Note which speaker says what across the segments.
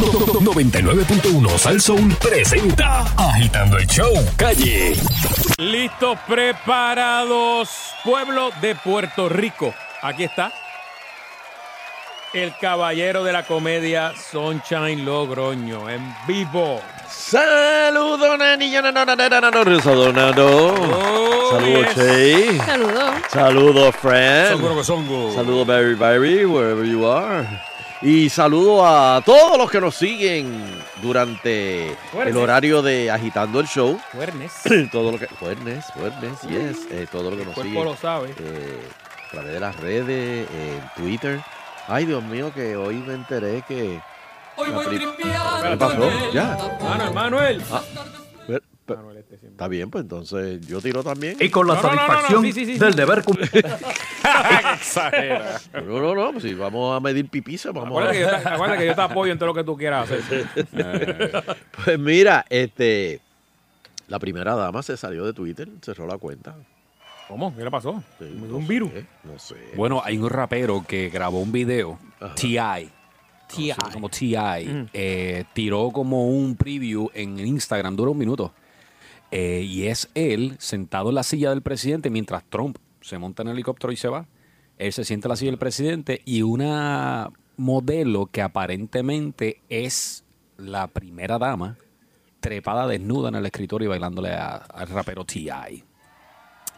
Speaker 1: no, no, 99.1 Sal Soul presenta Agitando el Show Calle.
Speaker 2: Listos, preparados, pueblo de Puerto Rico. Aquí está. El caballero de la comedia Sunshine Logroño en vivo.
Speaker 3: Saludos, nanillo, Saludos,
Speaker 2: Oh,
Speaker 3: Saludos,
Speaker 2: yes.
Speaker 3: Che.
Speaker 4: Saludos.
Speaker 3: Saludos, friend.
Speaker 2: Songo, songo.
Speaker 3: Saludos, Barry Barry, wherever you are. Y saludo a todos los que nos siguen durante
Speaker 2: Fuerte.
Speaker 3: el horario de Agitando el Show.
Speaker 2: Cuernes.
Speaker 3: Todo lo que. Fuernes, fuernes, yes. Eh, todo lo que
Speaker 2: El
Speaker 3: nos
Speaker 2: cuerpo
Speaker 3: siguen
Speaker 2: lo sabe.
Speaker 3: eh, a través de las redes, eh, en Twitter. Ay, Dios mío, que hoy me enteré que.
Speaker 5: Hoy
Speaker 3: La
Speaker 5: voy
Speaker 3: pri-
Speaker 5: tripeando.
Speaker 3: ¿Qué pasó? Ya. Ah.
Speaker 2: Manuel, Manuel.
Speaker 3: Pero- pero-
Speaker 2: Manuel, este siempre.
Speaker 3: Está bien, pues entonces yo tiro también.
Speaker 1: Y con la
Speaker 2: No, no, no, no,
Speaker 1: satisfacción
Speaker 2: sí, sí, sí,
Speaker 1: del
Speaker 2: sí.
Speaker 1: deber cumplido.
Speaker 2: Exagera.
Speaker 3: No, no, no, pues si vamos a medir pipiza, vamos
Speaker 2: Acuérdate que,
Speaker 3: a...
Speaker 2: yo te, acuérdate que yo te apoyo en todo lo que tú quieras hacer. Eh,
Speaker 3: Pues mira, este... La primera dama se salió de Twitter, cerró la cuenta.
Speaker 2: ¿Cómo? ¿Qué le pasó?
Speaker 3: Sí, no
Speaker 2: Un
Speaker 3: sé,
Speaker 2: virus.
Speaker 3: No sé.
Speaker 6: Bueno, hay un rapero que grabó un video,
Speaker 3: Ajá.
Speaker 6: T.I.
Speaker 4: T.I..
Speaker 6: Como T.I. eh, tiró como un preview en Instagram, dura un minuto. Eh, y es él sentado en la silla del presidente mientras Trump se monta en el helicóptero y se va. Él se sienta en la silla del presidente y una modelo que aparentemente es la primera dama trepada desnuda en el escritorio y bailándole a- al rapero T.I.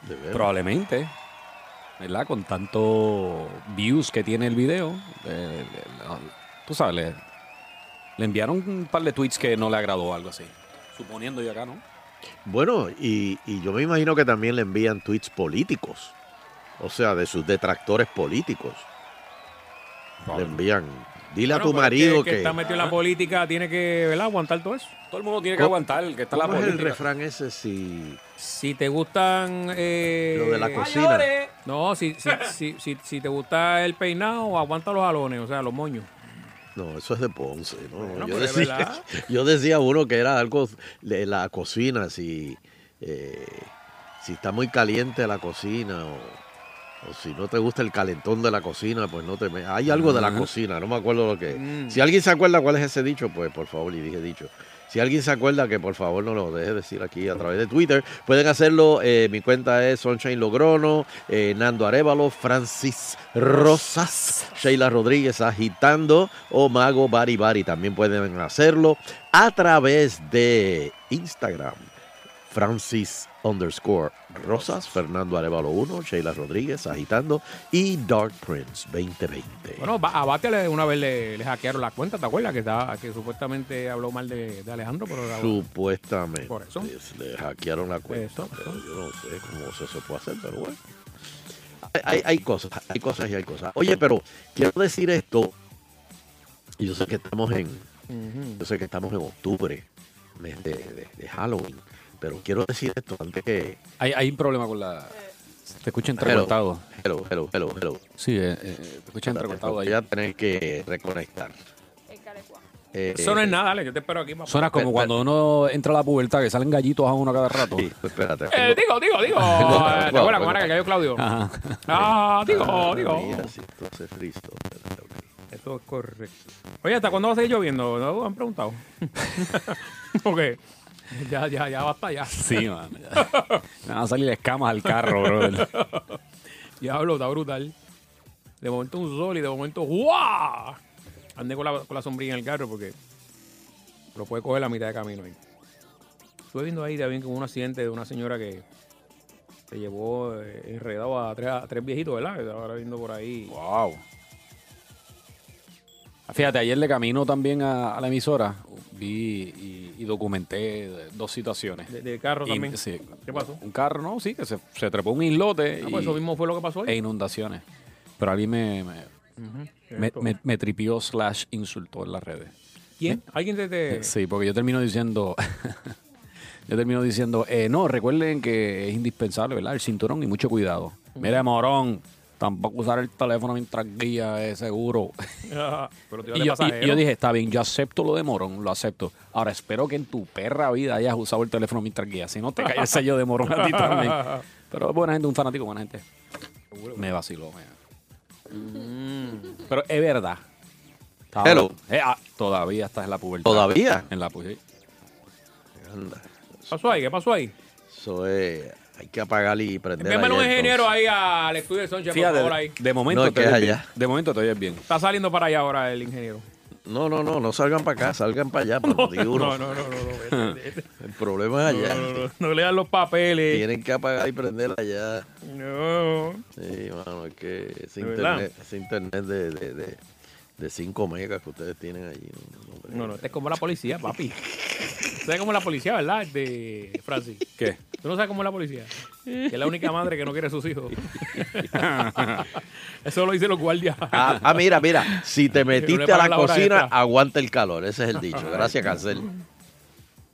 Speaker 3: de ver.
Speaker 6: Probablemente, ¿verdad? Con tanto views que tiene el video, eh, la- tú sabes, le, le enviaron un par de tweets que no le agradó o algo así. Suponiendo yo acá, ¿no?
Speaker 3: Bueno, y, y yo me imagino que también le envían tweets políticos. O sea, de sus detractores políticos. Le envían... Dile a tu
Speaker 2: Bueno, pero es que-
Speaker 3: marido
Speaker 2: que,
Speaker 3: que...
Speaker 2: está metido en la política tiene que ¿verdad? aguantar todo eso.
Speaker 6: Todo el mundo tiene que
Speaker 3: ¿Cómo-
Speaker 6: aguantar, que está la
Speaker 3: ¿Cómo es el
Speaker 6: política.
Speaker 3: refrán ese si...
Speaker 2: Si te gustan. eh,
Speaker 3: Lo de la cocina.
Speaker 2: No, si, si, si, si, si te gusta el peinado, aguanta los jalones, o sea, los moños.
Speaker 3: No, eso es de Ponce. ¿no?
Speaker 2: Bueno,
Speaker 3: yo,
Speaker 2: pero es
Speaker 3: decía,
Speaker 2: verdad.
Speaker 3: yo decía uno que era algo de la cocina, si, eh, si está muy caliente la cocina o, o si no te gusta el calentón de la cocina, pues no te... me- Hay algo de la
Speaker 6: Ajá.
Speaker 3: cocina, no me acuerdo lo que...
Speaker 2: Mm.
Speaker 3: Si alguien se acuerda cuál es ese dicho, pues por favor, y dije dicho. Si alguien se acuerda que por favor no lo deje decir aquí a través de Twitter, pueden hacerlo. eh, mi cuenta es Sunshine Logrono, eh, Nando Arevalo, Francis Rosas, Sheila Rodríguez Agitando o Mago Bari Bari. También pueden hacerlo a través de Instagram. Francis underscore Rosas, Fernando Arevalo 1, Sheila Rodríguez Agitando y Dark Prince 2020.
Speaker 2: Bueno, ba- a Batia le- una vez le, le hackearon la cuenta, ¿te acuerdas? Que, estaba, que supuestamente habló mal de, de Alejandro, pero la-
Speaker 3: Supuestamente.
Speaker 2: Ah, Por eso.
Speaker 3: Les- Le hackearon la cuenta.
Speaker 2: Eso,
Speaker 3: pero yo no sé cómo se, se puede hacer, pero bueno. Hay- Hay, hay cosas, hay cosas y hay cosas. Oye, pero quiero decir esto. y Yo sé que estamos en,
Speaker 2: Ujú.
Speaker 3: yo sé que estamos en octubre, mes de, de- de Halloween, pero quiero decir esto antes que.
Speaker 6: Hay, hay un problema con la... Te escucha
Speaker 3: Hello,
Speaker 6: entrecortado.
Speaker 3: hello, hello, hello, hello.
Speaker 6: Sí, eh, eh, te escucha entrecortado ahí.
Speaker 3: Voy a tener que reconectar. Eh,
Speaker 2: Eso no es nada, dale, yo te espero aquí. papá.
Speaker 6: Suena como
Speaker 3: Pe-
Speaker 6: cuando uno entra a la pubertad, que salen gallitos a uno cada rato.
Speaker 3: sí, espérate.
Speaker 2: Eh, digo, digo, digo. Eh, ¿Te acuerdas
Speaker 3: Wow,
Speaker 2: cómo era que cayó Claudio?
Speaker 6: Ajá.
Speaker 2: Ah, digo,
Speaker 3: Ah,
Speaker 2: digo.
Speaker 3: mira, sí, entonces, listo. Espérate, ok.
Speaker 2: Eso es correcto. Oye, ¿hasta cuándo va a seguir lloviendo? ¿No lo han preguntado? ok. Ya, ya, ya, basta ya.
Speaker 6: Sí, man. Me van a salir escamas al carro, bro.
Speaker 2: Diablo, está brutal. De momento un sol y de momento ¡guau! Andé con la, con la sombrilla en el carro porque lo puede coger la mitad de camino ahí. Estuve viendo ahí también como un accidente de una señora que se llevó eh, enredado a tres, a tres viejitos, ¿verdad? Que Estaba ahora viendo por ahí.
Speaker 6: Wow. Fíjate, ayer de camino también a, a la emisora vi y, y documenté dos situaciones.
Speaker 2: De- del carro
Speaker 6: Y-
Speaker 2: también.
Speaker 6: sí.
Speaker 2: ¿Qué pasó?
Speaker 6: Un carro, no, sí, que se, se trepó un islote
Speaker 2: Ah,
Speaker 6: y-
Speaker 2: pues eso mismo fue lo que pasó
Speaker 6: e
Speaker 2: ahí.
Speaker 6: inundaciones. Pero alguien me, me, me,
Speaker 2: Esto.
Speaker 6: me- me tripió slash insultó en las redes. ¿Eh?
Speaker 2: ¿Quién? ¿Alguien te, te-
Speaker 6: Sí, porque yo termino diciendo... Yo termino diciendo, eh, no, recuerden que es indispensable, ¿verdad? El cinturón y mucho cuidado. Mire, morón, tampoco usar el teléfono mientras guía es seguro.
Speaker 2: Ah, pero te iba
Speaker 6: Y
Speaker 2: de
Speaker 6: yo, y-
Speaker 2: pasajero.
Speaker 6: y yo dije, está bien, yo acepto lo de morón, lo acepto. Ahora espero que en tu perra vida hayas usado el teléfono mientras guía. Si no, te cae el sello de morón a ti también. Pero buena gente, un fanático, buena gente. Mm. Me vaciló. me- Pero es verdad. Estaba-
Speaker 3: Hello.
Speaker 6: Eh, ah, todavía estás en la pubertad.
Speaker 3: ¿Todavía?
Speaker 6: En la pubertad.
Speaker 3: Anda,
Speaker 2: ¿Qué pasó ahí? ¿Qué pasó ahí?
Speaker 3: Eso es. Hay que apagar y prender.
Speaker 2: Vémelo un
Speaker 3: allá,
Speaker 2: ingeniero
Speaker 3: entonces.
Speaker 2: ahí al estudio de Sonche, por
Speaker 6: Fíjate,
Speaker 2: favor, ahí.
Speaker 6: de, de momento
Speaker 3: No, es
Speaker 6: te
Speaker 3: que
Speaker 6: oyes
Speaker 3: es
Speaker 6: bien.
Speaker 3: allá.
Speaker 6: De momento te oyes bien.
Speaker 2: Está saliendo para allá ahora el ingeniero.
Speaker 3: No, no, no, no salgan para acá, salgan para allá. por diurnos.
Speaker 2: No, no, no, no. No, vete, vete.
Speaker 3: El problema es allá.
Speaker 2: no, no, no, no le dan los papeles.
Speaker 3: Tienen que apagar y prender allá.
Speaker 2: No.
Speaker 3: Sí, mano, es que ese
Speaker 2: ¿De verdad?
Speaker 3: internet, ese internet de, de, de, 5 megas que ustedes tienen allí. no, hombre.
Speaker 2: No, no, este es como la policía, papi. Tú sabes cómo es la policía, ¿verdad? De Francis.
Speaker 6: ¿Qué?
Speaker 2: Tú no sabes cómo es la policía. Que es la única madre que no quiere a sus hijos. Eso lo dicen los guardias.
Speaker 3: Ah, ah, mira, mira, si te metiste a
Speaker 2: pagan
Speaker 3: la
Speaker 2: la hora
Speaker 3: cocina,
Speaker 2: extra. Ah,
Speaker 3: aguanta el calor. Ese es el dicho. Gracias, Cancel.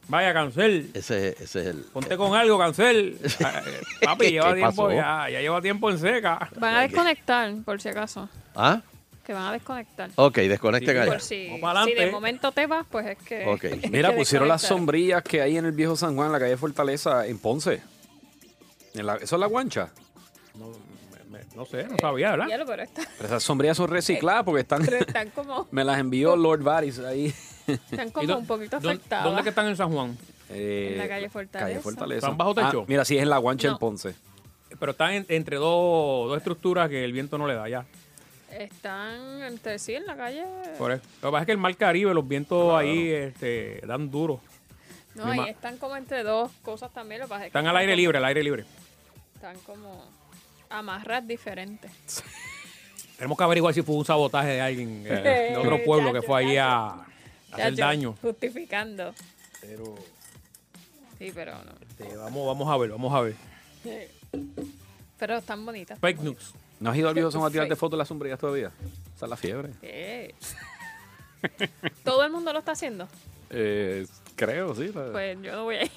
Speaker 2: Vaya, cancel.
Speaker 3: Ese, es- ese es el.
Speaker 2: Ponte con algo, cancel. Ah, eh, Papi, lleva
Speaker 3: ¿Qué
Speaker 2: tiempo
Speaker 3: pasó?
Speaker 2: ya, ya lleva tiempo en seca.
Speaker 4: Van a desconectar, por si acaso.
Speaker 3: Ah,
Speaker 4: Que van a desconectar.
Speaker 3: ok, desconecten
Speaker 2: Sí,
Speaker 3: allá.
Speaker 4: Por si,
Speaker 2: Vamos pa'lante.
Speaker 4: si de momento te vas, pues es que.
Speaker 3: Ok.
Speaker 4: hay
Speaker 6: Mira,
Speaker 4: que
Speaker 6: pusieron las
Speaker 4: desconectar.
Speaker 6: sombrillas que hay en el viejo San Juan, en la calle Fortaleza, en Ponce. En la- eso es la guancha.
Speaker 2: Me- No sé, no sabía, ¿verdad?
Speaker 4: Diablo, pero, está-
Speaker 6: Pero esas sombrillas son recicladas porque están.
Speaker 4: pero están como,
Speaker 6: me las envió Lord Varys ahí.
Speaker 4: están
Speaker 2: ¿Y
Speaker 4: como
Speaker 2: dó-
Speaker 4: un poquito
Speaker 2: dó-
Speaker 4: afectadas.
Speaker 2: ¿Dónde es que están en San Juan?
Speaker 6: Eh,
Speaker 4: En la calle Fortaleza.
Speaker 6: calle Fortaleza.
Speaker 2: ¿Están bajo techo?
Speaker 6: Ah, mira, sí, es en la guancha
Speaker 4: No.
Speaker 6: en Ponce.
Speaker 2: Pero están en- entre dos, dos estructuras que el viento no le da ya.
Speaker 4: Están entre sí en la calle.
Speaker 2: Por eso. Lo que pasa es que el mar Caribe, los vientos ahí este, dan duro.
Speaker 4: No,
Speaker 2: Mi
Speaker 4: ahí
Speaker 2: ma-
Speaker 4: están como entre dos cosas también. Lo que pasa es que
Speaker 2: Están al aire
Speaker 4: como-
Speaker 2: libre, al aire libre.
Speaker 4: Están como amarras diferentes.
Speaker 2: Tenemos que averiguar si fue un sabotaje de alguien eh, de otro
Speaker 4: Eh,
Speaker 2: pueblo
Speaker 4: chacho,
Speaker 2: que fue ahí a, a hacer
Speaker 4: Ya yo
Speaker 2: daño.
Speaker 4: Justificando. Sí, pero no.
Speaker 2: Este, vamos, vamos a ver, vamos a ver.
Speaker 4: Pero están bonitas.
Speaker 2: Fake news.
Speaker 6: ¿No has ido al viejo San Juan a tirarte fotos de las sombrillas todavía? Esa es la fiebre.
Speaker 4: Eh. Todo el mundo lo está haciendo.
Speaker 6: Eh, creo, sí. la-
Speaker 4: Pues yo no voy a ir.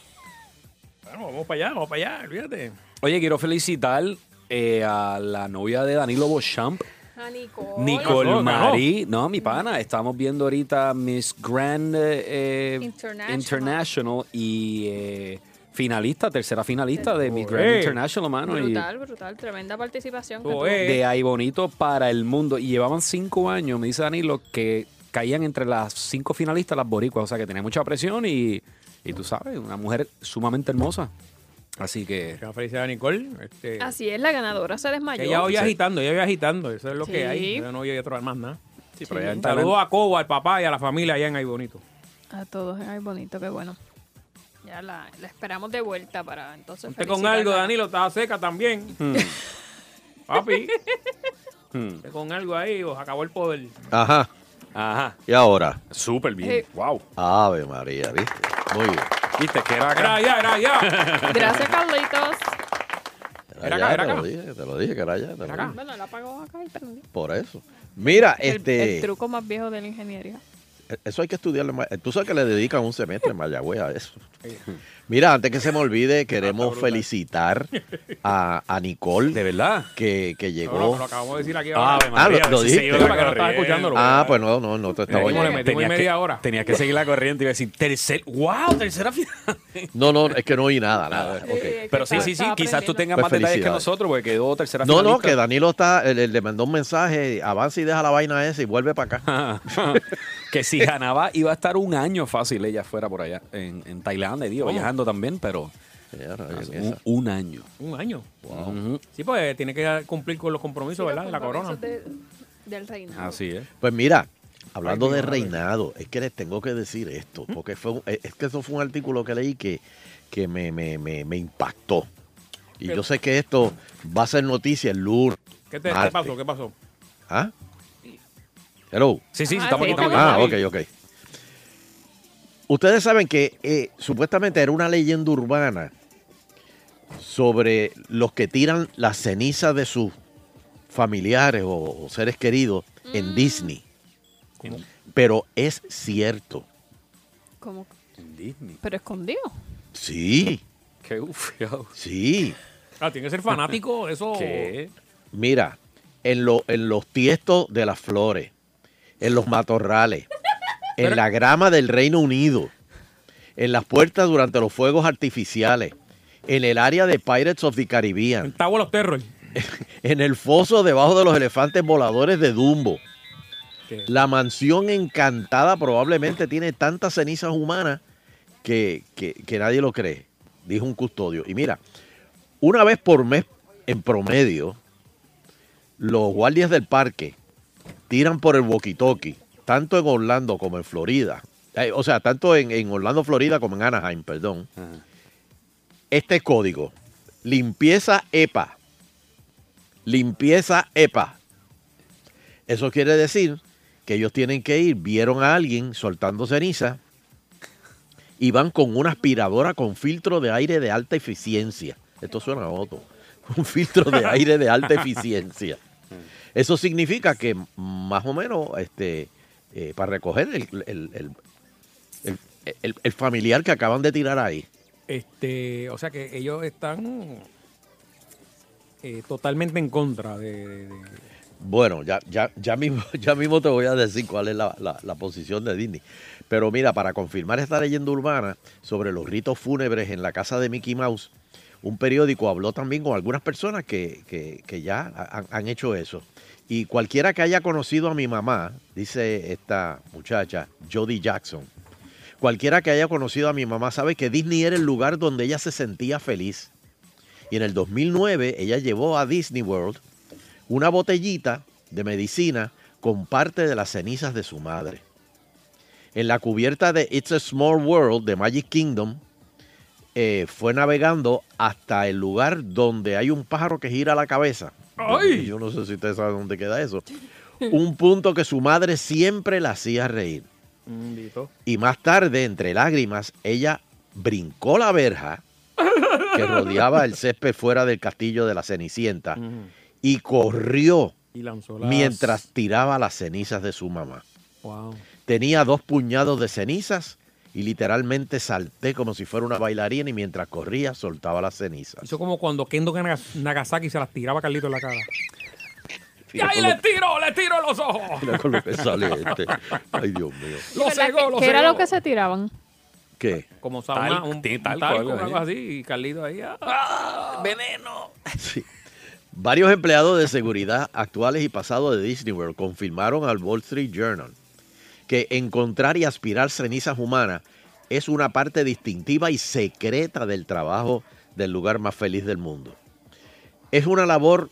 Speaker 2: Bueno, vamos para allá, vamos para allá, olvídate.
Speaker 6: Oye, quiero felicitar eh, a la novia de Danilo Beauchamp,
Speaker 4: A Nicole.
Speaker 6: Nicole
Speaker 2: Ganó, ganó.
Speaker 6: Marie. No, mi pana, estamos viendo ahorita Miss Grand eh, eh,
Speaker 4: International.
Speaker 6: International y eh, finalista, tercera finalista de Miss Grand
Speaker 2: Olé.
Speaker 6: International, mano. y-
Speaker 4: Brutal, brutal. Tremenda participación. que
Speaker 2: Tú,
Speaker 4: tuvo.
Speaker 2: eh.
Speaker 6: de ahí bonito para el mundo. Y llevaban cinco años, me dice Danilo, que caían entre las cinco finalistas las boricuas. O sea que tenía mucha presión y, y tú sabes, una mujer sumamente hermosa. Así que
Speaker 2: Muchas felicidades a Nicole. Este,
Speaker 4: Así es, la ganadora se
Speaker 2: que
Speaker 4: desmayó.
Speaker 2: ella oye
Speaker 6: Sí.
Speaker 2: agitando, ella oye agitando. Eso es lo
Speaker 4: Sí.
Speaker 2: que hay. Yo no voy a trobar más nada.
Speaker 6: sí, pero allá en
Speaker 2: Saludos
Speaker 6: Tailandia-
Speaker 2: a Cobo, al papá y a la familia allá en Ahí Bonito.
Speaker 4: A todos, ay, bonito, qué bueno. Ya la, la esperamos de vuelta para entonces.
Speaker 2: Ponte con algo,
Speaker 4: felicitarla.
Speaker 2: Danilo, estaba seca también. Papi.
Speaker 6: Hmm.
Speaker 2: Ponte con algo ahí, os acabó el poder.
Speaker 3: Ajá,
Speaker 2: Ah.
Speaker 6: Ajá,
Speaker 3: y ahora.
Speaker 6: súper bien.
Speaker 4: Sí.
Speaker 6: Wow.
Speaker 3: Ave María, ¿viste? Muy bien.
Speaker 6: Viste que era acá.
Speaker 2: Era ya, era ya.
Speaker 4: Gracias, Carlitos.
Speaker 2: Era
Speaker 3: allá,
Speaker 2: acá, era
Speaker 3: te
Speaker 2: acá.
Speaker 3: lo dije, te lo dije que era allá. te lo
Speaker 2: acá.
Speaker 3: dije.
Speaker 4: Bueno, la apagó acá y prendí.
Speaker 3: Por eso. Mira,
Speaker 4: El- El,
Speaker 3: este.
Speaker 4: truco más viejo de la ingeniería.
Speaker 3: Eso hay que estudiarlo. más. Tú sabes que le dedican un semestre en Mayagüez a eso. Mira, antes que se me
Speaker 2: Ah,
Speaker 3: olvide, queremos felicitar a, a
Speaker 6: De
Speaker 3: Nicole
Speaker 6: verdad.
Speaker 3: que, que
Speaker 2: No, no,
Speaker 3: llegó.
Speaker 2: pero lo acabamos de decir aquí
Speaker 6: Ah,
Speaker 2: ahora.
Speaker 6: Ave María,
Speaker 3: lo- lo
Speaker 6: sí,
Speaker 3: dijiste.
Speaker 6: sí, yo
Speaker 2: Para que no
Speaker 6: la
Speaker 2: estaba
Speaker 6: corriente.
Speaker 2: escuchándolo.
Speaker 3: Ah, pues no, no, no te estaba
Speaker 2: Mira, ¿cómo le
Speaker 3: oyendo.
Speaker 2: metí? Metimos
Speaker 6: Tenías
Speaker 2: media
Speaker 6: que-
Speaker 2: hora.
Speaker 6: Tenías que seguir la corriente y iba a decir tercer. ¡Wow! Tercera final. Ah.
Speaker 3: No, no, es que no oí nada, nada.
Speaker 4: Sí,
Speaker 3: Ok.
Speaker 4: es que
Speaker 6: Pero sí,
Speaker 4: estaba-
Speaker 6: sí, sí.
Speaker 4: estaba
Speaker 6: Quizás tú
Speaker 4: aprendiendo.
Speaker 6: tengas
Speaker 3: Pues
Speaker 6: más detalles que
Speaker 3: felicidades.
Speaker 6: nosotros porque quedó tercera
Speaker 3: No, no,
Speaker 6: finalista.
Speaker 3: que Danilo está, él- él le mandó un mensaje, avanza y deja la vaina esa y vuelve para acá.
Speaker 6: que si ganaba iba a estar un año fácil ella fuera por allá en, en Tailandia y digo,
Speaker 2: ¿Cómo?
Speaker 6: viajando también pero
Speaker 3: Ya, rayos,
Speaker 6: un,
Speaker 3: esa.
Speaker 6: un año
Speaker 2: Un año.
Speaker 6: Ujú.
Speaker 2: Sí, pues tiene que cumplir con los compromisos,
Speaker 4: Sí,
Speaker 2: ¿verdad? De la
Speaker 4: los
Speaker 2: corona.
Speaker 4: compromisos de- del reinado.
Speaker 6: así es
Speaker 3: Pues mira, hablando
Speaker 2: Ay, mi
Speaker 3: de
Speaker 2: madre.
Speaker 3: reinado, es que les tengo que decir esto,
Speaker 6: ¿Mm?
Speaker 3: porque fue un- eh, es que eso fue un artículo que leí que, que me, me- me- me impactó. Y
Speaker 2: ¿Qué?
Speaker 3: yo sé que esto va a ser noticia el lunes.
Speaker 2: ¿Qué te,
Speaker 3: martes.
Speaker 2: qué pasó? ¿Qué pasó?
Speaker 3: ¿Ah? Hello.
Speaker 6: sí sí, sí
Speaker 4: Ah,
Speaker 6: estamos
Speaker 4: sí,
Speaker 6: aquí estamos
Speaker 3: Ah,
Speaker 6: aquí.
Speaker 3: ok, ok. Ustedes saben que eh, supuestamente era una leyenda urbana sobre los que tiran las cenizas de sus familiares o, o seres queridos
Speaker 4: Mm.
Speaker 3: en Disney. Pero es cierto.
Speaker 4: Como,
Speaker 6: en Disney
Speaker 4: pero escondido.
Speaker 3: Sí,
Speaker 6: qué ufiado
Speaker 3: sí.
Speaker 2: Ah, tiene que ser fanático de eso.
Speaker 6: qué
Speaker 3: Mira, en, lo- en los tiestos de las flores, en los matorrales, en la grama del Reino Unido, en las puertas durante los fuegos artificiales, en el área de Pirates of the
Speaker 2: El
Speaker 3: Caribbean,
Speaker 2: Tower of Terror.
Speaker 3: en el foso debajo de los elefantes voladores de Dumbo,
Speaker 2: ¿Qué?
Speaker 3: La mansión encantada probablemente tiene tantas cenizas humanas que, que- que nadie lo cree, dijo un custodio. Y mira, una vez por mes en promedio, los guardias del parque tiran por el walkie-talkie, tanto en Orlando como en Florida. Eh, o sea, tanto en, en Orlando, Florida como en Anaheim, perdón. Este código, limpieza EPA. Limpieza EPA. Eso quiere decir que ellos tienen que ir, vieron a alguien soltando ceniza y van con una aspiradora con filtro de aire de alta eficiencia. Esto suena a otro. Un filtro de aire de alta eficiencia. Eso significa que más o menos este, eh, para recoger el, el- el- el- el- el familiar que acaban de tirar ahí.
Speaker 2: Este, o sea que ellos están eh, totalmente en contra de, de- de-
Speaker 3: Bueno, ya, ya, ya, mismo, ya mismo te voy a decir cuál es la, la- la posición de Disney. Pero mira, para confirmar esta leyenda urbana sobre los ritos fúnebres en la casa de Mickey Mouse, un periódico habló también con algunas personas que, que- que ya ha- han, han hecho eso. Y cualquiera que haya conocido a mi mamá, dice esta muchacha, Jodie Jackson, cualquiera que haya conocido a mi mamá sabe que Disney era el lugar donde ella se sentía feliz. Y en el 2009 ella llevó a Disney World una botellita de medicina con parte de las cenizas de su madre. En la cubierta de It's a Small World de Magic Kingdom, eh, fue navegando hasta el lugar donde hay un pájaro que gira la cabeza.
Speaker 2: ¡Ay!
Speaker 3: Yo no sé si ustedes saben dónde queda eso. Un punto que su madre siempre la hacía reír.
Speaker 2: Mm, Dito.
Speaker 3: Y más tarde, entre lágrimas, ella brincó la verja que rodeaba el césped fuera del castillo de la Cenicienta
Speaker 2: Ujú.
Speaker 3: y corrió
Speaker 2: Y lanzó las-
Speaker 3: mientras tiraba las cenizas de su mamá.
Speaker 2: Wow.
Speaker 3: Tenía dos puñados de cenizas y literalmente salté como si fuera una bailarina y mientras corría soltaba las cenizas.
Speaker 2: Hizo como cuando Kendo Nagas- Nagasaki se las tiraba a Carlito en la cara. ¡Y
Speaker 3: Mira
Speaker 2: ahí
Speaker 3: con lo-
Speaker 2: le tiro! ¡Le tiro los ojos!
Speaker 3: mira con lo que sale este. Ay, Dios mío.
Speaker 2: ¡Lo
Speaker 4: ¿Verdad
Speaker 2: cegó!
Speaker 4: que-
Speaker 2: ¡Lo
Speaker 4: que era
Speaker 2: cegó!
Speaker 4: lo que se tiraban?
Speaker 3: ¿Qué?
Speaker 2: Como o sea,
Speaker 6: Tal-
Speaker 2: una- un,
Speaker 6: tiene
Speaker 2: un
Speaker 6: talco,
Speaker 2: talco,
Speaker 6: algo
Speaker 2: algo
Speaker 6: ahí.
Speaker 2: así. Y Carlito ahí. ¡ah!
Speaker 6: Veneno.
Speaker 3: Sí. Varios empleados de seguridad actuales y pasados de Disney World confirmaron al Wall Street Journal que encontrar y aspirar cenizas humanas es una parte distintiva y secreta del trabajo del lugar más feliz del mundo. Es una labor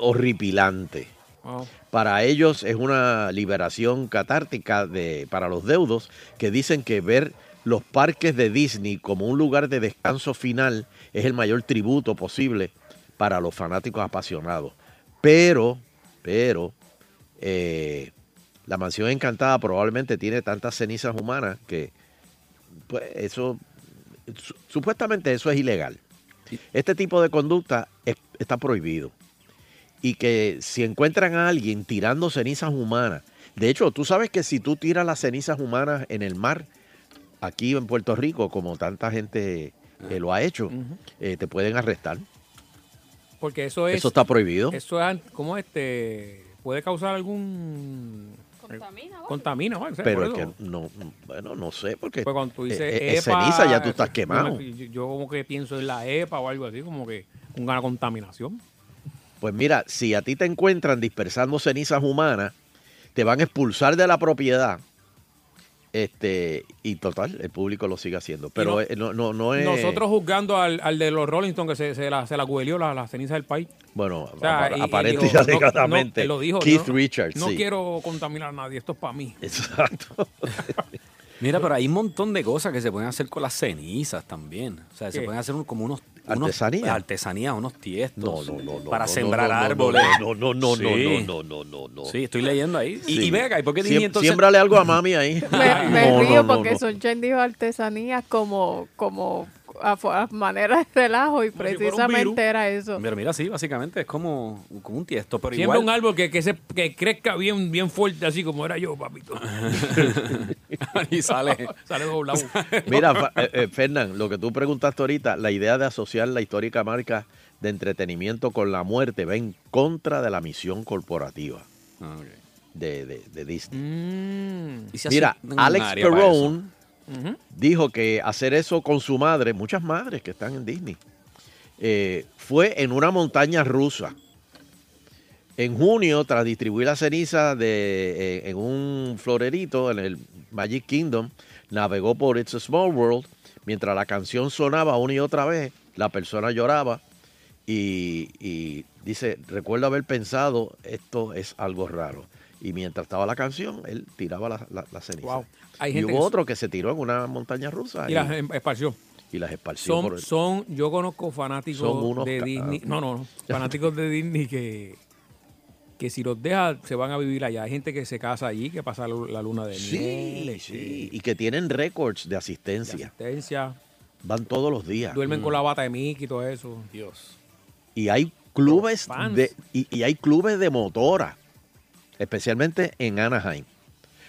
Speaker 3: horripilante.
Speaker 2: Wow.
Speaker 3: Para ellos es una liberación catártica de, para los deudos que dicen que ver los parques de Disney como un lugar de descanso final es el mayor tributo posible para los fanáticos apasionados. Pero, pero, eh, la mansión encantada probablemente tiene tantas cenizas humanas que pues, eso, su- supuestamente eso es ilegal. Este tipo de conducta es- está prohibido y que si encuentran a alguien tirando cenizas humanas, de hecho, tú sabes que si tú tiras las cenizas humanas en el mar, aquí en Puerto Rico, como tanta gente eh, lo ha hecho, eh, te pueden arrestar.
Speaker 2: Porque eso es.
Speaker 3: Eso está prohibido.
Speaker 2: Eso es. ¿Cómo este? Puede causar algún.
Speaker 4: Contamina, ¿vale?
Speaker 2: Contamina, ¿vale? O sea,
Speaker 3: Pero
Speaker 2: por
Speaker 3: es que
Speaker 2: eso.
Speaker 3: no, bueno, no sé, porque
Speaker 2: Pues cuando tú dices
Speaker 3: eh, eh, es
Speaker 2: EPA,
Speaker 3: ceniza ya tú
Speaker 2: eh,
Speaker 3: estás
Speaker 2: yo
Speaker 3: quemado.
Speaker 2: me- Yo, yo como que pienso en la EPA o algo así, como que una contaminación.
Speaker 3: Pues mira, si a ti te encuentran dispersando cenizas humanas, te van a expulsar de la propiedad. Este, y total, el público lo sigue haciendo. Pero
Speaker 2: no-
Speaker 3: eh, no, no, no es.
Speaker 2: Nosotros juzgando al, al de los Rolling Stones que se, se la, se la huelió la, la ceniza del país.
Speaker 3: Bueno,
Speaker 2: O sea,
Speaker 3: apar-
Speaker 2: y- y
Speaker 3: aparente y
Speaker 2: dijo, no, no,
Speaker 3: alegadamente.
Speaker 2: él lo dijo.
Speaker 3: Keith
Speaker 2: yo no-
Speaker 3: Richards,
Speaker 2: No
Speaker 3: sí.
Speaker 2: quiero contaminar a nadie, esto es para mí.
Speaker 3: Exacto. Eh,
Speaker 6: Mira, pero hay un montón de cosas que se pueden hacer con las cenizas también. O sea, se
Speaker 2: ¿Qué?
Speaker 6: pueden hacer un- como unos... unos-
Speaker 3: Artesanía.
Speaker 6: artesanías, unos
Speaker 3: No,
Speaker 6: tiestos.
Speaker 3: no, no, no.
Speaker 6: Para
Speaker 3: no,
Speaker 6: sembrar
Speaker 3: no, no, no,
Speaker 6: árboles.
Speaker 3: No, no, no, no,
Speaker 6: Sí.
Speaker 3: no, no, no, no, no.
Speaker 6: Sí, estoy leyendo ahí. Y,
Speaker 3: Sí.
Speaker 6: y ven acá, ¿y por qué
Speaker 3: Siem-
Speaker 6: Disney entonces...?
Speaker 3: Siémbrale algo a mami ahí.
Speaker 4: Me, me
Speaker 3: No, no,
Speaker 4: río
Speaker 3: no,
Speaker 4: porque
Speaker 3: no.
Speaker 4: Sunshine dijo artesanías como, como a, fo- a manera de relajo y
Speaker 2: si fuera un virus.
Speaker 4: precisamente era eso.
Speaker 6: Pero mira, sí, básicamente es como, como un tiesto, pero
Speaker 2: Siembra
Speaker 6: igual...
Speaker 2: un árbol que, que, se, que crezca bien, bien fuerte, así como era yo, papito.
Speaker 6: y sale...
Speaker 2: Sale doblado.
Speaker 3: Mira, Fa- eh, eh, Fernán, lo que tú preguntaste ahorita, la idea de asociar la histórica marca de entretenimiento con la muerte va en contra de la misión corporativa
Speaker 6: Ah, ok.
Speaker 3: de, de- de Disney.
Speaker 2: Mm.
Speaker 6: Y se
Speaker 3: Mira,
Speaker 6: hace un
Speaker 3: Alex
Speaker 6: área para eso.
Speaker 3: Perrone dijo que hacer eso con su madre, muchas madres que están en Disney, eh, fue en una montaña rusa. En junio, tras distribuir las cenizas de, eh, en un florerito en el Magic Kingdom, navegó por It's a Small World. Mientras la canción sonaba una y otra vez, la persona lloraba y, y dice, recuerdo haber pensado, esto es algo raro. Y mientras estaba la canción, él tiraba la, la, la ceniza.
Speaker 2: Wow. Hay
Speaker 3: y
Speaker 2: gente
Speaker 3: hubo
Speaker 2: que-
Speaker 3: otro que se tiró en una montaña rusa
Speaker 2: Y
Speaker 3: y,
Speaker 2: las em- esparció.
Speaker 3: y las esparció por
Speaker 2: Son,
Speaker 3: el-
Speaker 2: son, yo conozco fanáticos
Speaker 3: Son unos
Speaker 2: de
Speaker 3: ca-
Speaker 2: Disney. No, no, no. Fanáticos de Disney que, que si los deja se van a vivir allá. Hay gente que se casa allí, que pasa lu- la luna de
Speaker 3: Sí,
Speaker 2: miel.
Speaker 3: sí, y que tienen récords de
Speaker 2: de
Speaker 3: asistencia.
Speaker 2: asistencia,
Speaker 3: Van todos los días. Mm.
Speaker 2: duermen con la bata de Mickey y todo eso.
Speaker 6: Dios.
Speaker 3: Y hay clubes
Speaker 2: Los fans.
Speaker 3: de y, y hay clubes de motora, especialmente en Anaheim.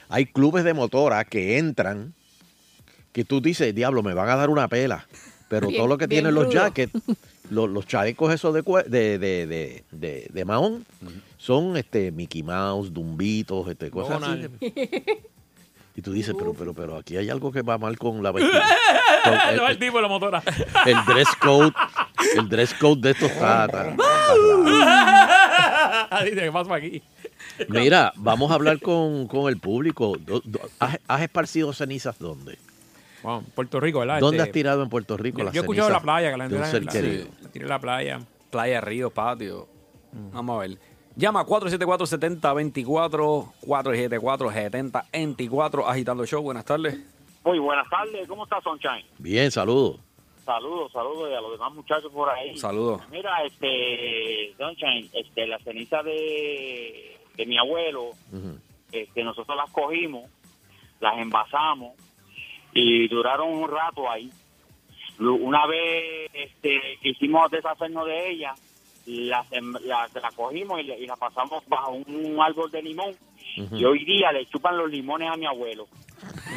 Speaker 3: Hay clubes de motora que entran que tú dices, "Diablo, me van a dar una pela." Pero
Speaker 4: Bien-
Speaker 3: todo lo que
Speaker 4: bien
Speaker 3: tienen los
Speaker 4: rudo.
Speaker 3: jackets, los, los chalecos esos de, cue- de, de, de, de- de mahón son este Mickey Mouse, Dumbitos, este cosas así.
Speaker 2: Donald.
Speaker 3: Y tú dices, pero, pero, pero aquí hay algo que va mal con la vestimenta. Con el-
Speaker 2: el tipo de la motora.
Speaker 3: el dress code, el dress code de
Speaker 2: Oh,
Speaker 3: estos está- está- está raro.
Speaker 2: Dice, ¿qué pasa aquí?
Speaker 3: Mira, vamos a hablar con, con el público. Do- do- ¿Has, has esparcido cenizas dónde?
Speaker 2: Wow, Puerto Rico, ¿verdad?
Speaker 3: ¿Dónde
Speaker 2: Este,
Speaker 3: has tirado en Puerto Rico
Speaker 2: yo-
Speaker 3: las
Speaker 2: Yo he
Speaker 3: cenizas?
Speaker 2: escuchado la playa, que la
Speaker 3: de
Speaker 2: gente
Speaker 3: un
Speaker 2: la,
Speaker 3: ser
Speaker 2: la-
Speaker 3: querido?
Speaker 2: la tira en la playa. Mm.
Speaker 6: Playa, río, patio. Vamos a ver. Llama 474-7024, 474-7024, agitando show. Buenas tardes.
Speaker 5: Muy buenas tardes, ¿cómo estás, Sunshine?
Speaker 3: Bien, saludos.
Speaker 5: Saludos, saludos y a los demás muchachos por ahí.
Speaker 6: Saludos.
Speaker 5: Mira, este, Sunshine, este, la ceniza de, de mi abuelo,
Speaker 3: Ujú.
Speaker 5: este, nosotros las cogimos, las envasamos y duraron un rato ahí. Lu- Una vez este, quisimos deshacernos de ellas, las, em- las, las cogimos y, le- y las pasamos bajo un, un árbol de limón y hoy día le chupan los limones a mi abuelo.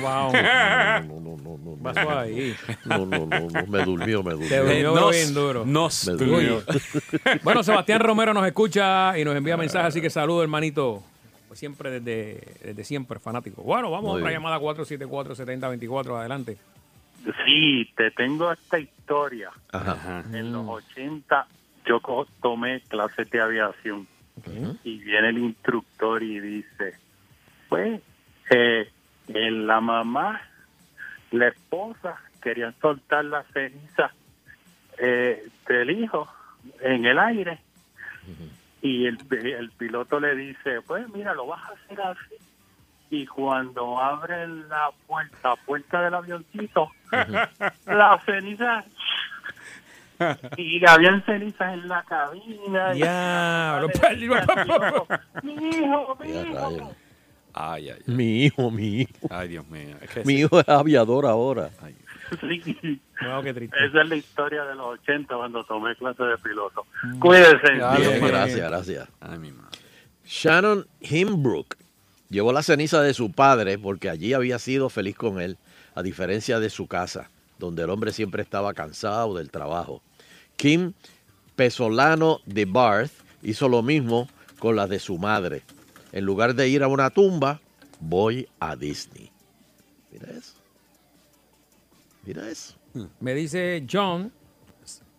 Speaker 2: Wow.
Speaker 3: No, no, no, no, no,
Speaker 2: Pasó ahí.
Speaker 3: no, no, no, no, me durmió, me
Speaker 2: Te
Speaker 3: durmió.
Speaker 2: durmió. Yo
Speaker 6: nos,
Speaker 2: bien duro.
Speaker 6: nos
Speaker 3: Me
Speaker 6: tuyo.
Speaker 3: dolió.
Speaker 2: Bueno, Sebastián Romero nos escucha y nos envía mensajes, así que saludo, hermanito. Pues Siempre desde, desde siempre, fanático. Bueno, vamos a
Speaker 3: Muy
Speaker 2: otra
Speaker 3: bien.
Speaker 2: llamada 474-7024, adelante.
Speaker 7: Sí, te tengo esta historia.
Speaker 3: Ajá.
Speaker 7: En los 80 yo co- tomé clases de aviación y viene el instructor y dice, pues, eh, eh, la mamá, la esposa querían soltar la ceniza eh, del hijo en el aire y el, pi- el piloto le dice, pues mira, lo vas a hacer así. Y cuando abren la puerta, puerta del avioncito, la ceniza y habían cenizas en la cabina. y-
Speaker 2: Ya,
Speaker 7: Mi hijo, mi
Speaker 3: Ya,
Speaker 7: hijo.
Speaker 3: rayo.
Speaker 6: Ay, ay,
Speaker 3: Mi hijo, mi hijo.
Speaker 6: ay, Dios mío. Es que
Speaker 3: Mi hijo es aviador ahora.
Speaker 7: Sí.
Speaker 2: no, qué triste.
Speaker 7: Esa es la historia de los 80 cuando tomé clase de piloto.
Speaker 2: Mm.
Speaker 7: Cuídense.
Speaker 6: Ya,
Speaker 3: Mm. Bien,
Speaker 6: bien.
Speaker 3: gracias, gracias.
Speaker 6: Ay, mi madre.
Speaker 3: Shannon Himbrook llevó la ceniza de su padre porque allí había sido feliz con él, a diferencia de su casa, donde el hombre siempre estaba cansado del trabajo. Kim Pesolano de Barth hizo lo mismo con las de su madre. En lugar de ir a una tumba, voy a Disney. Mira eso. Mira eso.
Speaker 2: Mm. Me dice John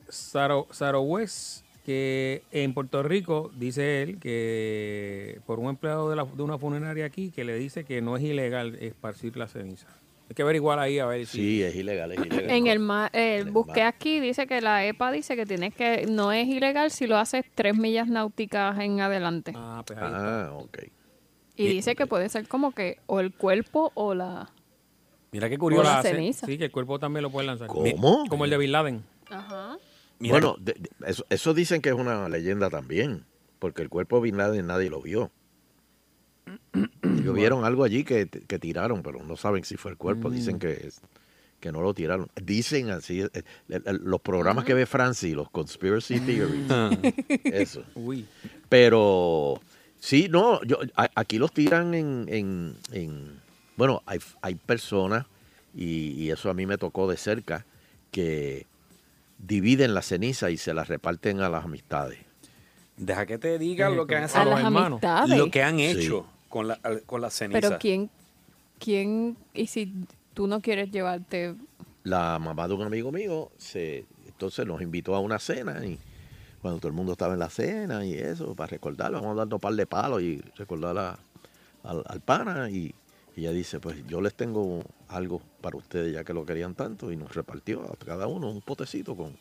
Speaker 2: Saro, Sarowes que en Puerto Rico, dice él, que por un empleado de, la- de una funeraria aquí que le dice que no es ilegal esparcir la ceniza. Hay que averiguar ahí a ver si...
Speaker 3: Sí, es ilegal, es ilegal.
Speaker 4: En el ma eh,
Speaker 3: En el
Speaker 4: busqué
Speaker 3: mar.
Speaker 4: aquí, dice que la EPA dice que tienes que, no es ilegal si lo haces tres millas náuticas en adelante.
Speaker 2: Ah, pues ahí está.
Speaker 3: Ah, ok.
Speaker 4: y dice que puede ser como que o el cuerpo o la...
Speaker 6: Mira qué
Speaker 2: Como
Speaker 6: curioso.
Speaker 4: la
Speaker 2: la ce-
Speaker 4: ceniza.
Speaker 2: Sí, que el cuerpo también lo puede lanzar.
Speaker 3: ¿Cómo?
Speaker 2: Como el de Bin Laden.
Speaker 4: Ajá.
Speaker 6: Mira
Speaker 3: bueno, de- de- eso, eso dicen que es una leyenda también, porque el cuerpo de Bin Laden nadie lo vio. Ellos vieron algo allí que, que tiraron, pero no saben si fue el cuerpo. Dicen que, es- que no lo tiraron. Dicen así, eh, eh, los programas que ve Francis, los conspiracy theories, eso.
Speaker 2: Uy.
Speaker 3: Pero sí, no, yo, a- aquí los tiran en, en- en- bueno, hay, hay personas, y, y eso a mí me tocó de cerca, que dividen la ceniza y se la reparten a las amistades.
Speaker 6: Deja que te digan lo que han,
Speaker 4: A
Speaker 2: los
Speaker 4: las
Speaker 2: hermanos.
Speaker 4: amistades.
Speaker 6: lo que han
Speaker 3: Sí.
Speaker 6: hecho con, la, al- con las cenizas.
Speaker 4: Pero quién, quién, y si tú no quieres llevarte...
Speaker 3: La mamá de un amigo mío, se, entonces nos invitó a una cena y cuando todo el mundo estaba en la cena y eso, para recordarlo, vamos dando un par de palos y recordar a- al, al pana. Y, y ella dice, pues yo les tengo algo para ustedes ya que lo querían tanto y nos repartió a cada uno un potecito con,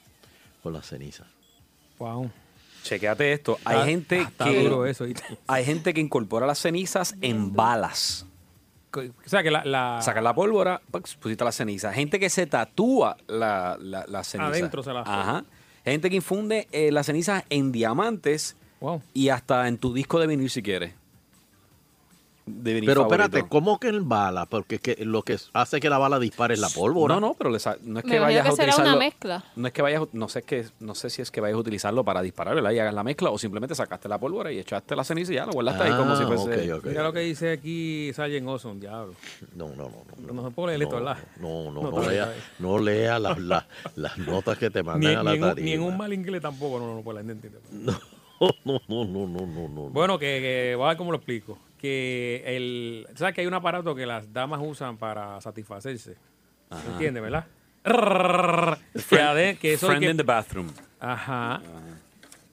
Speaker 3: con la ceniza.
Speaker 2: Wow.
Speaker 6: Chequeate esto. Hay
Speaker 2: Está-
Speaker 6: gente
Speaker 2: está
Speaker 6: que.
Speaker 2: duro eso, ¿viste?
Speaker 6: Hay gente que incorpora las cenizas en balas.
Speaker 2: O sea, que la... la-
Speaker 6: Sacas la pólvora, pax, pusiste la ceniza. Gente que se tatúa la, la, la ceniza.
Speaker 2: Adentro se la-
Speaker 6: Ajá. Gente que infunde eh, las cenizas en diamantes
Speaker 2: Wow.
Speaker 6: y hasta en tu disco de vinil si quieres. De vinil
Speaker 3: Pero
Speaker 6: favorito.
Speaker 3: espérate, ¿cómo que en bala? Porque es que lo que hace que la bala dispare es la pólvora.
Speaker 6: No, no, pero le sa- no es que
Speaker 4: Me imagino
Speaker 6: vayas a
Speaker 4: que será una
Speaker 6: utilizarlo.
Speaker 4: mezcla.
Speaker 6: No es que vayas, no sé es que, no sé si es que vayas a utilizarlo para disparar, ¿verdad? Y hagas la mezcla o simplemente sacaste la pólvora y echaste la ceniza y ya la guardaste ahí como
Speaker 3: Ah,
Speaker 6: si fuese.
Speaker 3: ok, ok.
Speaker 2: Mira lo que dice aquí Sargent Ozone, diablo.
Speaker 3: No, no, no.
Speaker 2: No, no se puede leer esto, ¿verdad?
Speaker 3: No, no,
Speaker 2: No,
Speaker 3: no,
Speaker 2: está bien,
Speaker 3: lea,
Speaker 2: está
Speaker 3: no lea las, las- las notas que te
Speaker 2: Ni,
Speaker 3: mandan a
Speaker 2: ni
Speaker 3: la
Speaker 2: en un,
Speaker 3: tarima.
Speaker 2: ni en un mal inglés tampoco, no, no, no, pues la gente entiende.
Speaker 3: No, no, no, no, no, no, no.
Speaker 2: Bueno, que, que voy a ver cómo lo explico. Que el. ¿Sabes que hay un aparato que las damas usan para satisfacerse? ¿Me entiendes, verdad? que, ade- que eso
Speaker 6: Friend
Speaker 2: que-
Speaker 6: in the bathroom.
Speaker 2: Ajá.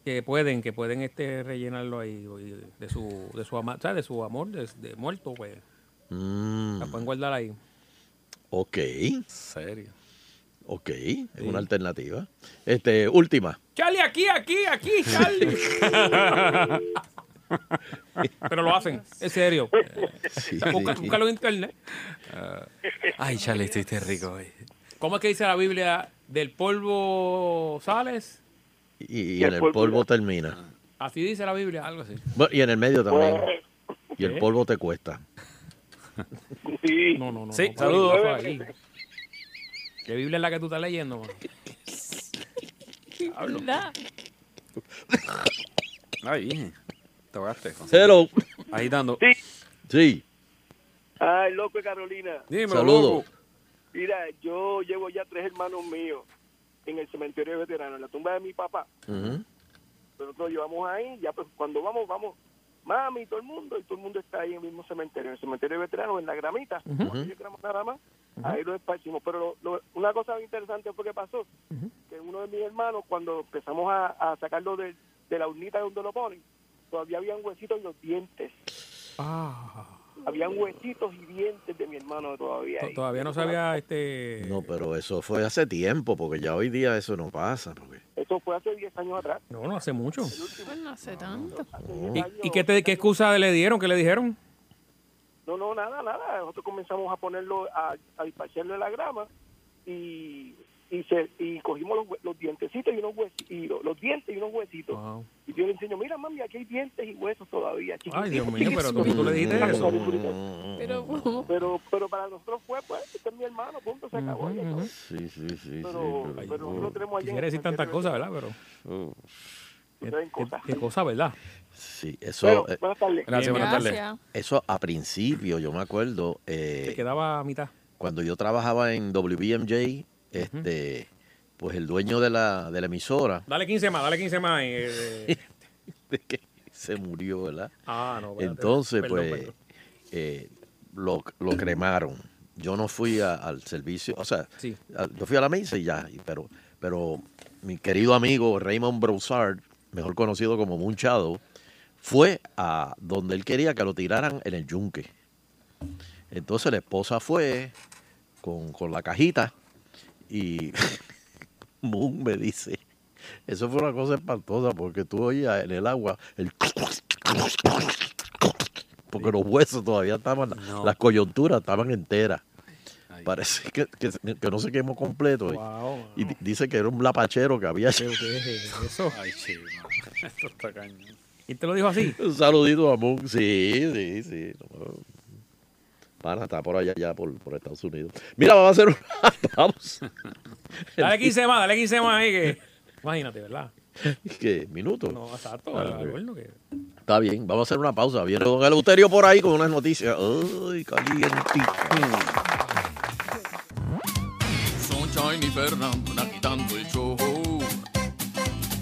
Speaker 2: Que pueden, que pueden este rellenarlo ahí y- de su, de su ama- ¿sabes? De su amor, de, de muerto, pues.
Speaker 3: Mm,
Speaker 2: La pueden guardar ahí.
Speaker 3: ok,
Speaker 6: Serio.
Speaker 3: ok. Es una alternativa. Este, última.
Speaker 2: Charlie, aquí, aquí, aquí, Charlie. Pero lo hacen, en serio.
Speaker 3: Sí,
Speaker 2: Busca-
Speaker 3: sí.
Speaker 2: Búscalo en internet.
Speaker 8: Ah.
Speaker 6: Ay, chale, estuviste rico hoy.
Speaker 2: ¿Cómo es que dice la Biblia? Del polvo sales.
Speaker 3: Y, y en el polvo termina.
Speaker 2: Así dice la Biblia, algo así.
Speaker 3: Bueno, y en el medio también. Y el polvo te cuesta.
Speaker 5: Sí,
Speaker 2: No, no, no.
Speaker 6: Sí,
Speaker 2: no,
Speaker 6: saludos.
Speaker 2: no, ahí. ¿Qué Biblia es la que tú estás leyendo, mano?
Speaker 4: ¿Verdad?
Speaker 6: Ay, bien. Te ahogaste. Juan.
Speaker 3: Cero.
Speaker 6: Ahí dando.
Speaker 3: Sí,
Speaker 8: Ay, loco de Carolina.
Speaker 6: Dímelo,
Speaker 3: saludos.
Speaker 6: loco.
Speaker 8: Mira, yo llevo ya tres hermanos míos en el cementerio de veteranos, en la tumba de mi papá.
Speaker 3: Ujú.
Speaker 8: Nosotros llevamos ahí, ya pues cuando vamos, vamos, mami, todo el mundo, y todo el mundo está ahí en el mismo cementerio, en el cementerio de veteranos, en la gramita, cuando yo éramos nada más, ahí lo esparcimos. Pero lo- lo- una cosa bien interesante fue que pasó, que uno de mis hermanos, cuando empezamos a, a sacarlo de, de la urnita donde lo ponen, todavía habían huesitos en los dientes.
Speaker 2: Ah.
Speaker 8: Habían huesitos y dientes de mi hermano todavía.
Speaker 2: To-
Speaker 8: ahí.
Speaker 2: Todavía no sabía este.
Speaker 3: No, pero eso fue hace tiempo, porque ya hoy día eso no pasa. Porque...
Speaker 8: Eso fue hace 10 años atrás.
Speaker 2: No, no hace mucho.
Speaker 4: Pues no hace tanto.
Speaker 2: ¿Y, y qué, te- qué excusa le dieron? ¿Qué le dijeron?
Speaker 8: No, no, nada, nada. Nosotros comenzamos a ponerlo, a, a disparcharle la grama y, y, se, y cogimos los, hue- los dientecitos y unos huesitos, y lo- los dientes y unos huesitos.
Speaker 2: Wow.
Speaker 8: Y yo le enseño, mira, mami, aquí hay dientes y huesos todavía.
Speaker 2: Ay, Dios
Speaker 8: chiquititos".
Speaker 2: mío, pero tú, tú le dijiste eso.
Speaker 4: Pero ¿cómo?
Speaker 8: Pero, pero para nosotros fue, pues, este es mi hermano, punto, se acabó. y eso.
Speaker 3: Sí, sí, sí, sí.
Speaker 8: Pero,
Speaker 3: pero-
Speaker 8: pero nosotros tenemos allí en
Speaker 2: Quisiera decir
Speaker 8: el
Speaker 2: tantas
Speaker 8: cementerio
Speaker 2: cosas, ¿verdad? Pero.
Speaker 8: de-
Speaker 2: Qué,
Speaker 8: de cosas.
Speaker 2: qué- qué cosa, ¿verdad?
Speaker 3: Sí,
Speaker 8: Bueno,
Speaker 3: eso, eh,
Speaker 8: buenas tardes.
Speaker 6: Gracias, buenas tardes.
Speaker 4: Gracias.
Speaker 3: eso a principio, yo me acuerdo,
Speaker 2: Se
Speaker 3: eh,
Speaker 2: quedaba a mitad.
Speaker 3: cuando yo trabajaba en WBMJ, este, pues el dueño de la, de la emisora
Speaker 2: Dale 15 más, dale 15 más. eh, eh.
Speaker 3: se murió, ¿verdad?
Speaker 2: Ah, no. espérate.
Speaker 3: Entonces,
Speaker 2: Perdón,
Speaker 3: pues,
Speaker 2: perdón.
Speaker 3: eh, lo, lo cremaron. Yo no fui a- al servicio, o sea,
Speaker 2: Sí.
Speaker 3: a- yo fui a la misa y ya, y- pero, pero mi querido amigo Raymond Broussard, mejor conocido como Munchado, fue a donde él quería que lo tiraran en el yunque. Entonces la esposa fue con, con la cajita y Moon me dice, eso fue una cosa espantosa porque tú oías en el agua el... Porque los huesos todavía estaban,
Speaker 6: No.
Speaker 3: las coyunturas estaban enteras.
Speaker 6: Ay.
Speaker 3: Parece que, que- que no se quemó completo. ¿eh?
Speaker 2: Wow,
Speaker 3: Y di- dice que era un lapachero que había...
Speaker 2: ¿Qué, qué es eso?
Speaker 6: Ay, chido. Esto está cañón.
Speaker 2: ¿Y te lo dijo así?
Speaker 3: Un saludito a Moon. Sí, sí, sí. No. Pana está por allá, ya por, por Estados Unidos. Mira, vamos a hacer una pausa.
Speaker 2: Dale 15 más, dale 15 más ahí que. Imagínate, ¿verdad?
Speaker 3: ¿Qué? ¿Minuto?
Speaker 2: No, exacto.
Speaker 3: Claro,
Speaker 2: ¿verdad?
Speaker 3: sí.
Speaker 2: Bueno, que-
Speaker 3: Está bien, vamos a hacer una pausa. Viene Don Eleuterio por ahí con unas noticias. Ay, calientito.
Speaker 9: Sunshine y Fernando agitando el show.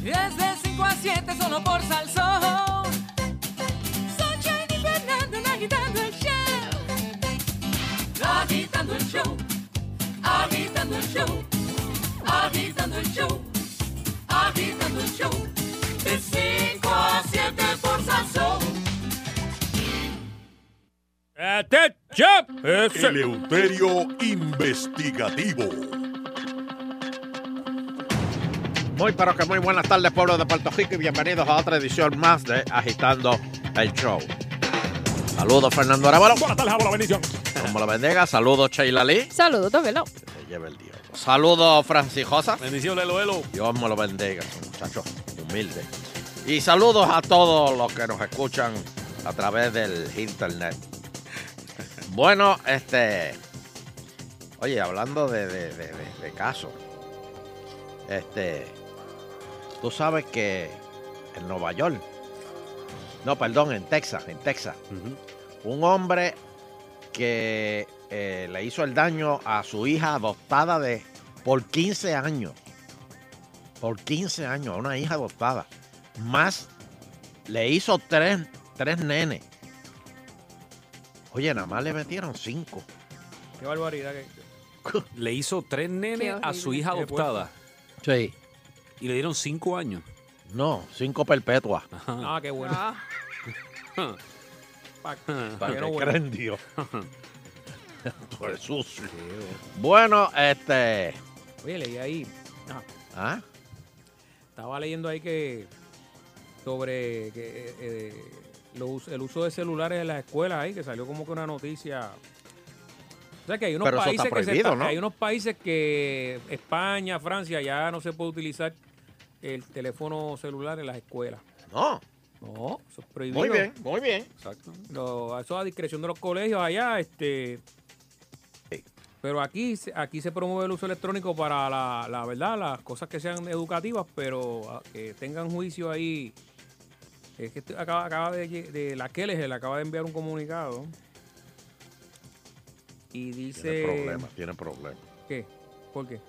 Speaker 10: Desde 5 a 7 solo por Salsón. Sunshine y Fernando agitando el show. Agitando el show. Agitando el show. Agitando el show. Agitando el show. De 5 a 7 por Salsón.
Speaker 2: Este chef es el-
Speaker 11: Eleuterio Investigativo.
Speaker 3: Muy pero que muy buenas tardes, pueblo de Puerto Rico, y bienvenidos a otra edición más de Agitando el Show. Saludos, Fernando Arevalo.
Speaker 2: Buenas tardes, la bendición.
Speaker 3: Como la bendiga, saludos, Sheila Lee.
Speaker 4: Saludos, tóquelo.
Speaker 3: Se lleva el diablo. Saludos, Francis Josa.
Speaker 6: Bendición, Lelo, Lelo.
Speaker 3: Dios me lo bendiga, muchachos humildes. Y saludos a todos los que nos escuchan a través del internet. Bueno, este. Oye, hablando de, de- de- de- de casos. Este. Tú sabes que en Nueva York. No, perdón, en Texas, en Texas. Un hombre que eh, le hizo el daño a su hija adoptada de por 15 años por 15 años a una hija adoptada. Más le hizo tres, tres nenes. Oye, nada más le metieron cinco.
Speaker 2: Qué barbaridad. que-
Speaker 6: Le hizo tres nenes a su
Speaker 2: horrible.
Speaker 6: hija
Speaker 2: Qué
Speaker 6: adoptada.
Speaker 3: Sí.
Speaker 6: Y le dieron cinco años.
Speaker 3: No, cinco perpetuas.
Speaker 2: Ah, qué bueno. Pa-
Speaker 3: Para
Speaker 2: que no
Speaker 3: que
Speaker 2: vuelva.
Speaker 3: creen Dios. Por el sucio. Bueno, este.
Speaker 2: Oye, leí ahí. Ah,
Speaker 3: ¿Ah?
Speaker 2: estaba leyendo ahí que. Sobre que, eh, eh, lo us- el uso de celulares en las escuelas ahí, que salió como que una noticia. O sea que hay unos
Speaker 3: Pero eso
Speaker 2: países
Speaker 3: está
Speaker 2: que se
Speaker 3: prohibido,
Speaker 2: está-
Speaker 3: ¿no?
Speaker 2: hay unos países que España, Francia, ya no se puede utilizar el teléfono celular en las escuelas.
Speaker 3: No.
Speaker 2: No, Oh, eso es prohibido.
Speaker 3: Muy bien, muy bien.
Speaker 6: Exacto.
Speaker 2: Lo- eso a discreción de los colegios allá, este. Pero aquí, se- aquí se promueve el uso electrónico para la, la verdad, las cosas que sean educativas, pero ah, que tengan juicio ahí. Es que esto acaba, acaba de, lle- de la Kelegel acaba de enviar un comunicado y dice.
Speaker 3: Tiene problemas, tiene problemas.
Speaker 2: ¿Qué? ¿Por qué?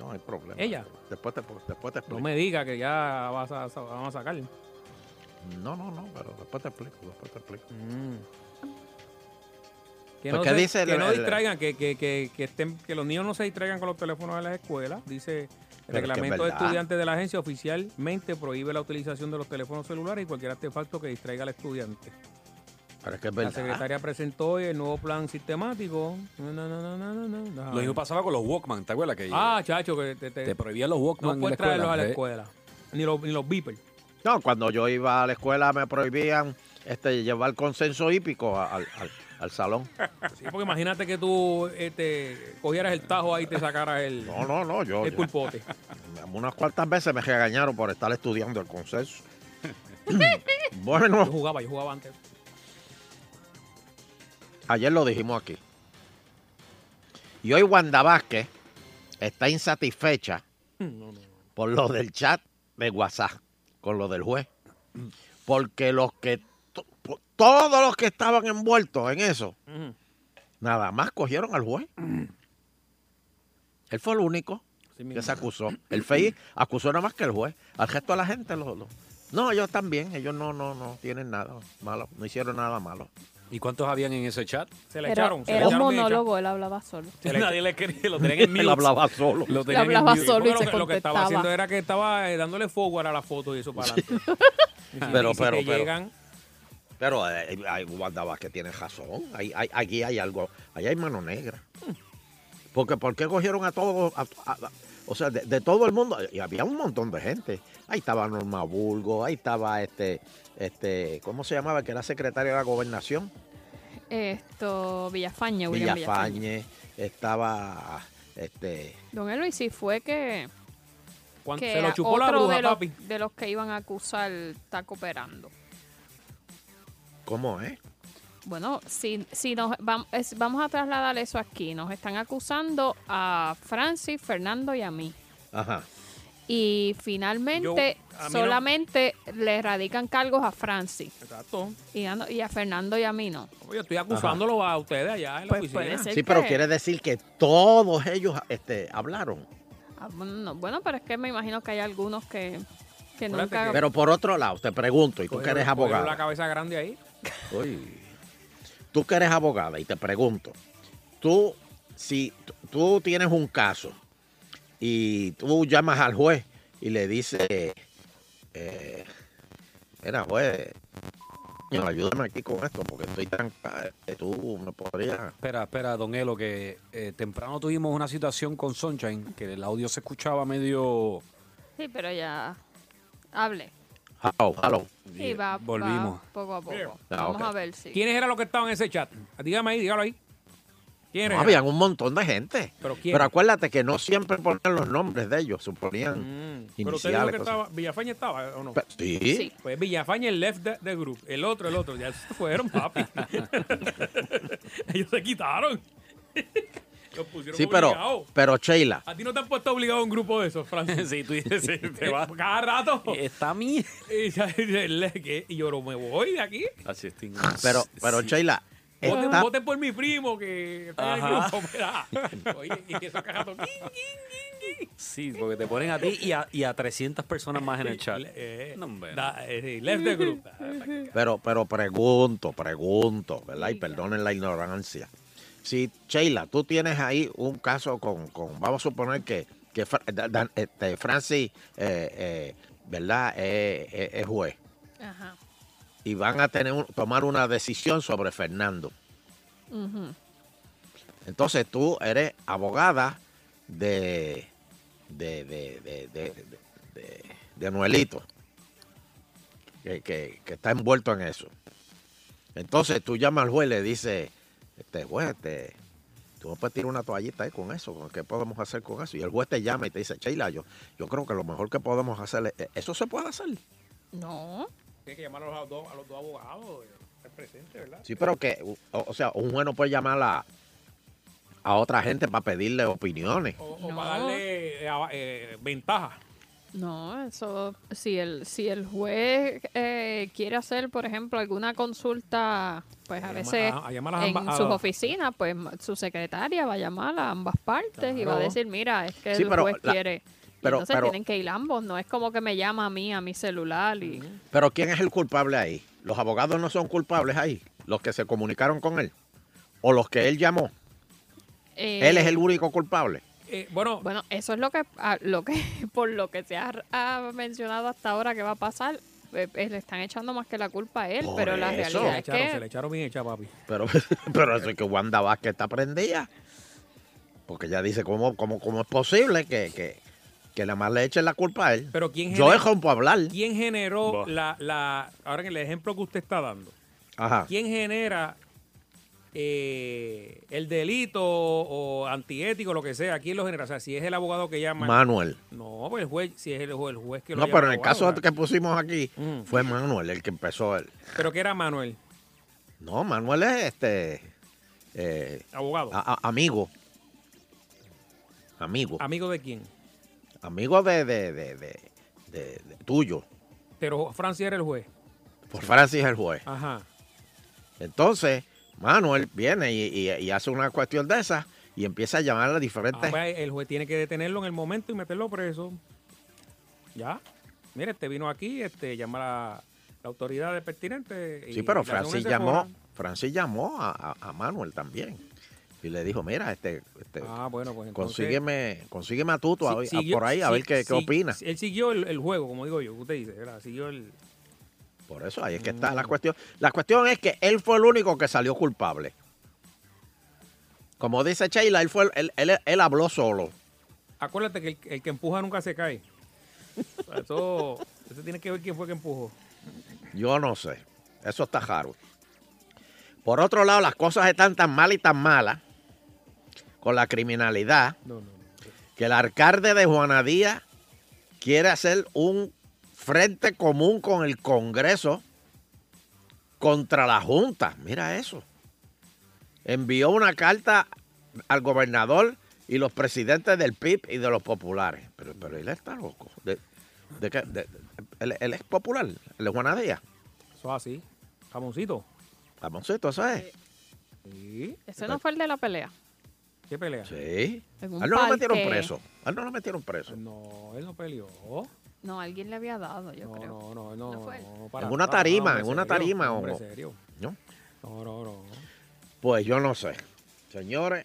Speaker 3: No hay problema.
Speaker 2: Ella.
Speaker 3: Después te, después te
Speaker 2: No
Speaker 3: explico.
Speaker 2: me diga que ya vas a, sa- vamos a sacar.
Speaker 3: No, no, no, pero después te explico, después te explico.
Speaker 2: Mm. Que
Speaker 3: Pues,
Speaker 2: no,
Speaker 3: ¿qué
Speaker 2: se-
Speaker 3: dice
Speaker 2: que
Speaker 3: el-
Speaker 2: no
Speaker 3: el-
Speaker 2: distraigan, que, que, que, que, estén, que los niños no se distraigan con los teléfonos de las escuelas. Dice, el
Speaker 3: Pero es que es
Speaker 2: reglamento de
Speaker 3: verdad.
Speaker 2: estudiantes de la agencia oficialmente prohíbe la utilización de los teléfonos celulares y cualquier artefacto que distraiga al estudiante.
Speaker 3: Pero es que es
Speaker 2: La
Speaker 3: verdad.
Speaker 2: secretaria presentó hoy el nuevo plan sistemático. No, no, no, no, no, no, no.
Speaker 6: Lo mismo pasaba con los Walkman, ¿te acuerdas? Que
Speaker 2: Ah, chacho, que te, te-
Speaker 6: te prohibían los Walkman
Speaker 2: no puedes
Speaker 6: en la escuela.
Speaker 2: traerlos a la
Speaker 6: ¿eh?
Speaker 2: escuela. Ni los, ni los beepers.
Speaker 3: No, cuando yo iba a la escuela me prohibían este, llevar consenso hípico a- al, al- al salón.
Speaker 2: Sí, porque imagínate que tú este, cogieras el tajo ahí y te sacaras el,
Speaker 3: No, no, no, yo.
Speaker 2: el
Speaker 3: yo-
Speaker 2: culpote.
Speaker 3: unas cuantas veces me regañaron por estar estudiando el consenso. Mm. bueno,
Speaker 2: Yo jugaba, yo jugaba antes.
Speaker 3: ayer lo dijimos aquí. Y hoy Wanda Vázquez está insatisfecha
Speaker 8: Mm,
Speaker 3: por lo del chat de WhatsApp, con lo del juez. Porque los que, to- po- todos los que estaban envueltos en eso, nada más cogieron al juez. Él fue el único que se acusó. El FEI acusó nada más que el juez. Al resto de la gente, lo, lo- no, ellos también, ellos no, no, no tienen nada malo, no hicieron nada malo.
Speaker 6: ¿Y cuántos habían en ese chat?
Speaker 2: Se
Speaker 4: Pero era un monólogo, él hablaba solo.
Speaker 6: Nadie le quería, lo tenían en mute.
Speaker 3: Él hablaba solo.
Speaker 6: Lo tenían
Speaker 4: Le hablaba
Speaker 6: en mute.
Speaker 4: solo.
Speaker 2: Porque
Speaker 4: y
Speaker 2: lo,
Speaker 4: se
Speaker 2: que, lo que estaba
Speaker 4: contestaba.
Speaker 2: haciendo era que estaba eh, dándole forward a la foto y eso para adelante. Y si-
Speaker 3: Pero,
Speaker 2: y si
Speaker 3: pero, pero.
Speaker 2: te llegan,
Speaker 3: Pero eh, hay Wanda Vázquez tiene razón. Hay- hay- aquí hay algo, ahí hay mano negra. Porque ¿por qué cogieron a todos? a- a- a- o sea, de, de todo el mundo. Y había un montón de gente. Ahí estaba Norma Burgo, ahí estaba este, este, ¿cómo se llamaba? El Que era secretario de la gobernación.
Speaker 4: Esto, Villafañe, Eh, William Villafañe.
Speaker 3: Villafañe, estaba este.
Speaker 4: Don Eloy, sí fue que,
Speaker 2: cuando
Speaker 4: que
Speaker 2: se lo chupó
Speaker 4: otro
Speaker 2: la bruja,
Speaker 4: de, los,
Speaker 2: papi.
Speaker 4: de los que iban a acusar está cooperando.
Speaker 3: ¿Cómo es?
Speaker 4: Bueno, si, si nos vam- es- vamos a trasladar eso aquí, nos están acusando a Francis, Fernando y a mí.
Speaker 3: Ajá.
Speaker 4: Y finalmente
Speaker 2: Yo- a mí no.
Speaker 4: solamente le radican cargos a Francis
Speaker 2: Exacto.
Speaker 4: y a, y a Fernando y a mí no.
Speaker 2: Yo estoy acusándolo a ustedes allá en la
Speaker 4: Pues
Speaker 2: oficina.
Speaker 4: puede ser
Speaker 3: Sí, pero
Speaker 4: que-
Speaker 3: quiere decir que todos ellos este, hablaron.
Speaker 4: Ah, bueno, no. Bueno, pero es que me imagino que hay algunos que, que
Speaker 2: Acuérdate
Speaker 4: nunca...
Speaker 2: que-
Speaker 3: Pero por otro lado, te pregunto, y tú que
Speaker 2: Cogieron-
Speaker 3: eres
Speaker 2: cogieron
Speaker 3: abogado.
Speaker 2: la cabeza grande ahí.
Speaker 3: Uy. Tú que eres abogada y te pregunto, tú si t- tú tienes un caso y tú llamas al juez y le dices, eh, Era, pues, no, ayúdame aquí con esto porque estoy tan... ca- eh, Tú me podrías...
Speaker 6: Espera, espera, don Elo, que eh, temprano tuvimos una situación con Sunshine, que el audio se escuchaba medio...
Speaker 4: Sí, pero ya. Hable.
Speaker 3: Hello, hello.
Speaker 4: Y va,
Speaker 6: Volvimos.
Speaker 4: va poco a poco.
Speaker 6: Ah,
Speaker 4: Vamos
Speaker 6: ok.
Speaker 4: a ver si.
Speaker 2: ¿Quiénes eran los que estaban en ese chat? Dígame ahí, dígalo ahí. ¿Quiénes?
Speaker 3: No,
Speaker 2: eran?
Speaker 3: habían un montón de gente.
Speaker 2: Pero ¿quién?
Speaker 3: Pero acuérdate que no siempre ponían los nombres de ellos, suponían
Speaker 2: Mm, Pero usted dijo que
Speaker 3: iniciales. cosas.
Speaker 2: estaba, Villafaña estaba, ¿o no?
Speaker 3: Pe- sí. Sí.
Speaker 2: Pues Villafaña el left de- del grupo. El otro, el otro. Ya se fueron, papi. Ellos se quitaron. Los pusieron
Speaker 3: Sí, pero,
Speaker 2: obligados.
Speaker 3: pero Sheila,
Speaker 2: A ti no te han puesto obligado a un grupo de esos, Francis.
Speaker 6: sí, tú dices, sí, te vas.
Speaker 2: Cada rato.
Speaker 6: Está a mí.
Speaker 2: Y, ya- y- y yo no me voy de aquí.
Speaker 3: pero, pero Sheila,
Speaker 2: Voten,
Speaker 3: esta-
Speaker 2: voten por mi primo que está en el
Speaker 6: Ajá.
Speaker 2: grupo, mira. Oye, y esos cajatos. ¡quin, quin!
Speaker 6: Sí, porque te ponen a ti y a, y a 300 personas más en el chat. No, hombre.
Speaker 2: Da- eh, sí, left the group.
Speaker 3: pero, pero pregunto, pregunto, ¿verdad? Y perdonen la ignorancia. Si Sheila, tú tienes ahí un caso con, con vamos a suponer que, que Fra- da- da- este, Francis, eh, eh, ¿verdad? Eh, eh, es juez.
Speaker 4: Ajá.
Speaker 3: Y van a tener un- tomar una decisión sobre Fernando.
Speaker 4: Ujú.
Speaker 3: Entonces tú eres abogada de de de de de, de- de- de Anuelito, que, que- que está envuelto en eso. Entonces tú llamas al juez y le dices, este juez, este, tú me puedes tirar una toallita ahí con eso, ¿qué podemos hacer con eso? Y el juez te llama y te dice, Sheila, yo, yo creo que lo mejor que podemos hacer es, e, eso se puede hacer.
Speaker 4: No.
Speaker 2: Tienes que llamar a los dos, a los dos abogados. eh, Estar presente, ¿verdad?
Speaker 3: Sí, pero que, o, o sea, un juez no puede llamar a, a otra gente para pedirle opiniones.
Speaker 2: O, o para darle eh, a- eh, ventaja.
Speaker 4: No, eso, si el, si el juez eh, quiere hacer, por ejemplo, alguna consulta, pues a,
Speaker 2: A llamar-
Speaker 4: veces
Speaker 2: a- a llamar a
Speaker 4: en
Speaker 2: ambas- a-
Speaker 4: sus oficinas, pues ma- su secretaria va a llamar a ambas partes y va a
Speaker 3: Claro.
Speaker 4: decir, mira, es que
Speaker 3: Sí,
Speaker 4: el
Speaker 3: pero
Speaker 4: juez
Speaker 3: la-
Speaker 4: quiere. Y
Speaker 3: pero-
Speaker 4: entonces
Speaker 3: pero-
Speaker 4: tienen que ir ambos, no es como que me llama a mí, a mi celular y...
Speaker 3: Pero ¿quién es el culpable ahí? ¿Los abogados no son culpables ahí? ¿Los que se comunicaron con él? ¿O los que él llamó?
Speaker 4: Eh,
Speaker 3: ¿Él es el único culpable?
Speaker 2: Eh, bueno,
Speaker 4: bueno, eso es lo que, a- lo que por lo que se ha, ha mencionado hasta ahora que va a pasar. eh, eh, le están echando más que la culpa a él,
Speaker 3: Por
Speaker 4: pero la
Speaker 3: Eh, eso.
Speaker 2: Se
Speaker 4: realidad
Speaker 2: le
Speaker 4: es
Speaker 2: echaron, se
Speaker 4: que
Speaker 2: le echaron bien hecha, papi.
Speaker 3: Pero, pero eso es que Wanda Vázquez está prendida. Porque ella dice, ¿cómo, cómo, cómo es posible que, que, que nada más le echen la culpa a él?
Speaker 2: Pero ¿quién
Speaker 3: Yo
Speaker 2: genera-
Speaker 3: dejo a hablar.
Speaker 2: ¿Quién generó
Speaker 3: Buah.
Speaker 2: la, la. Ahora en el ejemplo que usted está dando,
Speaker 3: Ajá.
Speaker 2: ¿quién genera eh, el delito o antiético, lo que sea? ¿Quién lo genera? O sea, si es el abogado que llama.
Speaker 3: Manuel.
Speaker 2: No, pues el juez, si es el, el juez que lo
Speaker 3: No,
Speaker 2: llama
Speaker 3: pero en el
Speaker 2: abogado,
Speaker 3: caso
Speaker 2: o sea.
Speaker 3: que pusimos aquí,
Speaker 2: Mm.
Speaker 3: fue Manuel el que empezó. El...
Speaker 2: Pero que era Manuel,
Speaker 3: No, Manuel es este... eh,
Speaker 2: abogado.
Speaker 3: a- a- amigo. Amigo.
Speaker 2: ¿Amigo de quién?
Speaker 3: Amigo de, de, de, de, de- de tuyo.
Speaker 2: Pero Francis era el juez.
Speaker 3: Por Francis el juez.
Speaker 2: Ajá.
Speaker 3: Entonces, Manuel viene y, y- y hace una cuestión de esa y empieza a llamar a diferentes.
Speaker 2: Ah, pues, el juez tiene que detenerlo en el momento y meterlo preso. Ya. Mire, este vino aquí, este llama a la, la autoridad pertinente. y
Speaker 3: sí, pero
Speaker 2: le hace una
Speaker 3: Francis
Speaker 2: interfona.
Speaker 3: llamó, Francis llamó a, a- a Manuel también. Y le dijo, mira, este, este,
Speaker 2: Ah, bueno, pues entonces-
Speaker 3: consígueme, consígueme a Tuto a-
Speaker 2: Sí,
Speaker 3: a-
Speaker 2: siguió-
Speaker 3: por ahí a
Speaker 2: sí,
Speaker 3: ver qué, qué
Speaker 2: sí,
Speaker 3: opina.
Speaker 2: sí, Él siguió el, el juego, como digo yo, que usted dice, ¿verdad? Siguió el.
Speaker 3: Por eso ahí es que está la cuestión. La cuestión es que él fue el único que salió culpable. Como dice Sheila, él, fue, el- él, él- él habló solo.
Speaker 2: Acuérdate que el, el que empuja nunca se cae. O sea, Eso, eso tiene que ver quién fue que empujó.
Speaker 3: Yo no sé. Eso está raro. Por otro lado, las cosas están tan mal y tan malas con la criminalidad
Speaker 2: No, no.
Speaker 3: que el alcalde de Juanadía quiere hacer un frente común con el Congreso contra la Junta. Mira eso. Envió una carta al gobernador y los presidentes del PIB y de los populares. Pero, pero él está loco. ¿De, de qué? De- de- él, él es popular, él es Juanadía.
Speaker 2: Eso es así. Jamoncito.
Speaker 3: Ramoncito, eso es.
Speaker 2: Sí.
Speaker 4: ese no fue el de la pelea.
Speaker 2: ¿Qué pelea?
Speaker 3: Sí.
Speaker 4: En un
Speaker 3: A él no lo metieron
Speaker 4: parque.
Speaker 3: preso. A él no lo metieron preso.
Speaker 2: No, él no peleó.
Speaker 4: No, alguien le había dado, yo
Speaker 2: No,
Speaker 4: creo.
Speaker 2: no, no, no.
Speaker 4: fue él.
Speaker 2: no, para
Speaker 3: En una
Speaker 2: nada,
Speaker 3: tarima,
Speaker 2: hombre
Speaker 3: en una
Speaker 2: serio,
Speaker 3: tarima,
Speaker 2: hombre
Speaker 3: o-
Speaker 2: serio.
Speaker 3: ¿No?
Speaker 2: No, no, no.
Speaker 3: Pues yo no sé. Señores,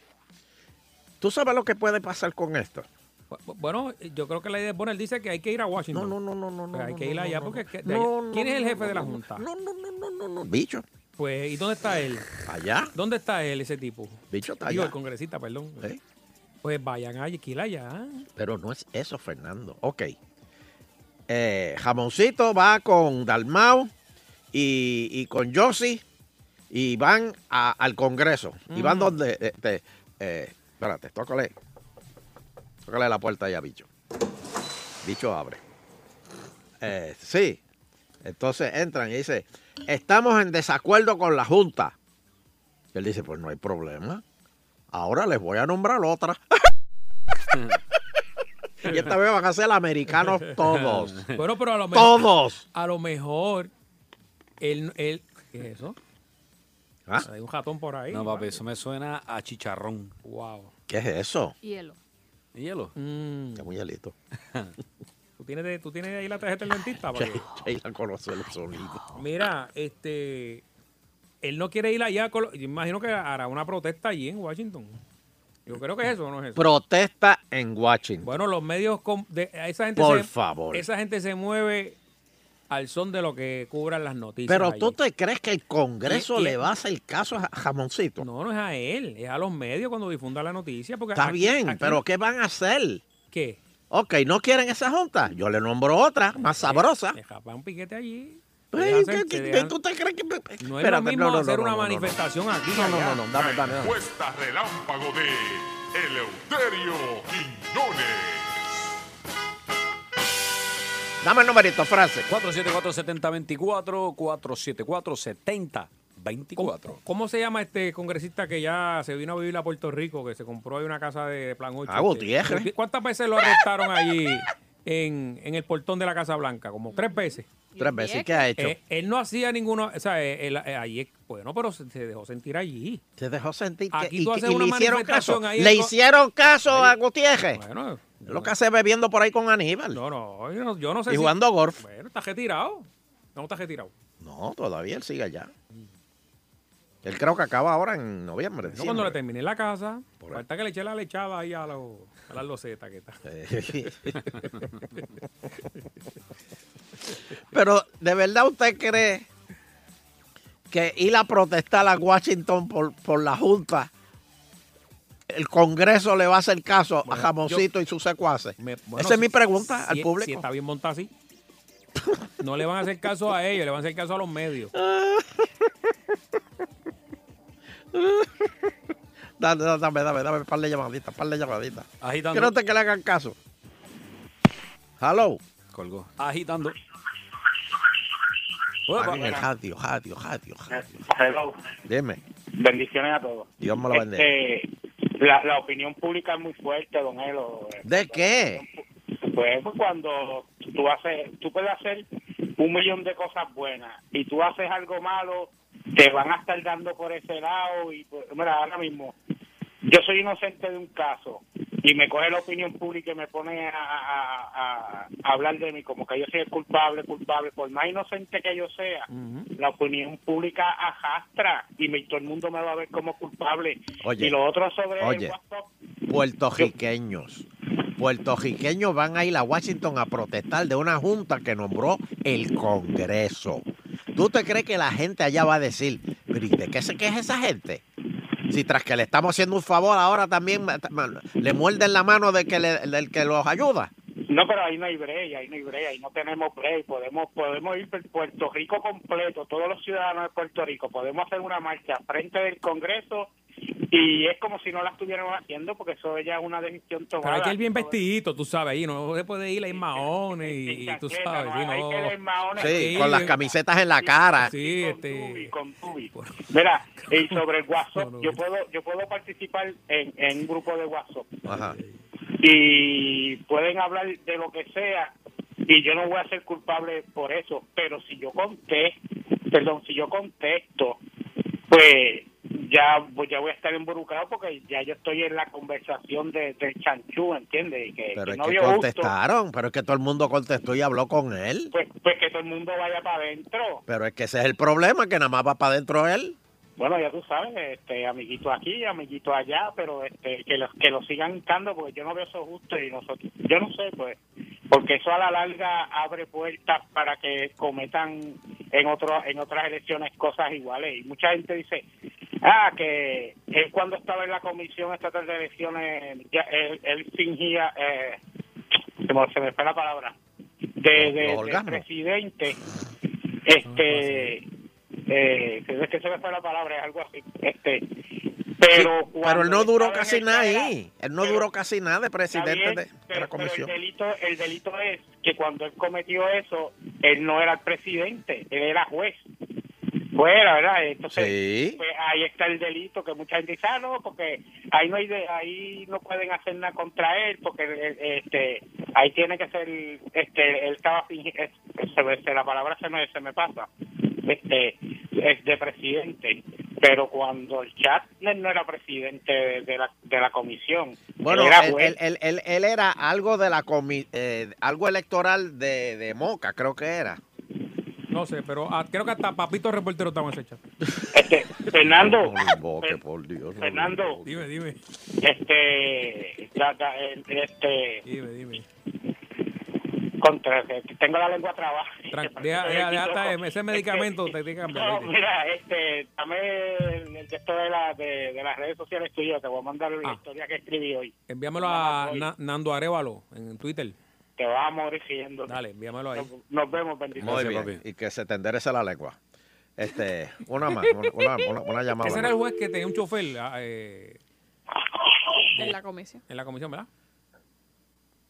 Speaker 3: ¿tú sabes lo que puede pasar con esto?
Speaker 2: Bu- Bueno, eh, yo creo que la idea de Bonner dice que hay que ir a Washington. No,
Speaker 3: no, no, no,
Speaker 2: hay que ir
Speaker 3: no,
Speaker 2: allá
Speaker 3: no,
Speaker 2: porque...
Speaker 3: no.
Speaker 2: que- de allá-
Speaker 3: No, no,
Speaker 2: ¿Quién es el
Speaker 3: no,
Speaker 2: jefe
Speaker 3: no,
Speaker 2: de la
Speaker 3: no, no.
Speaker 2: Junta?
Speaker 3: No, no, no, no, no, no. Bicho.
Speaker 2: Pues, ¿y dónde está él?
Speaker 3: Allá.
Speaker 2: ¿Dónde está él, ese tipo?
Speaker 3: Bicho está
Speaker 2: Digo,
Speaker 3: allá.
Speaker 2: el congresista, perdón.
Speaker 3: ¿Eh?
Speaker 2: Pues vayan a Yequil allá.
Speaker 3: Pero no es eso, Fernando. Ok. Eh, jamoncito va con Dalmau y, y con Josie y van a- al Congreso. Y van donde. eh, te- eh, espérate, tócale. Tócale la puerta allá, bicho. Bicho abre. Eh, sí. Entonces entran y dice: Estamos en desacuerdo con la Junta. Y él dice: Pues no hay problema. Ahora les voy a nombrar otra. Y esta vez van a ser americanos todos.
Speaker 2: Bueno, pero a lo mejor.
Speaker 3: Todos.
Speaker 2: A lo mejor. Él. él ¿Qué es eso?
Speaker 3: ¿Ah?
Speaker 2: Hay un ratón por ahí.
Speaker 6: No, papi, eso me suena a chicharrón.
Speaker 2: Wow.
Speaker 3: ¿Qué es eso?
Speaker 4: Hielo.
Speaker 6: ¿Hielo?
Speaker 2: Mm.
Speaker 3: Es muy hielito.
Speaker 2: ¿Tú tienes, de- tú tienes ahí la tarjeta del dentista? papi?
Speaker 3: Sheila conoce el
Speaker 2: Ah,
Speaker 3: sonido.
Speaker 2: Mira, este. Él no quiere ir allá. con lo- Yo imagino que hará una protesta allí en Washington. Yo creo que es eso, ¿no es eso?
Speaker 3: Protesta en Washington.
Speaker 2: Bueno, los medios. com- de- a esa gente
Speaker 3: Por
Speaker 2: se-
Speaker 3: favor.
Speaker 2: Esa gente se mueve al son de lo que cubran las noticias.
Speaker 3: Pero
Speaker 2: allí.
Speaker 3: tú te crees que el Congreso
Speaker 2: Y- y-
Speaker 3: le va a hacer caso a Jamoncito.
Speaker 2: No, no es a él, es a los medios cuando difunda la noticia. Porque
Speaker 3: Está
Speaker 2: aquí-
Speaker 3: bien,
Speaker 2: aquí-
Speaker 3: pero ¿qué van a hacer?
Speaker 2: ¿Qué?
Speaker 3: Ok, ¿no quieren esa junta? Yo le nombro otra, más sabrosa.
Speaker 2: Deja pa' un piquete allí.
Speaker 3: Ay,
Speaker 2: Deja hacer-
Speaker 3: ¿qué-
Speaker 2: se
Speaker 3: qué-
Speaker 2: dejan-
Speaker 3: tú te crees que.? eh,
Speaker 2: No es
Speaker 3: Espérate,
Speaker 2: lo mismo
Speaker 3: no, no,
Speaker 2: hacer
Speaker 3: no,
Speaker 2: una
Speaker 3: no, no, no.
Speaker 2: manifestación aquí.
Speaker 3: No,
Speaker 2: que
Speaker 3: no,
Speaker 2: allá.
Speaker 3: no, no, dame, dame, dame.
Speaker 11: Cuesta relámpago de Eleuterio Quiñones.
Speaker 3: Dame el numerito, frase.
Speaker 6: 474-7024, 474-7024.
Speaker 2: ¿Cómo se llama este congresista que ya se vino a vivir a Puerto Rico, que se compró ahí una casa de plan 8?
Speaker 3: Ah, Gutiérrez.
Speaker 2: ¿Cuántas veces lo arrestaron allí en, en el portón de la Casa Blanca? Como tres veces.
Speaker 3: Tres veces, ¿qué ha hecho?
Speaker 2: Eh, él no hacía ninguno, o sea, eh, él, eh, ahí, es- bueno, pero se, se dejó sentir allí.
Speaker 3: Se dejó sentir que,
Speaker 2: Aquí
Speaker 3: y,
Speaker 2: tú
Speaker 3: que-
Speaker 2: haces
Speaker 3: y
Speaker 2: una
Speaker 3: le hicieron
Speaker 2: manifestación
Speaker 3: caso.
Speaker 2: ahí eh, en
Speaker 3: le
Speaker 2: co-
Speaker 3: hicieron caso a Gutiérrez.
Speaker 2: Bueno,
Speaker 3: lo que hace bebiendo por ahí con Aníbal.
Speaker 2: No, no, yo no, yo no sé
Speaker 3: y
Speaker 2: si-
Speaker 3: jugando golf.
Speaker 2: Bueno, estás retirado. No estás retirado.
Speaker 3: No, todavía él sigue allá. Él creo que acaba ahora en noviembre.
Speaker 2: No, cuando le
Speaker 3: diciembre.
Speaker 2: terminé la casa, falta que le eché la lechada ahí a, los a las losetas que está.
Speaker 3: Pero, ¿de verdad usted cree que ir a protestar a Washington por, por la Junta, el Congreso le va a hacer caso a Jamoncito y sus secuaces?
Speaker 2: Bueno,
Speaker 3: Esa es
Speaker 2: si-
Speaker 3: mi pregunta
Speaker 2: si-
Speaker 3: al público.
Speaker 2: Si está bien montada así. No le van a hacer caso a ellos, le van a hacer caso a los medios.
Speaker 3: Ah, Dame, dame, dame, dame, dame, par de llamaditas, par de llamaditas.
Speaker 6: Agitando.
Speaker 3: Que no te que le hagan caso. Hello.
Speaker 6: Colgó. Agitando.
Speaker 3: Ah, en el radio, radio, radio, radio.
Speaker 5: Hello.
Speaker 3: Dime,
Speaker 5: Bendiciones a todos.
Speaker 3: Dios me lo bendiga.
Speaker 5: Este, la, la opinión pública es muy fuerte, don Elo.
Speaker 3: ¿De qué?
Speaker 5: Pues, pues, cuando tú haces, tú puedes hacer un millón de cosas buenas y tú haces algo malo, te van a estar dando por ese lado y pues, mira, ahora mismo yo soy inocente de un caso y me coge la opinión pública y me pone a, a- a- a hablar de mí como que yo soy el culpable, culpable, por más inocente que yo sea, la opinión pública arrastra y me- todo el mundo me va a ver como culpable.
Speaker 3: Oye,
Speaker 5: y lo otro sobre el
Speaker 3: oye.
Speaker 5: WhatsApp,
Speaker 3: Puertorriqueños. Puertorriqueños van a ir a Washington a protestar de una junta que nombró el Congreso. ¿Tú te crees que la gente allá va a decir, pero ¿y de qué se queja esa gente? Si tras que le estamos haciendo un favor ahora también ma- ma- le muerden la mano del que, le- del que los ayuda.
Speaker 5: No, pero ahí no hay break, ahí no hay break, ahí no tenemos break. Podemos, podemos ir por Puerto Rico completo, todos los ciudadanos de Puerto Rico. Podemos hacer una marcha frente del Congreso y es como si no la estuviéramos haciendo porque eso ya es una decisión
Speaker 2: Pero
Speaker 5: tomada.
Speaker 2: hay que ir bien vestidito, tú sabes, ahí no se puede ir ahí en maones y, y tú
Speaker 5: chaqueta,
Speaker 2: sabes,
Speaker 5: no,
Speaker 2: sí,
Speaker 5: hay
Speaker 2: no.
Speaker 5: que ir en maones.
Speaker 3: Sí,
Speaker 2: Sí,
Speaker 3: con las
Speaker 2: eh.
Speaker 3: camisetas en la cara.
Speaker 2: Sí, este,
Speaker 5: Y con Tubi. Mira, y sobre el WhatsApp,
Speaker 2: No, no.
Speaker 5: yo puedo yo puedo participar en, en un grupo de WhatsApp
Speaker 3: Ajá.
Speaker 5: y pueden hablar de lo que sea y yo no voy a ser culpable por eso, pero si yo conté, perdón, si yo contesto, pues ya, pues ya voy a estar involucrado porque ya yo estoy en la conversación de, del chanchú, ¿entiendes? Y que,
Speaker 3: Pero es
Speaker 5: no
Speaker 3: que
Speaker 5: vio gusto,
Speaker 3: contestaron, pero es que todo el mundo contestó y habló con él.
Speaker 5: pues, pues que todo el mundo vaya para adentro.
Speaker 3: Pero es que ese es el problema, que nada más va para adentro él.
Speaker 5: Bueno, ya tú sabes, este, amiguitos aquí, amiguitos allá, pero este, que los que lo sigan cantando, porque yo no veo eso justo y nosotros, yo no sé, pues, porque eso a la larga abre puertas para que cometan en otro, en otras elecciones cosas iguales. Y mucha gente dice, ah, que él cuando estaba en la comisión estatal de elecciones, ya, él, él fingía, eh, se me, se me fue la palabra, de, de-
Speaker 10: Los
Speaker 5: de
Speaker 10: orgasmos.
Speaker 5: presidente, este, eh, que es que se me fue la palabra, es algo así, este, pero
Speaker 3: Pero
Speaker 5: cuando
Speaker 3: él no duró
Speaker 5: estaba en
Speaker 3: casi
Speaker 5: el
Speaker 3: nada
Speaker 5: Senado,
Speaker 3: ahí. Él no duró casi nada de
Speaker 5: está
Speaker 3: presidente
Speaker 5: bien,
Speaker 3: de, de la
Speaker 5: pero- pero
Speaker 3: comisión.
Speaker 5: el delito, el delito es que cuando él cometió eso, él no era el presidente, él era juez. Fuera, ¿verdad? Entonces,
Speaker 3: Sí.
Speaker 5: pues, ahí está el delito que mucha gente dice, ah, no, porque ahí no hay de- ahí no pueden hacer nada contra él, porque eh, este ahí tiene que ser, este él estaba fingiendo, se, me- se- la palabra se me, se me pasa, este es de presidente. Pero cuando el chat no era presidente de, de la, de la comisión,
Speaker 3: Bueno,
Speaker 5: él era
Speaker 3: él,
Speaker 5: juez.
Speaker 3: él- él- él- él era algo de la comi- eh, algo electoral de, de Moca, creo que era.
Speaker 2: No sé, pero ah, creo que hasta Papito Reportero estaba en ese chat.
Speaker 5: Fernando.
Speaker 3: No lo invoque, por Dios. no lo
Speaker 5: Fernando.
Speaker 2: Dime, dime.
Speaker 5: Este, la- la- el- este.
Speaker 2: Dime, dime.
Speaker 5: Contra, que tengo la lengua trabada. Este,
Speaker 2: Tran- deja, deja, deja hasta ese medicamento te tiene que
Speaker 5: No,
Speaker 2: cambiar. ¿viste?
Speaker 5: mira, este, dame el, el texto de, la, de, de las redes sociales tuyas. Te voy a mandar
Speaker 2: Ah.
Speaker 5: la historia que escribí hoy.
Speaker 2: Envíamelo a Na- Nando Arevalo en Twitter.
Speaker 5: Te vas a morir siguiendo.
Speaker 2: Dale, envíamelo ahí.
Speaker 5: Nos, nos vemos,
Speaker 3: Muy
Speaker 5: bendito.
Speaker 3: bien, Y que se te enderece la lengua. Este, una más, una, una- una- una llamada.
Speaker 2: Ese era el juez que tenía un chofer ah, eh,
Speaker 4: En la comisión.
Speaker 2: en la comisión, ¿verdad?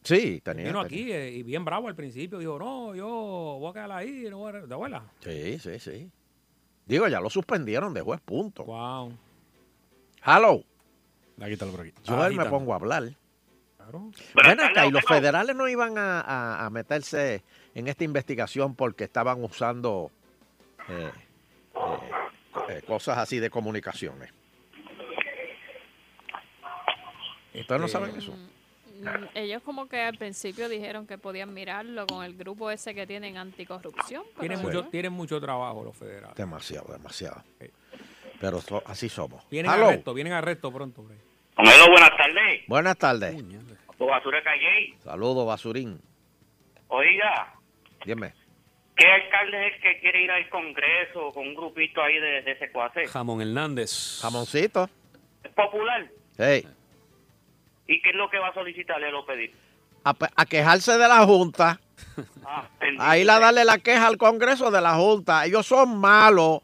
Speaker 3: Sí, tenía.
Speaker 2: Vino
Speaker 3: tenía.
Speaker 2: aquí eh, y bien bravo al principio. Dijo, no, yo voy a quedar ahí. No voy a... ¿Te acuerdas?
Speaker 3: Sí, sí, sí. Digo, ya lo suspendieron de juez, punto.
Speaker 2: Wow.
Speaker 3: Hello.
Speaker 6: por aquí.
Speaker 3: Yo
Speaker 6: Ah,
Speaker 3: él me
Speaker 6: quítalo.
Speaker 3: pongo a hablar.
Speaker 2: Claro.
Speaker 3: Ven acá, y los federales no iban a, a- a meterse en esta investigación porque estaban usando eh, eh, co- eh, cosas así de comunicaciones. ¿Ustedes no
Speaker 2: Este,
Speaker 3: saben eso?
Speaker 4: Mm, Ellos como que al principio dijeron que podían mirarlo con el grupo ese que tienen anticorrupción. pero
Speaker 2: Tienen
Speaker 4: después-
Speaker 2: mucho, tienen mucho trabajo los federales.
Speaker 3: Demasiado, demasiado. Pero so- así somos.
Speaker 2: Vienen
Speaker 3: Hello.
Speaker 2: arresto, vienen arresto pronto. hombre.
Speaker 5: buenas tardes.
Speaker 3: Buenas tardes.
Speaker 5: Basura Calle.
Speaker 3: Saludos, Basurín.
Speaker 5: Oiga,
Speaker 3: Dime.
Speaker 5: ¿qué alcalde es el que quiere ir al Congreso con un grupito ahí de, de secuaces?
Speaker 6: Jamón Hernández.
Speaker 3: Jamoncito.
Speaker 5: ¿Es popular?
Speaker 3: Hey.
Speaker 5: ¿Y qué es lo que va a solicitarle lo pedir?
Speaker 3: A, pe- a quejarse de la Junta.
Speaker 5: Ah,
Speaker 3: Ahí la darle la queja al Congreso de la Junta. Ellos son malos.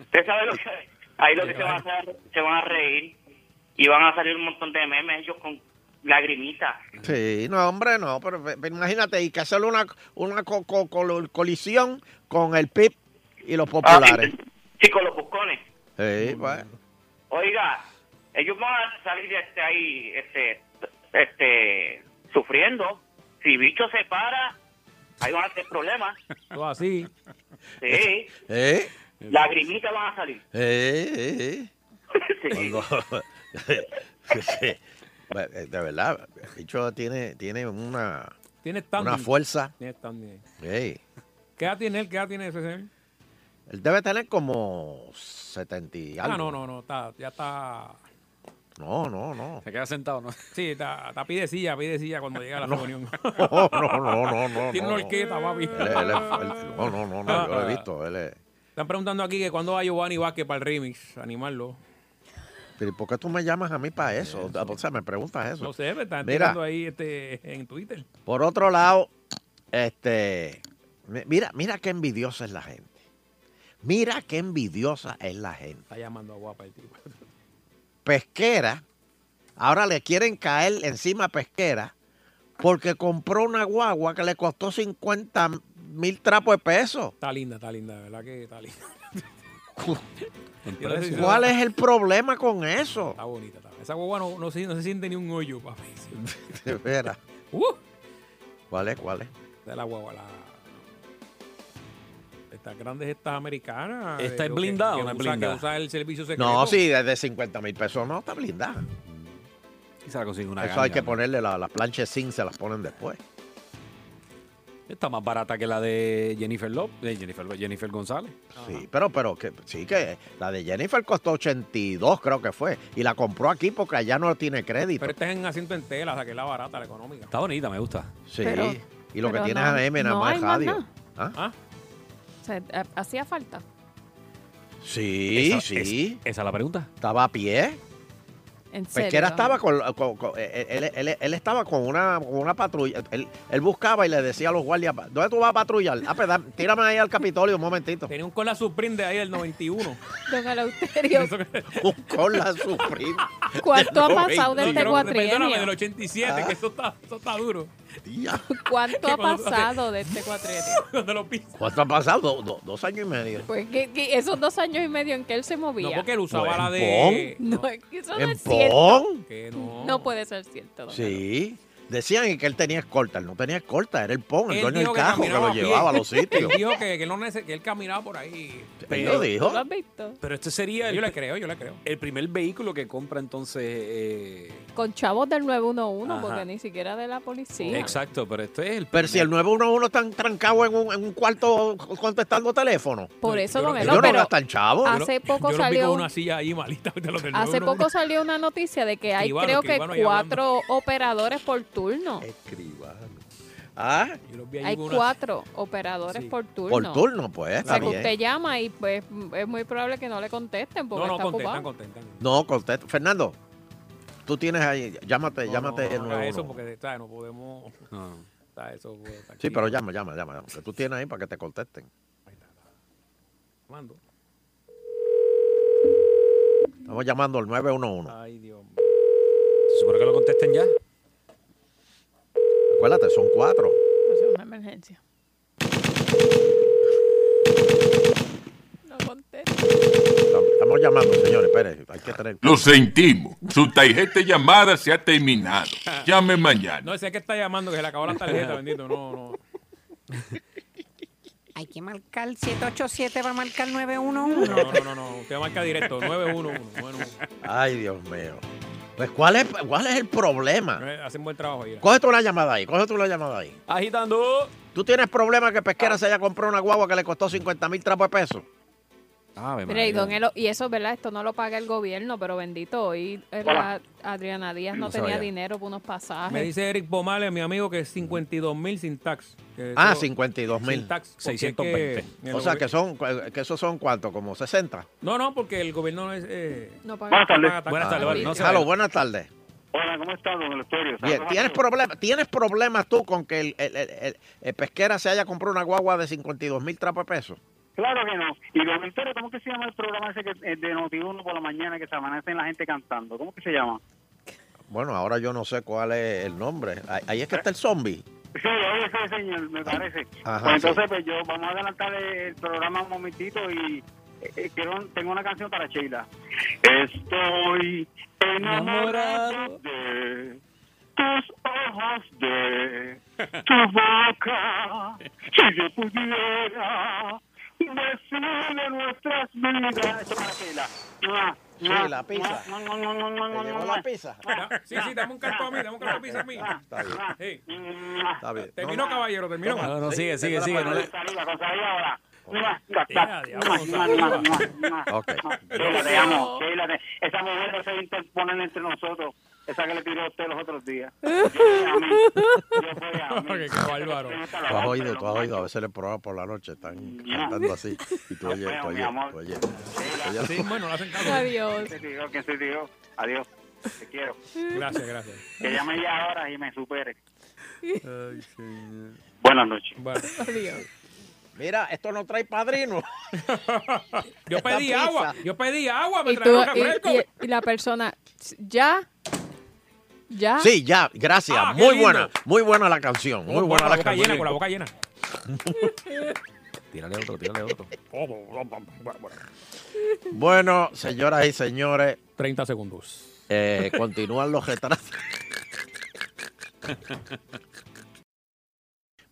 Speaker 5: Usted sabe lo que ahí lo que se van a hacer, se van a reír y van a salir un montón de memes ellos con lagrimitas.
Speaker 3: Sí, no, hombre, no, pero, pe- pero imagínate, y que hacerle una, una co- co- col- colisión con el PIB y los populares.
Speaker 5: Sí, con los buscones.
Speaker 3: Sí, pues.
Speaker 5: Oiga, ellos van a salir de este ahí este este sufriendo. Si bicho se para, ahí van a tener problemas.
Speaker 2: Todo así.
Speaker 5: Sí,
Speaker 3: ¿Eh?
Speaker 5: lagrimitas van a salir.
Speaker 3: ¿Eh? ¿Eh? Cuando- Sí. Bueno, eh, De verdad, el bicho tiene, tiene una,
Speaker 2: Tiene standing.
Speaker 3: una fuerza.
Speaker 2: Tiene standing ahí.
Speaker 3: Sí.
Speaker 2: ¿Qué edad tiene él? ¿Qué edad tiene ese señor?
Speaker 3: Él debe tener como 70 y algo.
Speaker 2: Ah, no, no, no. Está, ya está.
Speaker 3: No, no, no.
Speaker 6: Se queda sentado, ¿no?
Speaker 2: Sí, está, está pidecilla, pidecilla cuando llega a la
Speaker 3: No.
Speaker 2: reunión.
Speaker 3: No, no, no, no, no.
Speaker 2: Tiene una
Speaker 3: no.
Speaker 2: horqueta, papi. Ah.
Speaker 3: Él es- él es- él- no, no, no, no, yo lo he visto. Él es-
Speaker 2: Están preguntando aquí que cuándo va Giovanni Vázquez para el remix, animarlo.
Speaker 3: Pero ¿y ¿por qué tú me llamas a mí para eso? O sea, me preguntas eso.
Speaker 2: No sé, me están
Speaker 3: Mira,
Speaker 2: tirando ahí este, en Twitter.
Speaker 3: por otro lado, este, mi- mira, mira qué envidiosa es la gente. Mira qué envidiosa es la gente.
Speaker 2: Está llamando a guapa el tipo.
Speaker 3: Pesquera, ahora le quieren caer encima a Pesquera porque compró una guagua que le costó 50 mil trapos de peso.
Speaker 2: Está linda, está linda, de ¿verdad que está linda?
Speaker 3: ¿Cuál es el problema con eso?
Speaker 2: Está bonita, está Esa guagua no, no, se- no se siente ni un hoyo, papi.
Speaker 3: De veras.
Speaker 2: Uh,
Speaker 3: ¿Cuál es? ¿Cuál es?
Speaker 2: de la guagua, la... Estas grandes, estas americanas.
Speaker 6: ¿Está
Speaker 2: de- que-
Speaker 6: blindada
Speaker 2: que
Speaker 6: o no es
Speaker 2: usa-
Speaker 6: blindada?
Speaker 2: Que usa el servicio secreto.
Speaker 3: No, sí, desde 50 mil pesos no, está blindada.
Speaker 6: Quizá la consigue una
Speaker 3: Eso hay
Speaker 6: ganga,
Speaker 3: que
Speaker 6: ¿no?
Speaker 3: ponerle la- las planchas zinc, se las ponen después.
Speaker 6: Está más barata que la de Jennifer López, de Jennifer, López, Jennifer González.
Speaker 3: Sí, pero, pero que, sí que la de Jennifer costó 82, creo que fue. Y la compró aquí porque allá no tiene crédito.
Speaker 2: Pero esta es en asiento en tela, o sea que es la barata, la económica.
Speaker 6: Está bonita, me gusta.
Speaker 3: sí.
Speaker 4: Pero-
Speaker 3: y lo que
Speaker 4: pero
Speaker 3: tiene
Speaker 4: no-
Speaker 3: es AM nada
Speaker 4: no
Speaker 3: más
Speaker 4: hay más
Speaker 3: radio.
Speaker 4: nada.
Speaker 3: ¿Ah?
Speaker 4: O sea, eh, hacía falta.
Speaker 3: Sí,
Speaker 6: Esa-
Speaker 3: sí.
Speaker 6: esa es la pregunta.
Speaker 3: Estaba a pie.
Speaker 4: En serio.
Speaker 3: Pesquera Pues estaba con, con- con- eh, él, él- él estaba con una, con una patrulla. Él, él buscaba y le decía a los guardias, ¿dónde tú vas a patrullar? Ah, pues, da- tírame ahí al Capitolio un momentito.
Speaker 2: Tenía un cola Supreme de ahí del 91.
Speaker 4: Don Eleuterio,
Speaker 3: un cola Supreme.
Speaker 4: ¿cuánto ha pasado
Speaker 2: No,
Speaker 4: desde
Speaker 2: creo- Perdóname, del
Speaker 4: cuatrienio?
Speaker 2: 87,
Speaker 4: Ah.
Speaker 2: que eso está, eso está duro.
Speaker 4: ¿Cuánto
Speaker 2: que
Speaker 4: ha
Speaker 2: cuando tú haces-
Speaker 4: pasado desde este cuatrienio?
Speaker 2: Donde lo pisa.
Speaker 3: ¿Cuánto ha pasado? Do- do- dos años y medio.
Speaker 4: Pues que, que esos dos años y medio en que él se movía.
Speaker 2: No, porque él usaba
Speaker 3: No,
Speaker 2: la
Speaker 3: en
Speaker 2: de.
Speaker 3: Bon.
Speaker 2: No,
Speaker 4: es que eso no
Speaker 3: ¿En
Speaker 4: es cierto.
Speaker 3: Bon?
Speaker 2: Que no.
Speaker 4: No puede ser cierto. don
Speaker 3: Sí. Decían que él tenía escolta. Él no tenía escolta, era el pon, el
Speaker 2: Él
Speaker 3: dueño
Speaker 2: dijo
Speaker 3: del
Speaker 2: que
Speaker 3: cajo que
Speaker 2: caminaba
Speaker 3: lo
Speaker 2: a pie.
Speaker 3: llevaba a los sitios.
Speaker 2: Él dijo que, que él no nece- que él caminaba por ahí.
Speaker 3: Él lo dijo.
Speaker 4: ¿Lo has visto?
Speaker 6: Pero este sería el,
Speaker 2: Yo le creo, yo le creo.
Speaker 6: el primer vehículo que compra entonces. eh,
Speaker 4: Con chavos del 911,
Speaker 6: Ajá.
Speaker 4: porque ni siquiera de la policía.
Speaker 6: Exacto, pero este es el.
Speaker 3: Pero si el 911 está trancado en un, en un cuarto contestando teléfono.
Speaker 4: Por eso, don
Speaker 3: Ellos
Speaker 4: Elo,
Speaker 3: no
Speaker 4: pero
Speaker 3: gastan chavo.
Speaker 4: hace poco
Speaker 2: Yo lo pico
Speaker 4: salió...
Speaker 2: una silla ahí malita de los del
Speaker 4: Hace
Speaker 2: 911.
Speaker 4: poco salió una noticia de que hay
Speaker 2: Escribano,
Speaker 4: creo que
Speaker 2: escribano ahí
Speaker 4: cuatro operadores por turno.
Speaker 3: Eh, Escribano. Ah,
Speaker 2: Yo los vi ahí
Speaker 4: Hay
Speaker 2: con una-
Speaker 4: cuatro operadores por turno.
Speaker 3: por turno, pues.
Speaker 4: O sea,
Speaker 3: Está
Speaker 4: que
Speaker 3: bien.
Speaker 4: usted llama y pues es muy probable que no le contesten porque
Speaker 2: No, no,
Speaker 4: está
Speaker 2: contestan,
Speaker 4: ocupado.
Speaker 2: contestan.
Speaker 3: No, contesto. Fernando, tú tienes ahí. Llámate,
Speaker 2: No,
Speaker 3: Eh, llámate
Speaker 2: no,
Speaker 3: el
Speaker 2: no haga
Speaker 3: 911.
Speaker 2: eso porque ¿sabes? no podemos.
Speaker 6: No.
Speaker 2: ¿sabes? Eso, pues,
Speaker 3: Sí,
Speaker 2: aquí,
Speaker 3: pero llama, llama, llama. llama, Que tú tienes ahí para que te contesten.
Speaker 2: mando.
Speaker 3: Estamos llamando al 911.
Speaker 2: Ay, Dios mío.
Speaker 6: Se supone que lo contesten ya.
Speaker 3: Acuérdate, son cuatro.
Speaker 4: Eso es una emergencia. No contesta.
Speaker 3: Estamos llamando, señores. Espere, hay que tener.
Speaker 11: Lo sentimos. Su tarjeta de llamada se ha terminado. Llame mañana.
Speaker 2: No, ese que está llamando que se le acabó la tarjeta, bendito. No, no.
Speaker 12: Hay que marcar 787 para marcar 911.
Speaker 2: No, no, no, no. Usted marca directo, 911. Bueno,
Speaker 3: Ay, Dios mío. Pues, ¿cuál es, cuál es el problema?
Speaker 2: eh, hacen buen trabajo ahí.
Speaker 3: Cógete una llamada ahí, cógete una llamada ahí.
Speaker 2: Agitando.
Speaker 3: ¿Tú tienes problema que Pesquera se haya comprado una guagua que le costó 50 mil trapos de peso?
Speaker 6: Ave
Speaker 4: Mira, y,
Speaker 6: María.
Speaker 4: don Elo- y eso, ¿verdad? Esto no lo paga el gobierno, pero bendito, hoy eh, la Adriana Díaz no,
Speaker 6: No se
Speaker 4: tenía
Speaker 6: vaya.
Speaker 4: dinero para unos pasajes.
Speaker 2: Me dice Eric Bomales, mi amigo, que es 52 mil sin tax. que
Speaker 3: Ah,
Speaker 2: eso-
Speaker 3: 52 mil.
Speaker 2: sin tax. porque es
Speaker 6: 620.
Speaker 2: que-
Speaker 3: O sea, que son, que esos son cuántos, como 60.
Speaker 2: No, no, porque el gobierno no es. eh,
Speaker 4: No paga.
Speaker 5: Buenas tardes.
Speaker 2: paga tax.
Speaker 6: Buenas tardes, vale, no se
Speaker 3: Ah, Jalo,
Speaker 6: vaya.
Speaker 3: buenas tardes.
Speaker 5: Hola, ¿cómo estás, don Eleuterio?
Speaker 3: Bien,
Speaker 5: Saludos a
Speaker 3: ¿tienes
Speaker 5: todos.
Speaker 3: problemas tienes problemas tú con que el, el- el- el- el pesquera se haya comprado una guagua de 52 mil trapos de peso?
Speaker 5: Claro que no. Y don Eleuterio, ¿cómo que se llama el programa ese que, eh, de Noti1 por la mañana que se amanecen la gente cantando? ¿Cómo que se llama?
Speaker 3: Bueno, ahora yo no sé cuál es el nombre. Ahí, ahí es que está el zombie.
Speaker 5: Sí, oye, ese señor, me parece.
Speaker 3: Ajá,
Speaker 5: Pues entonces,
Speaker 3: sí.
Speaker 5: pues yo, vamos a adelantar el programa un momentito y eh, eh, quiero, tengo una canción para Sheila. Estoy enamorado de tus ojos, de tu boca. Si yo pudiera decirle nuestras vidas. Esto para Sheila. Mua, mua,
Speaker 3: Sheila, pizza.
Speaker 5: mua, mua, mua, mua,
Speaker 3: ¿Te
Speaker 5: mua,
Speaker 3: llegó
Speaker 5: mua.
Speaker 3: la pizza?
Speaker 2: Sí, sí, dame un cartón a mí, dame un cartón a mí.
Speaker 3: Está bien,
Speaker 2: Sí.
Speaker 5: Mua.
Speaker 3: está bien.
Speaker 2: Terminó,
Speaker 3: No,
Speaker 2: caballero, terminó.
Speaker 6: No, no, sigue, sigue,
Speaker 3: tengo la
Speaker 6: sigue. no le-
Speaker 5: Salida, con salida ahora.
Speaker 2: Ya, diablo,
Speaker 3: Ok.
Speaker 5: Sheila, te amo. Sheila, te- Esa mujer no se interpone entre nosotros. Esa que le tiró a usted los otros días. Yo fui a mí. Yo fui a mí.
Speaker 2: Ok, qué bárbaro.
Speaker 3: Tú has oído, tú has oído. A veces le programa por la noche están cantando así. Y tú oyes, tú oyes, tú oyes. Tú oyes.
Speaker 2: Sí, bueno, no hacen caso.
Speaker 4: Adiós.
Speaker 5: ¿Quién se tiró? ¿Quién se tiró? Adiós. Te quiero.
Speaker 2: Gracias, gracias.
Speaker 5: Que llame ya ahora y me supere. Buenas noches.
Speaker 2: Bueno,
Speaker 4: Adiós.
Speaker 3: Mira, esto no trae padrino.
Speaker 2: yo
Speaker 3: Esta
Speaker 2: pedí
Speaker 3: pizza.
Speaker 2: agua, yo pedí agua, me
Speaker 4: Y, tú-
Speaker 2: trajeron café.
Speaker 4: y-
Speaker 2: fresco.
Speaker 4: y- y la persona, ya, ya.
Speaker 3: Sí, ya, gracias.
Speaker 2: Ah, qué
Speaker 3: muy
Speaker 2: lindo.
Speaker 3: buena, muy buena la canción. Muy
Speaker 2: Con
Speaker 3: buena la
Speaker 2: la boca llena,
Speaker 3: canción.
Speaker 2: con la boca llena.
Speaker 6: Tírale otro, tírale otro.
Speaker 3: Bueno, señoras y señores,
Speaker 2: 30 segundos.
Speaker 3: eh, continúan los retrasos.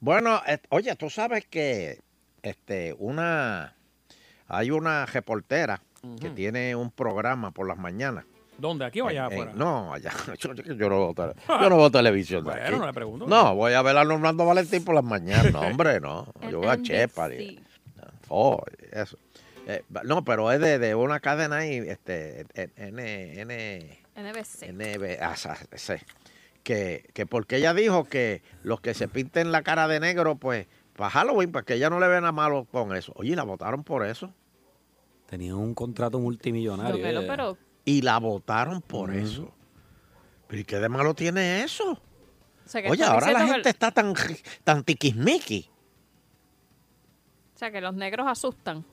Speaker 3: bueno, et- oye, tú sabes que este, una, hay una reportera que tiene un programa por las mañanas
Speaker 2: ¿Dónde? ¿Aquí o allá
Speaker 3: Eh,
Speaker 2: afuera? Ah.
Speaker 3: no, allá. Yo, yo- yo no veo tele- yo no veo televisión. de
Speaker 2: Bueno,
Speaker 3: aquí.
Speaker 2: no le pregunto.
Speaker 3: No, voy a ver a Normando Valentín por las mañanas. No, hombre, no. Yo veo a Chepa. y- Oh, eso. Eh, no, pero es de, de una cadena ahí, este, eh, N, N,
Speaker 4: NBC.
Speaker 3: NB, ah, sa- sé. que, que porque ella dijo que los que se pinten la cara de negro, pues, para Halloween, para que ella no le vea nada malo con eso. Oye, la votaron por eso.
Speaker 6: Tenía un contrato multimillonario.
Speaker 4: Don Elo,
Speaker 6: eh.
Speaker 4: pero
Speaker 3: Y la votaron por eso. Pero ¿y qué de malo tiene eso?
Speaker 4: o sea, que
Speaker 3: Oye,
Speaker 4: estás
Speaker 3: ahora la
Speaker 4: diciendo
Speaker 3: gente
Speaker 4: que,
Speaker 3: está tan, tan tiquismiqui.
Speaker 4: o sea, que los negros asustan.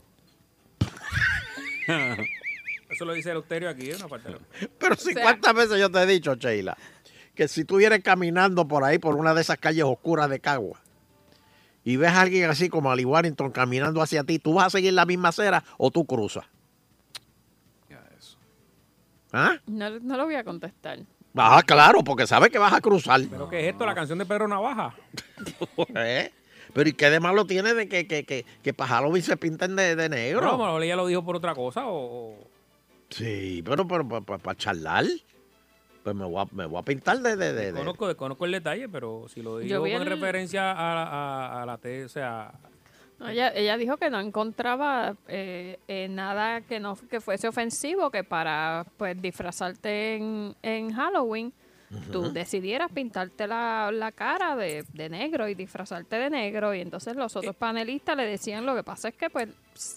Speaker 2: Eso lo dice el Euterio aquí, ¿eh? No falta el-
Speaker 3: Pero si cuántas veces yo te he dicho, Sheila, que si tú vienes caminando por ahí, por una de esas calles oscuras de Cagua, y ves a alguien así como Ali Warrington caminando hacia ti, ¿tú vas a seguir la misma acera o tú cruzas? ¿Ah?
Speaker 4: No, no lo voy a contestar.
Speaker 3: Ah, claro, porque sabes que vas a cruzar.
Speaker 2: ¿Pero qué es esto? ¿La canción de Pedro Navaja?
Speaker 3: ¿Eh? Pero ¿y qué de malo tiene de que, que, que, que para Halloween se pinten de, de
Speaker 2: No,
Speaker 3: negro?
Speaker 2: a lo mejor ella lo dijo por otra cosa o... o-
Speaker 3: Sí, pero para charlar, pues me voy a, me voy a pintar de... de, de- de-
Speaker 2: Conozco, desconozco el detalle, pero si lo digo
Speaker 4: Yo
Speaker 2: con
Speaker 4: vi el-
Speaker 2: referencia a, a- a la T, o sea,
Speaker 4: No, ella, ella dijo que no encontraba eh, eh, nada que no que fuese ofensivo, que para pues disfrazarte en, en Halloween tú decidieras pintarte la, la cara de, de negro y disfrazarte de negro. Y entonces los
Speaker 3: Eh.
Speaker 4: otros panelistas le decían, lo que pasa es que pues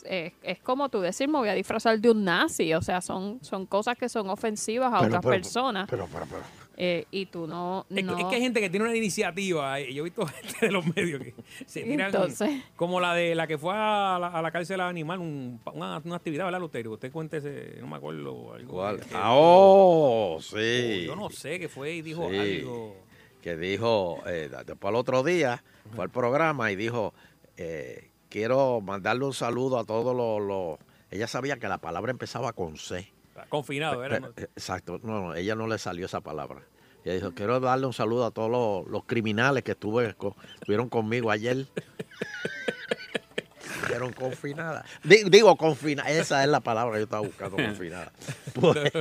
Speaker 4: eh, es como tú decir, me voy a disfrazar de un nazi. O sea, son, son cosas que son ofensivas a
Speaker 2: Pero,
Speaker 4: otras
Speaker 2: pero,
Speaker 4: personas.
Speaker 3: Pero, pero, pero.
Speaker 4: Eh, y tú no...
Speaker 2: Es,
Speaker 4: no-
Speaker 2: que, es que hay gente que tiene una iniciativa. eh, Yo he visto gente de los medios que se tiran.
Speaker 4: Entonces.
Speaker 2: Como la de la que fue a la, a la cárcel animal, un- una, una actividad, ¿verdad, Lutero? Usted cuente ese, no me acuerdo. Algo que-
Speaker 3: Ah, oh, sí.
Speaker 2: Yo no sé qué fue y dijo
Speaker 3: Sí.
Speaker 2: algo.
Speaker 3: que dijo, eh, después al otro día, fue al programa y dijo, eh, quiero mandarle un saludo a todos los, los- Ella sabía que la palabra empezaba con C.
Speaker 2: Confinado, era.
Speaker 3: Pero, eh, Exacto, no, no, ella no le salió esa palabra. Ella dijo, quiero darle un saludo a todos los, los criminales que estuve, co- estuvieron conmigo ayer. Fueron confinadas. Di- Digo, confinadas. Esa es la palabra que yo estaba buscando, confinadas. Pues-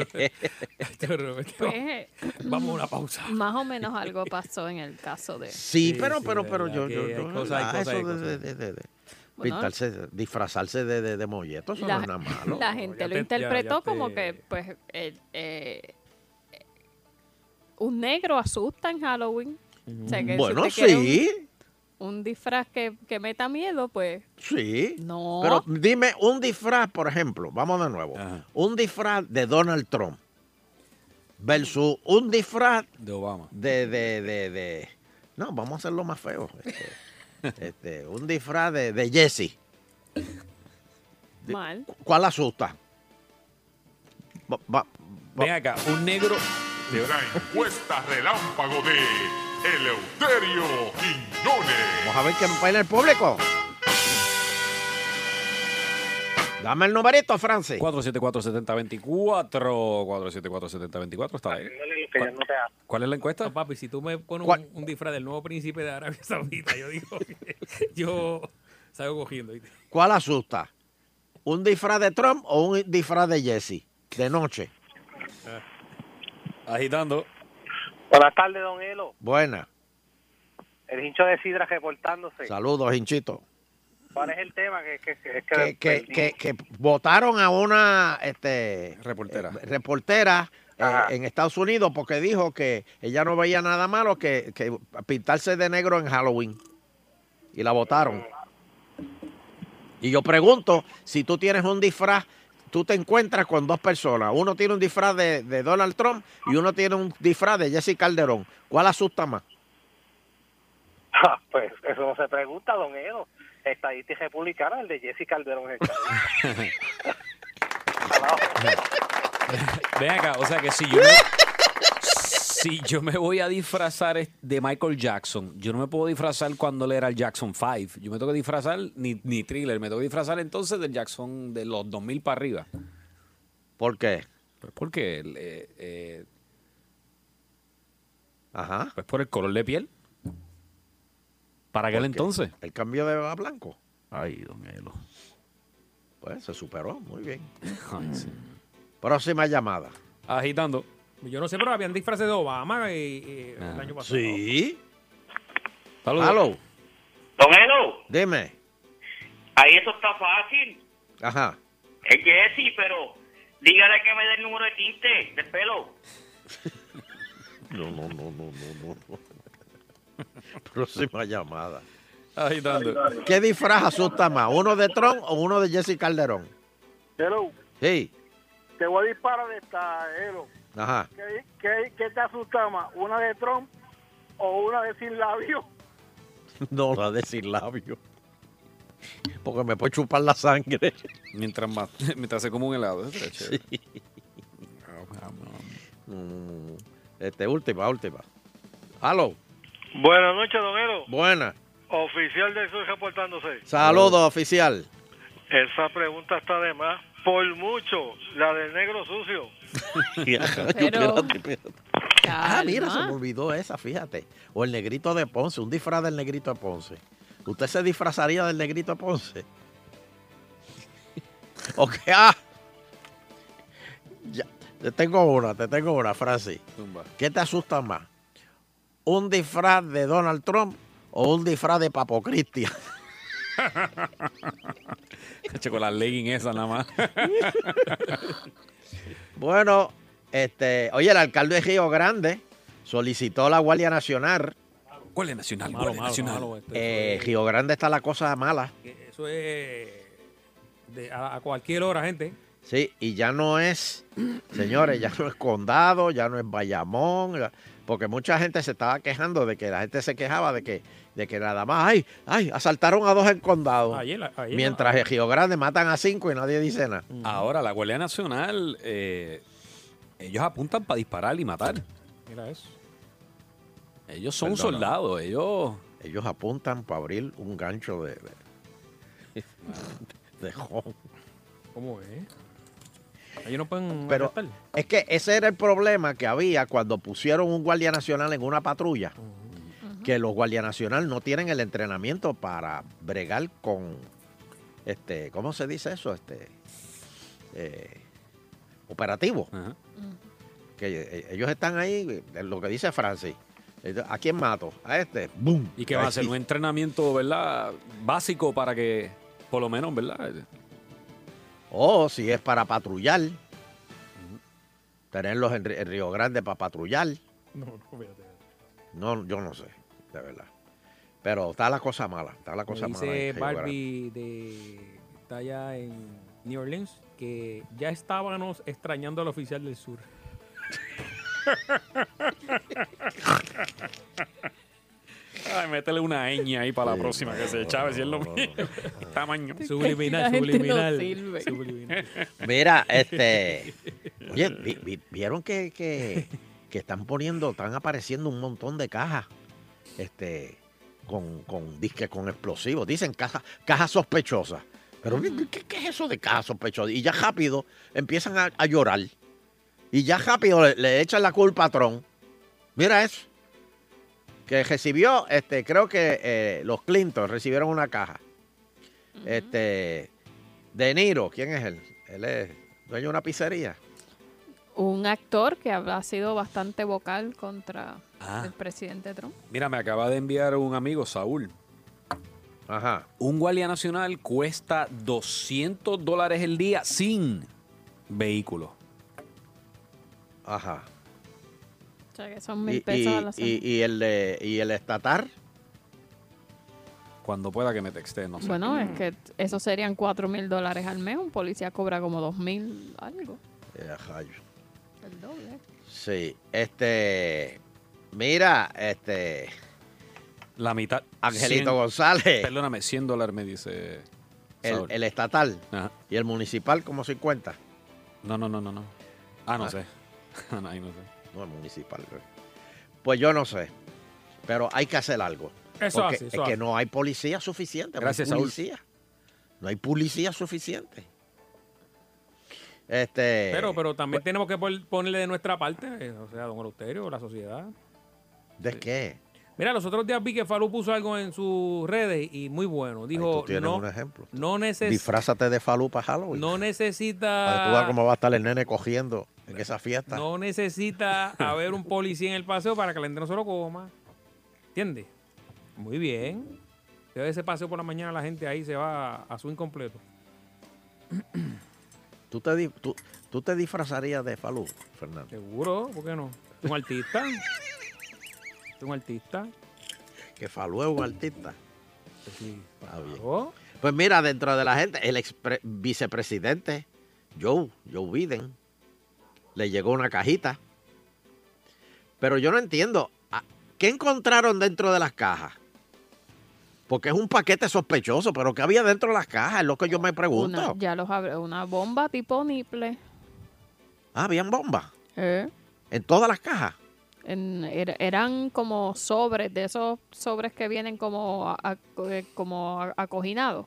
Speaker 4: Pues,
Speaker 2: Vamos a una pausa.
Speaker 4: Más o menos algo pasó en el caso de...
Speaker 3: Sí, pero,
Speaker 2: sí,
Speaker 3: pero,
Speaker 2: de
Speaker 3: pero
Speaker 2: verdad
Speaker 3: yo,
Speaker 2: que
Speaker 3: yo,
Speaker 2: hay
Speaker 3: yo-
Speaker 2: cosas, hay
Speaker 3: ah,
Speaker 2: cosas,
Speaker 3: eso
Speaker 2: hay
Speaker 3: de-
Speaker 2: cosas.
Speaker 3: de- de- de-
Speaker 4: Bueno.
Speaker 3: pintarse, de- disfrazarse de, de, de molleto, eso no es nada malo.
Speaker 4: la gente
Speaker 3: Ya
Speaker 4: lo
Speaker 3: te-
Speaker 4: interpretó
Speaker 3: ya- ya te-
Speaker 4: como que, pues, el, eh, eh, un negro asusta en Halloween. O sea, que si
Speaker 3: Bueno,
Speaker 4: usted quiere
Speaker 3: sí.
Speaker 4: Un, un disfraz que, que meta miedo, pues,
Speaker 3: Sí.
Speaker 4: No.
Speaker 3: Pero dime un disfraz, por ejemplo, vamos de nuevo. Un disfraz de Donald Trump versus un disfraz
Speaker 6: de Obama.
Speaker 3: De, de, de, No, vamos a hacerlo más feo. Este, este, un disfraz de, de Jesse.
Speaker 4: mal.
Speaker 3: ¿Cuál asusta? Va- va-
Speaker 6: Ven acá, un negro.
Speaker 11: La encuesta relámpago de Eleuterio Quiñones.
Speaker 3: Vamos a ver qué baila el público. Dame el numerito, Francis.
Speaker 6: 474-7024. 474-7024. Está ahí. ¿Cuál es la encuesta?
Speaker 2: papi, si tú me pones un, un disfraz del nuevo príncipe de Arabia Saudita, yo digo, que yo salgo cogiendo. ¿viste?
Speaker 3: ¿Cuál asusta? ¿Un disfraz de Trump o un disfraz de Jesse? De noche.
Speaker 2: Ah.
Speaker 6: Agitando.
Speaker 13: Buenas tardes, don Elo.
Speaker 3: Buena.
Speaker 13: El hincho de Sidra reportándose.
Speaker 3: Saludos, hinchito.
Speaker 13: ¿Cuál es el tema? Que, que, que,
Speaker 3: Que, que, que, que votaron a una este,
Speaker 6: reportera,
Speaker 3: reportera eh, en Estados Unidos porque dijo que ella no veía nada malo que, que pintarse de negro en Halloween. Y la votaron. Y yo pregunto, si tú tienes un disfraz, tú te encuentras con dos personas. Uno tiene un disfraz de, de Donald Trump y uno tiene un disfraz de Jesse Calderón. ¿Cuál asusta más?
Speaker 13: Ah, pues eso no se pregunta, don Elo. Estadística republicana, el de Jesse Calderón. es el chavito.
Speaker 6: Ven acá, o sea que si yo. Si yo me voy a disfrazar es- de Michael Jackson, yo no me puedo disfrazar cuando él era el Jackson 5. Yo me tengo que disfrazar ni, ni thriller, me tengo que disfrazar entonces del Jackson de los 2000 para arriba.
Speaker 3: ¿Por qué?
Speaker 6: Pues porque. eh, eh,
Speaker 3: Ajá.
Speaker 6: Pues por el color de piel. ¿Para aquel
Speaker 3: ¿Por qué?
Speaker 6: entonces?
Speaker 3: ¿El cambio de a blanco?
Speaker 6: Ay, don Elo.
Speaker 2: Mm.
Speaker 3: Pues se superó, muy bien. Próxima llamada.
Speaker 2: agitando. Yo no sé, pero habían disfraces de Obama y, y el año pasado.
Speaker 3: Ah, Sí.
Speaker 2: Saludos.
Speaker 3: Hello,
Speaker 5: Don Elo,
Speaker 3: dime.
Speaker 5: ahí eso está fácil.
Speaker 3: Ajá.
Speaker 5: Es Jessy, pero dígale que me dé el número de tinte de pelo.
Speaker 3: No, no, no, no, no, no. Próxima llamada.
Speaker 2: Agitando.
Speaker 3: ¿Qué disfraz asusta más? ¿Uno de Tron o uno de Jesse Calderón?
Speaker 8: Hello,
Speaker 3: Sí,
Speaker 8: te voy a disparar de esta, Hello.
Speaker 3: ajá.
Speaker 8: ¿Qué, qué, qué te asusta más? ¿Una de Trump o una de sin labio?
Speaker 3: No, la de sin labio. Porque me puede chupar la sangre.
Speaker 6: Mientras, más, mientras se come un helado. Eso está chévere.
Speaker 3: No, no, no, no. Este, última, última. Hello,
Speaker 14: Buenas noches, don Elo.
Speaker 3: buena.
Speaker 14: Oficial del sur reportándose.
Speaker 3: Saludos, oficial.
Speaker 14: Esa pregunta está de más. Por mucho, la del negro sucio.
Speaker 3: Yo, espérate, espérate. Ah, mira, se me olvidó esa, fíjate. O el negrito de Ponce, un disfraz del negrito de Ponce. ¿Usted se disfrazaría del negrito de Ponce? ok, ah. Ya, te tengo una, te tengo una, Francis. ¿Qué te asusta más? ¿Un disfraz de Donald Trump o un disfraz de Papo Cristian?
Speaker 6: Che, con las leggings esas nada más.
Speaker 3: Bueno, este, oye, el alcalde de Río Grande solicitó a la Guardia Nacional.
Speaker 6: Guardia Nacional,
Speaker 2: Malo, Guardia malo, Nacional. malo, este,
Speaker 3: Eh,
Speaker 2: esto,
Speaker 3: Río Grande está la cosa mala.
Speaker 2: Eso es de- a, a cualquier hora, gente.
Speaker 3: Sí, y ya no es, señores, ya no es condado, ya no es Bayamón, ya- porque mucha gente se estaba quejando de que la gente se quejaba de que, de que nada más, ay, ay, asaltaron a dos en condado.
Speaker 6: Ayer, ayer.
Speaker 3: mientras en Río Grande matan a cinco y nadie dice nada.
Speaker 2: Mm.
Speaker 6: Ahora, la Guardia Nacional, eh, ellos apuntan para disparar y matar.
Speaker 2: Mira eso.
Speaker 6: Ellos son
Speaker 3: Perdona.
Speaker 6: soldados, ellos...
Speaker 3: Ellos apuntan para abrir un gancho de, de, de jonco.
Speaker 2: ¿Cómo es? Ellos no pueden
Speaker 3: Pero
Speaker 2: arrestar.
Speaker 3: es que ese era el problema que había cuando pusieron un guardia nacional en una patrulla. Que los guardia nacional no tienen el entrenamiento para bregar con, este, ¿cómo se dice eso? Este, eh, operativo. Que eh, ellos están ahí, eh, lo que dice Francis. eh, ¿A quién mato? A este. ¡Boom!
Speaker 6: ¿Y qué va a hacer?
Speaker 3: Ahí.
Speaker 6: Un entrenamiento, ¿verdad? Básico para que, por lo menos, ¿verdad?
Speaker 3: O Oh, si es para patrullar. Tenerlos en, Ri- en Río Grande para patrullar.
Speaker 2: No, no, espérate.
Speaker 3: No, yo no sé, de verdad. Pero está la cosa mala, está la cosa
Speaker 2: Me
Speaker 3: mala.
Speaker 2: dice
Speaker 3: en Río
Speaker 2: Barbie de está allá en New Orleans que ya estábamos extrañando al oficial del sur.
Speaker 6: Ay, métele una ñ ahí para la próxima, que se chave, si es lo mismo. Tamaño.
Speaker 2: Subliminal, subliminal. subliminal.
Speaker 3: Grande. Mira, este. Oye, vi- vi- ¿vieron que, que- que están poniendo, están apareciendo un montón de cajas? Este. Con, con disque con explosivos. Dicen cajas cajas sospechosas. Pero, ¿qué, qué es eso de cajas sospechosas? Y ya rápido empiezan a, a llorar. Y ya rápido le, le echan la culpa a Tron. Mira eso. que recibió, este, creo que eh, los Clinton recibieron una caja. Este, De Niro, ¿quién es él? Él es dueño de una pizzería.
Speaker 4: Un actor que ha sido bastante vocal contra
Speaker 6: Ah.
Speaker 4: el presidente Trump.
Speaker 6: Mira, me acaba de enviar un amigo, Saúl.
Speaker 3: Ajá.
Speaker 6: Un guardia nacional cuesta 200 dólares el día sin vehículo.
Speaker 3: Ajá.
Speaker 4: O sea, que son
Speaker 3: Y,
Speaker 4: mil pesos a
Speaker 3: y,
Speaker 4: la semana.
Speaker 3: y- y el, de- y el estatar.
Speaker 6: Cuando pueda que me texte, no sé.
Speaker 3: mm.
Speaker 4: Bueno, es que t- eso serían cuatro mil dólares al mes. Un policía cobra como dos mil algo.
Speaker 3: Eh, rayo.
Speaker 4: El doble.
Speaker 3: Sí, este. Mira, este.
Speaker 6: La mitad.
Speaker 3: Angelito
Speaker 6: 100
Speaker 3: González.
Speaker 6: Perdóname, 100 dólares me dice.
Speaker 3: El,
Speaker 6: Saúl.
Speaker 3: el estatal.
Speaker 6: Ajá.
Speaker 3: Y el municipal, como 50.
Speaker 6: No, no, no, no, no. Ah, no
Speaker 3: Ah.
Speaker 6: sé. Ah, no, ahí no sé.
Speaker 3: No es municipal. creo. Pues yo no sé. Pero hay que hacer algo.
Speaker 6: Eso
Speaker 3: Porque
Speaker 6: hace, eso
Speaker 3: es que
Speaker 6: hace.
Speaker 3: no hay policía suficiente.
Speaker 6: Gracias,
Speaker 3: no hay
Speaker 6: Saúl.
Speaker 3: policía. No hay policía suficiente. Este.
Speaker 2: Pero, pero también tenemos que pon- ponerle de nuestra parte, eh, o sea, don Eleuterio, la sociedad.
Speaker 3: ¿De qué?
Speaker 2: Mira, los otros días vi que Falú puso algo en sus redes y muy bueno. Dijo,
Speaker 3: tienes
Speaker 2: no,
Speaker 3: un ejemplo.
Speaker 2: no neces-
Speaker 3: Disfrázate de falupa Halloween.
Speaker 2: no necesita...
Speaker 3: Para que tú veas cómo va a estar el nene cogiendo. en esa fiesta.
Speaker 2: No necesita haber un policía en el paseo para que la gente no se lo coma. ¿Entiendes? Muy bien. Debe ese paseo por la mañana la gente ahí se va a, a su incompleto.
Speaker 3: ¿Tú, te, di- tú, tú te disfrazarías de Falú, Fernando.
Speaker 2: Seguro, ¿por qué no? Un artista. Un artista.
Speaker 3: Que Falú es un artista.
Speaker 2: Sí.
Speaker 3: Ah, bien. Pues mira, dentro de la gente, el expre- vicepresidente Joe, Joe Biden, le llegó una cajita. Pero yo no entiendo, ¿a- ¿qué encontraron dentro de las cajas? Porque es un paquete sospechoso, pero ¿qué había dentro de las cajas? Es lo que yo me pregunto.
Speaker 4: Una, ya los abre, una bomba tipo niple.
Speaker 3: Ah, habían bombas
Speaker 4: ¿eh?
Speaker 3: en todas las cajas.
Speaker 4: En- er- eran como sobres, de esos sobres que vienen como, a- a- eh, como a- acoginados,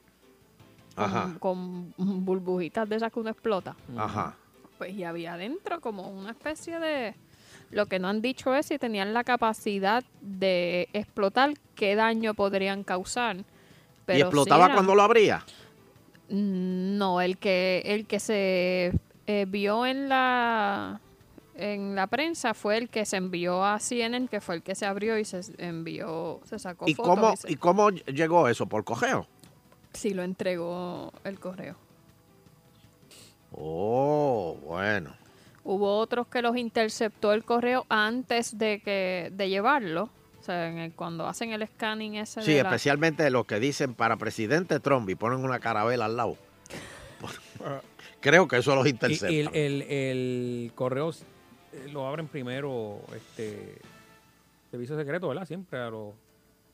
Speaker 3: Ajá,
Speaker 4: con burbujitas de esas que uno explota.
Speaker 3: ajá.
Speaker 4: Pues y había adentro como una especie de... Lo que no han dicho es si tenían la capacidad de explotar, qué daño podrían causar. Pero
Speaker 3: ¿Y
Speaker 4: sí
Speaker 3: explotaba
Speaker 4: eran-
Speaker 3: cuando lo abría?
Speaker 4: Mm, No, el que, el que se eh, vio en la, en la prensa fue el que se envió a CNN, que fue el que se abrió y se envió, se sacó
Speaker 3: ¿Y
Speaker 4: fotos
Speaker 3: cómo,
Speaker 4: se-
Speaker 3: ¿Y cómo llegó eso? ¿Por cojeo?
Speaker 4: sí, lo entregó el correo.
Speaker 3: Oh, bueno.
Speaker 4: Hubo otros que los interceptó el correo antes de que de llevarlo. O sea, en el- cuando hacen el scanning ese
Speaker 3: Sí,
Speaker 4: de la-
Speaker 3: especialmente los que dicen para presidente Trump y ponen una carabela al lado. Creo que eso los
Speaker 2: Y
Speaker 3: intercepta.
Speaker 2: el, el- el correo eh, lo abren primero este servicio secreto, ¿verdad? Siempre a los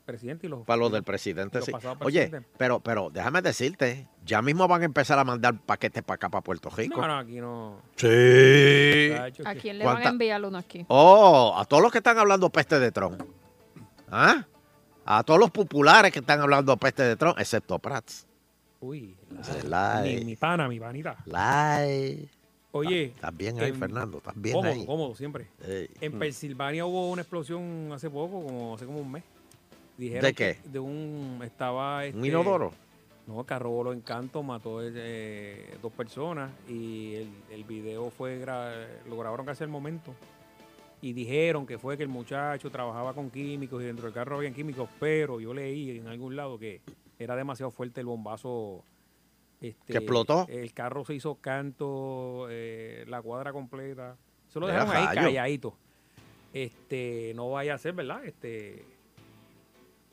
Speaker 2: presidentes y los...
Speaker 3: Para los del presidente,
Speaker 2: y los
Speaker 3: sí.
Speaker 2: pasados
Speaker 3: Oye,
Speaker 2: presidentes.
Speaker 3: pero, pero déjame decirte, ya mismo van a empezar a mandar paquetes para acá, para Puerto Rico.
Speaker 2: Ah, No, no, aquí no.
Speaker 3: Sí.
Speaker 4: ¿A quién le van a
Speaker 3: ¿Cuánta-
Speaker 4: enviar uno aquí?
Speaker 3: Oh, a todos los que están hablando peste de Trump. ¿Ah? A todos los populares que están hablando peste de Trump, excepto Prats.
Speaker 2: Uy,
Speaker 3: Esa es
Speaker 2: la-
Speaker 3: la-
Speaker 2: mi, mi pana, mi panita.
Speaker 3: Lai.
Speaker 2: Oye.
Speaker 3: Ah, Estás bien ahí,
Speaker 2: em,
Speaker 3: Fernando, estás bien
Speaker 2: cómodo,
Speaker 3: ahí.
Speaker 2: cómodo, siempre.
Speaker 3: Ey.
Speaker 2: En
Speaker 3: Mm.
Speaker 2: Pensilvania hubo una explosión hace poco, como hace como un mes. Dijeron
Speaker 3: ¿De qué?
Speaker 2: que De un... Estaba...
Speaker 3: ¿Un
Speaker 2: este,
Speaker 3: inodoro?
Speaker 2: No, que robó los encantos, mató eh, dos personas y el, el video fue gra- lo grabaron casi al momento. Y dijeron que fue que el muchacho trabajaba con químicos y dentro del carro habían químicos, pero yo leí en algún lado que era demasiado fuerte el bombazo. este,
Speaker 3: ¿Que explotó?
Speaker 2: El carro se hizo canto, eh, la cuadra completa. Eso lo
Speaker 3: Era
Speaker 2: dejaron ahí
Speaker 3: rayo.
Speaker 2: calladito. Este, no vaya a ser, ¿verdad? Este,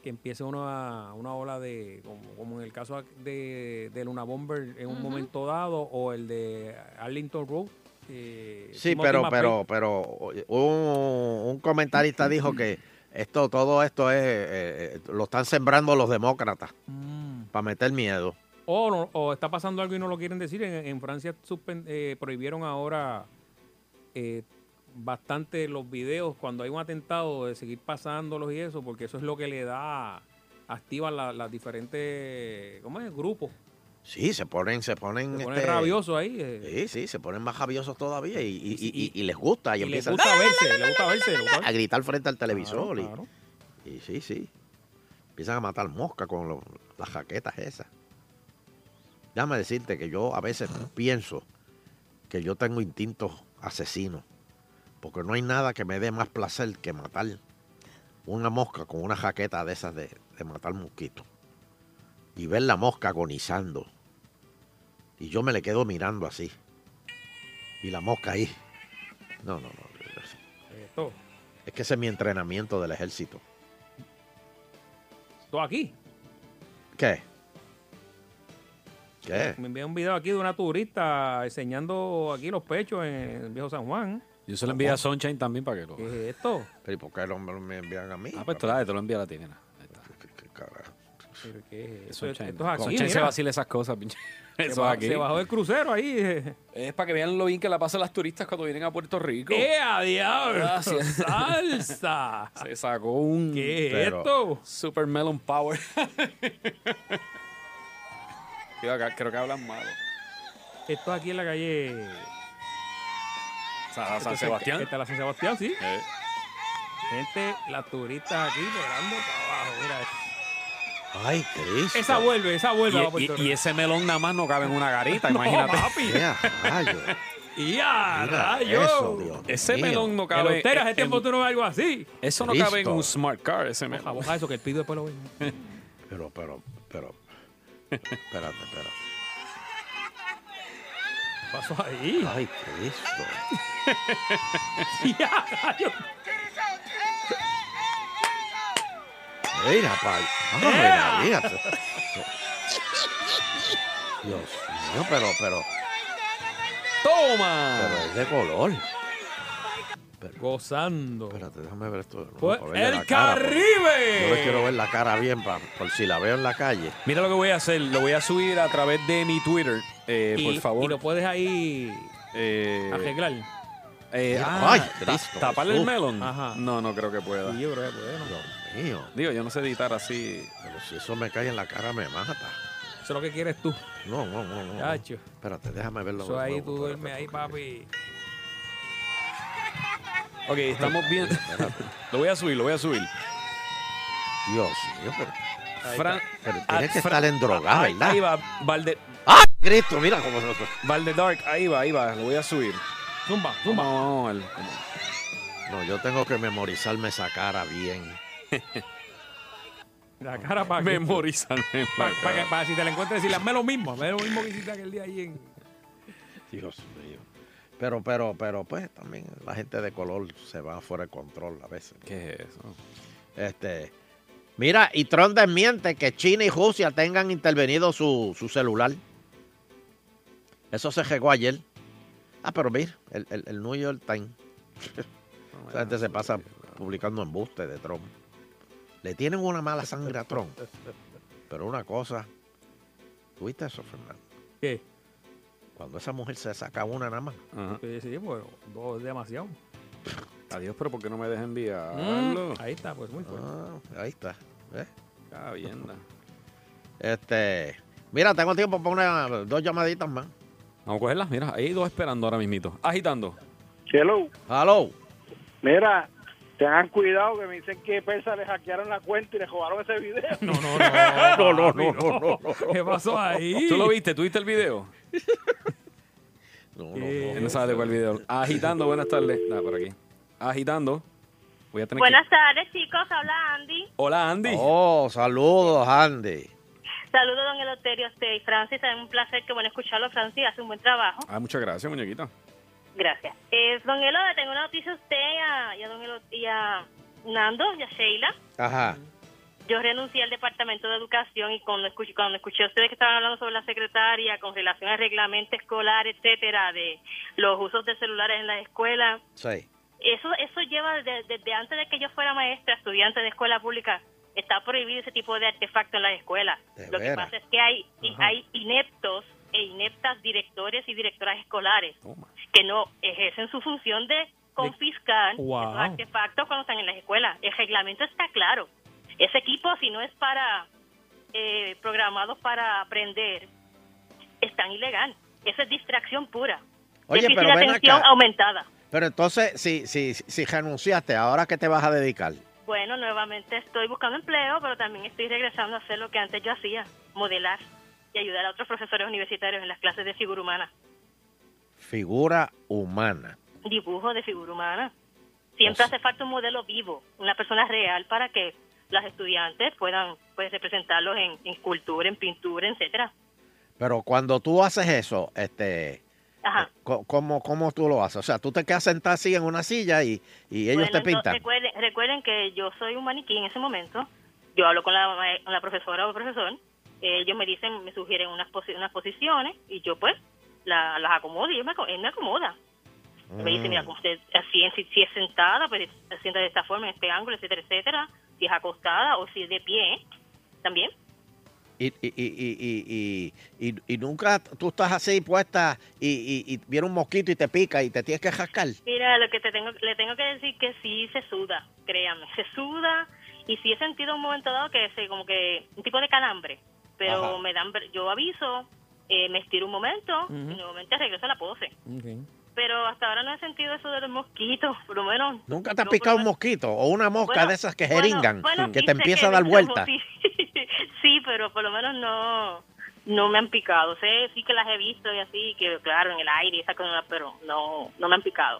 Speaker 2: que empiece una, una ola de, como, como en el caso de, de Luna Bomber en un
Speaker 3: Ujú.
Speaker 2: momento dado, o el de Arlington Road. eh,
Speaker 3: Sí,
Speaker 2: Timothy
Speaker 3: pero,
Speaker 2: McVeigh.
Speaker 3: pero, pero oye, un, un comentarista dijo que esto, todo esto es, eh, eh, lo están sembrando los demócratas
Speaker 2: Mm.
Speaker 3: para meter miedo.
Speaker 2: O, no- o está pasando algo y no lo quieren decir. En, en Francia suspen- eh, prohibieron ahora eh, bastante los videos cuando hay un atentado de seguir pasándolos y eso, porque eso es lo que le da, activa la- las diferentes, ¿cómo es? Grupos.
Speaker 3: Sí, se ponen, se ponen, este,
Speaker 2: Se ponen rabiosos ahí. eh,
Speaker 3: Sí, sí, se ponen más rabiosos todavía y, y- y- y- y les gusta y,
Speaker 2: y les
Speaker 3: empiezan
Speaker 2: gusta verse, les gusta verse. les gusta
Speaker 3: a
Speaker 2: verse.
Speaker 3: gritar frente al televisor y-
Speaker 2: claro.
Speaker 3: y, sí, sí, empiezan a matar mosca con lo- las jaquetas esas. Déjame decirte que yo a veces pienso que yo tengo instintos asesinos, porque no hay nada que me dé más placer que matar una mosca con una jaqueta de esas de, de matar mosquitos y ver la mosca agonizando. Y yo me le quedo mirando así. Y la mosca ahí. No, no, no.
Speaker 2: Esto,
Speaker 3: Es que ese es mi entrenamiento del ejército.
Speaker 2: todo aquí.
Speaker 3: ¿Qué? ¿Qué?
Speaker 2: Me envié un video aquí de una turista enseñando aquí los pechos en el viejo San Juan.
Speaker 6: Yo se lo envié a Sunshine también para que lo.
Speaker 2: ¿Qué es esto?
Speaker 3: Pero ¿y por qué los hombres me envían a mí?
Speaker 6: Ah, pues te lo, te lo envía a la tienda.
Speaker 2: Eh, Pero ¿qué es esto?
Speaker 6: Sunshine.
Speaker 2: Esto es aquí,
Speaker 6: Sunshine se
Speaker 2: mira.
Speaker 6: vacila esas cosas, pinche.
Speaker 2: Se
Speaker 6: Eso
Speaker 2: bajó-
Speaker 6: es aquí.
Speaker 2: Se bajó del crucero ahí. eh.
Speaker 6: Es para que vean lo bien que la pasan las turistas cuando vienen a Puerto Rico.
Speaker 2: ¡Eh, a diablo!
Speaker 6: Ah, sí.
Speaker 2: ¡Salsa!
Speaker 6: Se sacó un.
Speaker 2: ¿Qué es esto?
Speaker 6: Super Melon Power. Yo acá creo que hablan malo.
Speaker 2: Esto es aquí en la calle.
Speaker 6: Sa- San
Speaker 2: Entonces,
Speaker 6: Sebastián. Eh.
Speaker 2: que Está la San Sebastián, sí. Gente, las turistas aquí volando para abajo. Mira,
Speaker 3: Ay, Cristo.
Speaker 2: esa vuelve, esa
Speaker 6: Y,
Speaker 2: vuelve. a
Speaker 6: y-
Speaker 2: Puerto
Speaker 6: y
Speaker 2: Rico.
Speaker 6: ese melón nada más no cabe en una garita,
Speaker 2: No,
Speaker 6: imagínate.
Speaker 2: papi.
Speaker 3: Ya, rayo.
Speaker 2: Y, ¡Y a
Speaker 6: Mira
Speaker 2: rayos!
Speaker 6: eso, Dios Ese mío. melón no cabe
Speaker 2: Eloteras,
Speaker 6: en-
Speaker 2: este tiempo tú no ves algo así.
Speaker 6: Eso no cabe en un smart car, ese me
Speaker 2: Boja, boja eso que el pido después lo ve.
Speaker 3: Pero, pero, pero. Espérate, espérate.
Speaker 2: Pasó ahí.
Speaker 3: Ay, Cristo.
Speaker 2: ¡Ya, rayos!
Speaker 3: Mira, pal.
Speaker 10: ¡Ea!
Speaker 3: Mira, mira. Dios mío, pero, pero.
Speaker 6: ¡Toma!
Speaker 3: Pero es de color.
Speaker 2: Gozando.
Speaker 3: Espérate, déjame ver esto. de nuevo,
Speaker 2: Pues,
Speaker 3: para verle
Speaker 2: ¡el
Speaker 3: la cara, porque
Speaker 2: Caribe!
Speaker 3: Yo le quiero ver la cara bien, pa- por si la veo en la calle.
Speaker 6: Mira lo que voy a hacer. Lo voy a subir a través de mi Twitter. eh,
Speaker 2: Y-
Speaker 6: por favor.
Speaker 2: y lo puedes ahí arreglar.
Speaker 6: Eh,
Speaker 2: Mira,
Speaker 6: ah,
Speaker 2: ay,
Speaker 6: ta-
Speaker 2: Cristo,
Speaker 6: ¿Taparle el
Speaker 2: Jesús.
Speaker 6: melón?
Speaker 2: Ajá.
Speaker 6: No, no creo que pueda.
Speaker 2: Sí, yo creo que puede, ¿no?
Speaker 3: Mío.
Speaker 6: Digo, yo no sé editar así.
Speaker 3: Pero si eso me cae en la cara, me mata.
Speaker 2: Eso es lo que quieres tú.
Speaker 3: No, no, no, no. no.
Speaker 2: Chacho.
Speaker 3: Espérate, déjame verlo.
Speaker 2: Eso
Speaker 3: de
Speaker 2: ahí
Speaker 3: nuevo,
Speaker 2: tú
Speaker 3: espérate.
Speaker 2: duermes ahí, papi.
Speaker 6: Ok, estamos bien. lo voy a subir, lo voy a subir.
Speaker 3: Dios mío, pero.
Speaker 6: Fran-
Speaker 3: Pero
Speaker 6: Ah,
Speaker 3: tienes que
Speaker 6: Fran-
Speaker 3: estar en droga,
Speaker 6: ahí,
Speaker 3: ¿verdad?
Speaker 6: ahí va, Valde.
Speaker 3: ¡Ah! Cristo, mira cómo se
Speaker 6: Valde Dark, ahí va, ahí va, lo voy a subir.
Speaker 2: Zumba, zumba.
Speaker 6: Vamos, vamos, vamos.
Speaker 3: No, yo tengo que memorizarme esa cara bien.
Speaker 2: La cara para que.
Speaker 6: Memorizarme.
Speaker 2: Para, que para si te la encuentres, decirle, hazme lo mismo. Hazme lo mismo que hiciste aquel día ahí en.
Speaker 3: Dios mío. Pero, pero, pero, pues también la gente de color se va fuera de control a veces.
Speaker 6: ¿Qué es eso?
Speaker 3: Este. Mira, y Trump desmiente que China y Rusia tengan intervenido su, su celular. Eso se llegó ayer. Ah, pero mira, el, el, el New York Times. Esa gente se pasa publicando embustes de Trump. Le tienen una mala sangre a Trump. Pero una cosa, ¿tuviste eso, Fernando?
Speaker 2: ¿Qué?
Speaker 3: Cuando esa mujer se sacaba una nada más.
Speaker 2: Sí, sí, bueno, dos demasiado.
Speaker 6: Adiós, pero ¿por qué no me dejan
Speaker 2: Mm,
Speaker 6: enviarlo?
Speaker 2: Ahí está, pues muy fuerte.
Speaker 3: Mm. ahí está. ¿ves?
Speaker 6: Ah, bien. da.
Speaker 3: Este, mira, tengo tiempo para una, dos llamaditas más.
Speaker 6: Vamos a cogerlas, mira, hay dos esperando ahora mismito. Agitando.
Speaker 15: Hello.
Speaker 3: Hello.
Speaker 15: Mira, tengan cuidado que me dicen que Persa le hackearon la cuenta y le robaron ese video. No, no,
Speaker 6: No, no,
Speaker 2: no, no, no, no. Ah, ¿Qué pasó ahí?
Speaker 6: ¿Tú lo viste? ¿Tuviste el video?
Speaker 3: No, no,
Speaker 6: Él no sabe de cuál video. Agitando, buenas tardes. Da, por aquí. Agitando. Voy a tener
Speaker 16: Buenas tardes, chicos. Habla Andy.
Speaker 6: que... Hola, Andy.
Speaker 3: Oh, saludos, Andy.
Speaker 16: Saludos, don Eloterio. a Usted y Francis, es un placer que bueno escucharlo. Francis hace un buen trabajo.
Speaker 6: Ah, muchas gracias, muñequita.
Speaker 16: Gracias. Eh, don Elo, le tengo una noticia a usted y a, y a don Elo- y a Nando y a Sheila.
Speaker 3: Ajá.
Speaker 16: Yo renuncié al Departamento de Educación y cuando escuché, cuando escuché a ustedes que estaban hablando sobre la secretaria con relación al reglamento escolar, etcétera, de los usos de celulares en las escuelas,
Speaker 3: Sí.
Speaker 16: eso eso lleva desde, desde antes de que yo fuera maestra, estudiante de escuela pública, está prohibido ese tipo de artefacto en las escuelas.
Speaker 3: De
Speaker 16: Lo que
Speaker 3: veras.
Speaker 16: pasa es que hay y
Speaker 3: Ajá.
Speaker 16: hay ineptos e ineptas directores y directoras escolares que no ejercen su función de confiscar
Speaker 10: Wow.
Speaker 16: esos artefactos cuando están en las escuelas. El reglamento está claro. Ese equipo, si no es para eh, programados para aprender, es tan ilegal. Eso es distracción pura.
Speaker 3: Oye,
Speaker 16: Déficit
Speaker 3: pero
Speaker 16: de
Speaker 3: ven
Speaker 16: atención
Speaker 3: acá.
Speaker 16: aumentada.
Speaker 3: Pero entonces, si, si, si renunciaste, ¿ahora qué te vas a dedicar?
Speaker 16: Bueno, nuevamente estoy buscando empleo, pero también estoy regresando a hacer lo que antes yo hacía, modelar y ayudar a otros profesores universitarios en las clases de figura humana,
Speaker 3: Figura humana.
Speaker 16: dibujo de figura humana. Siempre hace falta un modelo vivo, una persona real para que las estudiantes puedan pues, representarlos en, en escultura, en pintura, etcétera.
Speaker 3: Pero cuando tú haces eso, este,
Speaker 16: Ajá.
Speaker 3: co- ¿cómo, ¿cómo tú lo haces? O sea, tú te quedas sentado así en una silla y, y ellos
Speaker 16: Bueno,
Speaker 3: te pintan.
Speaker 16: entonces, recuerden, recuerden que yo soy un maniquí en ese momento. Yo hablo con la, ma- con la profesora o profesor. eh, ellos me dicen, me sugieren unas, posi- unas posiciones y yo pues la- las acomodo y él me, aco- él me acomoda. Me dice,
Speaker 3: Mm.
Speaker 16: mira, como usted así, si, si es sentada, pues sienta de esta forma, en este ángulo, etcétera, etcétera. Si es acostada o si es de pie, también.
Speaker 3: Y, y, y, y, y, y- y- y nunca tú estás así puesta y, y, y viene un mosquito y te pica y te tienes que jascar.
Speaker 16: Mira, lo que te tengo, le tengo que decir que sí se suda, créanme, se suda y sí he sentido un momento dado que se como que un tipo de calambre, pero
Speaker 10: Ajá.
Speaker 16: me dan, ver- yo aviso, eh, me estiro un momento
Speaker 10: Ujú.
Speaker 16: y nuevamente regreso a la pose. Pero hasta ahora no he sentido eso de los mosquitos, por lo menos.
Speaker 3: Nunca te has
Speaker 16: yo
Speaker 3: picado
Speaker 16: por
Speaker 3: un
Speaker 16: lo-
Speaker 3: mosquito o una mosca
Speaker 16: Bueno,
Speaker 3: de esas que
Speaker 16: bueno,
Speaker 3: jeringan,
Speaker 16: bueno,
Speaker 3: que
Speaker 16: sí sé
Speaker 3: te empieza a
Speaker 16: que
Speaker 3: dar
Speaker 16: dicen
Speaker 3: vueltas.
Speaker 16: como sí. sí, pero por lo menos no, No me han picado. Sé, sí que las he visto y así, que claro, en el aire, y esa cosa, pero no, no me han picado.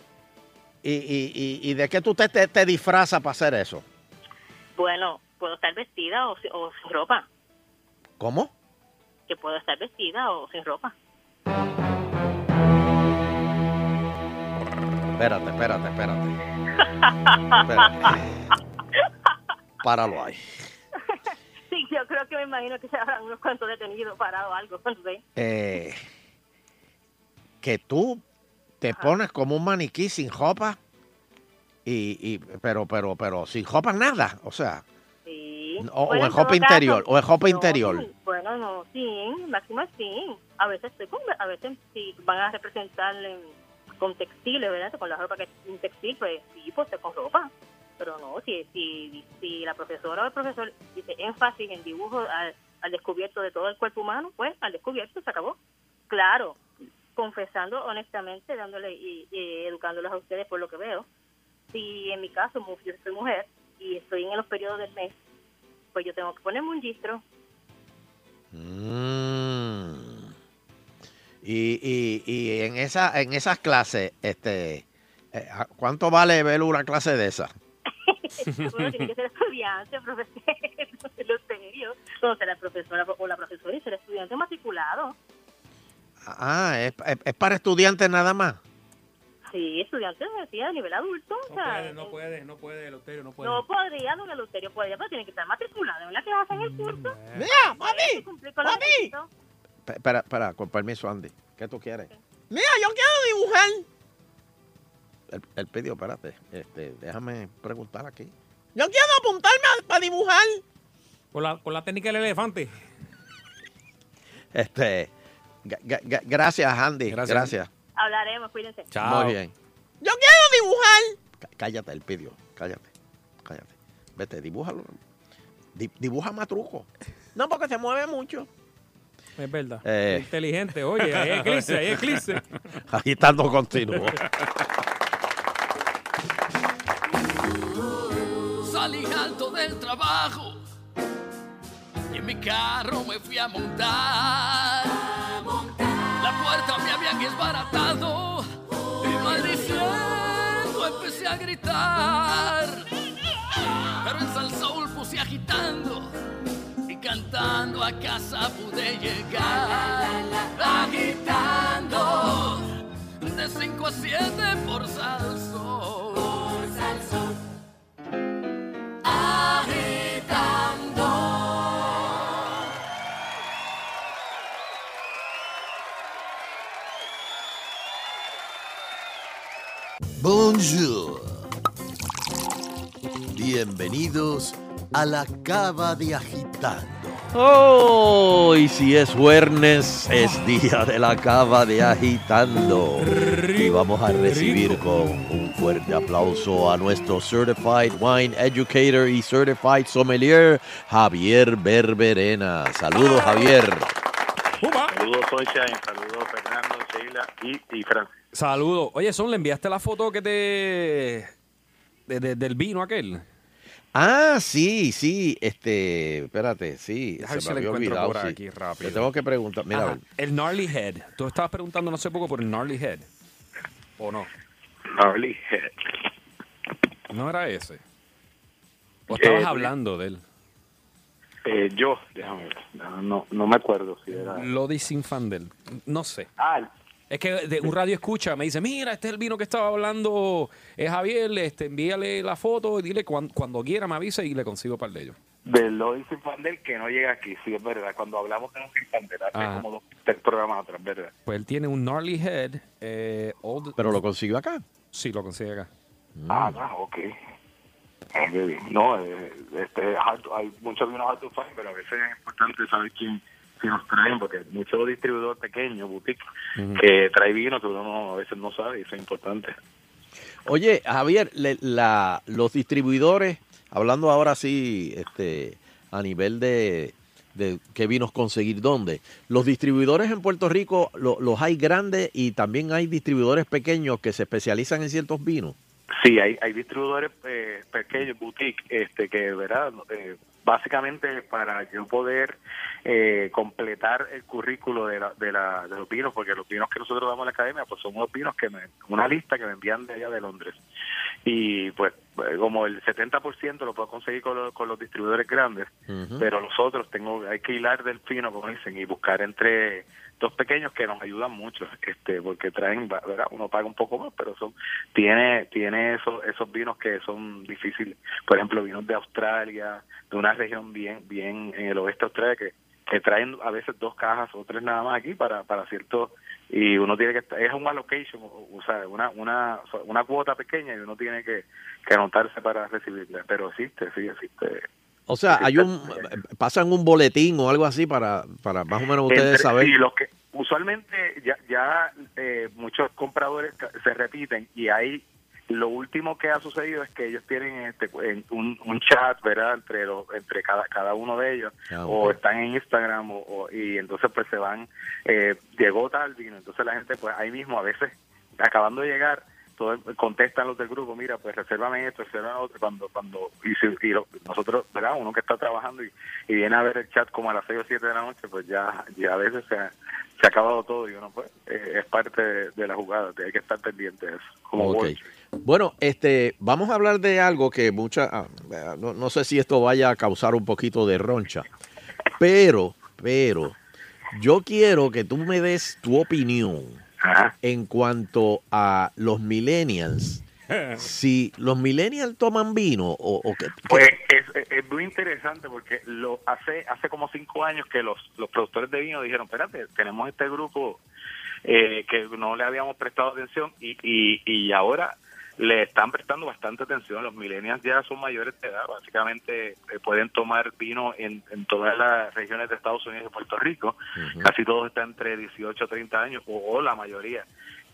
Speaker 3: ¿Y, y, y- y de qué tú te, te, te disfrazas para hacer eso?
Speaker 16: Bueno, puedo estar vestida o, si- o sin ropa.
Speaker 3: ¿Cómo?
Speaker 16: Que puedo estar vestida o sin ropa.
Speaker 3: Espérate, espérate, espérate. Espérate. Páralo ahí.
Speaker 16: Sí, yo creo que me imagino que se habrán unos cuantos detenidos, parados, algo, no sé.
Speaker 3: Eh, que tú te pones como un maniquí sin ropa y, y- pero pero pero sin ropa nada o sea
Speaker 16: Sí.
Speaker 3: o, o
Speaker 16: Bueno,
Speaker 3: en
Speaker 16: todo
Speaker 3: ropa interior
Speaker 16: caso-
Speaker 3: o en
Speaker 16: No,
Speaker 3: ropa interior
Speaker 16: sí, Bueno, no, sí, máximo sí. A veces estoy con- a veces sí, van a representar en- con textiles, ¿verdad? Con la ropa que es un textil, pues sí, pues con ropa. Pero no, si, si, si la profesora o el profesor dice énfasis en dibujo al, al descubierto de todo el cuerpo humano, pues al descubierto se acabó. Claro, confesando honestamente, dándole y, y educándolos a ustedes por lo que veo. Si en mi caso mu- yo soy mujer y estoy en los periodos del mes, pues yo tengo que ponerme un gistro.
Speaker 3: Mm. y, y, y en esa en esas clases este eh, ¿a- cuánto vale ver una clase de esa
Speaker 16: Uno tiene que ser estudiante, profesor, lo serio. O sea, la profesora o la profesora y ser estudiante matriculado.
Speaker 3: ah es, es- es para estudiantes nada más
Speaker 16: Sí, estudiante decía de nivel adulto. o
Speaker 6: Ah.
Speaker 16: sea,
Speaker 2: No puede, no puede, Eleuterio, no puede. Mm,
Speaker 16: No podría, don Eleuterio, podría, pero tiene que estar matriculado en la que hacen el curso.
Speaker 3: Mira,
Speaker 16: mami, mami.
Speaker 3: Pe- espera espera con permiso Andy qué tú quieres
Speaker 17: Mira, yo quiero dibujar.
Speaker 3: él, él pidió espérate este déjame preguntar aquí
Speaker 17: Yo quiero apuntarme para dibujar.
Speaker 2: Con la, con la técnica del elefante.
Speaker 3: Este, ga- ga- ga- gracias, Andy. Gracias.
Speaker 16: Hablaremos, cuídense.
Speaker 3: Muy bien.
Speaker 17: Yo quiero dibujar.
Speaker 3: Cá- Cállate, el pidió. Cállate. Cállate. Vete, dibújalo. Di- dibuja matruco.
Speaker 17: No, porque se mueve mucho.
Speaker 2: Es verdad.
Speaker 3: Eh.
Speaker 2: Inteligente, oye, hay eclipse, hay eclipse.
Speaker 3: Agitando continuo.
Speaker 9: Salí alto del trabajo y en mi carro me fui a montar. La puerta me habían desbaratado y maldiciendo empecé a gritar. Pero en Salsoul puse agitando y cantando a casa pude llegar. Agitando de 5 a 7 por Salsoul. Por Salsoul. Agitando.
Speaker 18: Bonjour. Bienvenidos a la cava de agitando.
Speaker 3: Oh, y si es viernes, es día de la cava de agitando. Y vamos a recibir con un fuerte aplauso a nuestro Certified Wine Educator y Certified Sommelier, Javier Berberena. Saludos, Javier.
Speaker 7: Saludos, Sunshine. Saludos, Fernando, Sheila y, y Fran.
Speaker 6: Saludos. Oye, Son, le enviaste la foto que te. de- de- del vino aquel.
Speaker 3: Ah, sí, sí, este, espérate, sí,
Speaker 6: Déjame ver si
Speaker 3: se me
Speaker 6: la
Speaker 3: había
Speaker 6: encuentro
Speaker 3: olvidado,
Speaker 6: por
Speaker 3: sí.
Speaker 6: aquí rápido.
Speaker 3: Le tengo que preguntar, mira, a
Speaker 6: Ajá,
Speaker 3: ver.
Speaker 6: Ah, el Gnarly Head. Tú estabas preguntando no sé poco por el Gnarly Head. ¿O no?
Speaker 7: Gnarly Head.
Speaker 6: ¿No era ese? ¿O
Speaker 7: Eh,
Speaker 6: estabas hablando de él?
Speaker 7: Eh, yo, déjame ver. No, no, no me acuerdo si era.
Speaker 6: Lodi Sinfandel. No sé.
Speaker 7: Ah,
Speaker 6: Es que de un radio escucha me dice, mira, este es el vino que estaba hablando eh, Javier, este, envíale la foto y dile cuan- cuando quiera me avisa y le consigo un par de ellos.
Speaker 7: de Lloyd Sinfandel que no llega aquí, sí, es verdad. Cuando hablamos de Sinfandel hace
Speaker 6: Ajá.
Speaker 7: como dos, tres programas atrás, ¿verdad?
Speaker 6: Pues él tiene un Gnarly Head. eh, old-
Speaker 3: pero lo consiguió acá.
Speaker 6: Sí, lo consigue acá.
Speaker 7: Ah, ah, ok. Ah, qué bien. No, eh, este, hard to- hay muchos vinos hard to find, pero a veces es importante saber quién, quién los traen, porque muchos distribuidores pequeños, boutiques,
Speaker 3: Mm.
Speaker 7: que trae vino que uno no- a veces no sabe, y eso es importante.
Speaker 3: Oye, Javier, le- la- los distribuidores, hablando ahora sí, este, a nivel de, de qué vinos conseguir dónde, los distribuidores en Puerto Rico lo- los hay grandes y también hay distribuidores pequeños que se especializan en ciertos vinos.
Speaker 7: Sí, hay, hay distribuidores eh, pequeños, boutique, este, que, ¿verdad? Eh, básicamente para yo poder eh, completar el currículo de, la, de, la, de los vinos, porque los vinos que nosotros damos en la academia, pues son unos vinos que me, una lista que me envían de allá de Londres. Y pues eh, como el 70% lo puedo conseguir con, los- con los distribuidores grandes,
Speaker 10: Ujú.
Speaker 7: pero los otros tengo, hay que hilar del fino, como dicen, y buscar entre dos pequeños que nos ayudan mucho, este, porque traen, va- ¿verdad? Uno paga un poco más, pero son tiene tiene esos esos vinos que son difíciles por ejemplo vinos de Australia de una región bien bien en el oeste de Australia que, que traen a veces dos cajas o tres nada más aquí para para ciertos y uno tiene que estar- es un allocation o o sea una una o sea, una cuota pequeña y uno tiene que, que anotarse para recibirla pero existe sí existe
Speaker 3: O sea, hay un pasan un boletín o algo así para, para más o menos ustedes
Speaker 7: Entre-
Speaker 3: saber.
Speaker 7: sí, los que usualmente ya, ya eh, muchos compradores ca- se repiten y ahí lo último que ha sucedido es que ellos tienen este en un, un chat, ¿verdad? Entre los entre cada cada uno de ellos
Speaker 3: Ah,
Speaker 7: o
Speaker 3: ok.
Speaker 7: están en Instagram o, o- y entonces pues se van eh, llegó tal vino, entonces la gente pues ahí mismo a veces acabando de llegar todo, contestan los del grupo, mira, pues resérvame esto, resérvame lo otro, cuando, cuando, y, si- y lo- nosotros, ¿verdad? Uno que está trabajando y, y viene a ver el chat como a las 6 o 7 de la noche, pues ya, ya a veces se ha, se ha acabado todo y uno, pues, eh, es parte de, de la jugada, hay que estar pendiente de eso.
Speaker 3: Ok. Bueno, este, vamos a hablar de algo que mucha, ah, eh, no, no sé si esto vaya a causar un poquito de roncha, pero, pero, yo quiero que tú me des tu opinión en cuanto a los millennials. Si los millennials toman vino o, o qué- qué-
Speaker 7: Pues es, es- es muy interesante porque lo hace hace como cinco años que los, los productores de vino dijeron, espérate, tenemos este grupo eh, que no le habíamos prestado atención y, y, y ahora le están prestando bastante atención. Los millennials ya son mayores de edad, básicamente eh, pueden tomar vino en, en todas las regiones de Estados Unidos y Puerto Rico. Casi todos están entre 18 a 30 años, o, o la mayoría.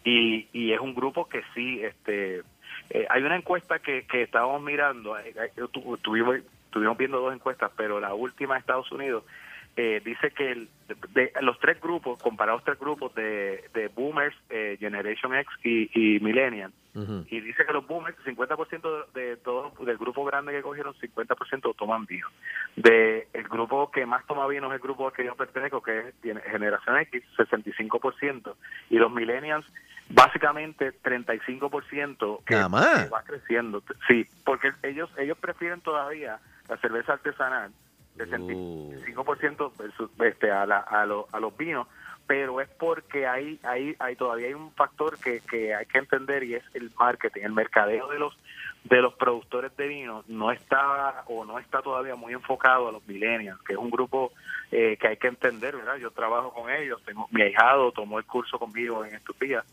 Speaker 7: Y, y es un grupo que sí, este eh, hay una encuesta que, que estábamos mirando, eh, eh, tu- tuvimos, estuvimos viendo dos encuestas, pero la última de Estados Unidos eh, dice que el- de, los tres grupos, comparados tres grupos de, de boomers, eh, Generation X y, y Millennial, y dice que los boomers, 50% de, de todo, del grupo grande que cogieron, 50% toman vino. De el grupo que más toma vino es el grupo al que yo pertenezco, que es tiene- Generación X, 65%. Y los millennials, básicamente 35%. Que,
Speaker 3: Nada más.
Speaker 7: que va creciendo. Sí, porque ellos, ellos prefieren todavía la cerveza artesanal, 65% versus, este, a, la, a, lo- a los vinos, pero es porque hay, hay, hay todavía hay un factor que, que hay que entender y es el marketing, el mercadeo de los de los productores de vino no está o no está todavía muy enfocado a los millennials, que es un grupo eh, que hay que entender, ¿verdad? Yo trabajo con ellos, tengo mi ahijado tomó el curso conmigo en estos días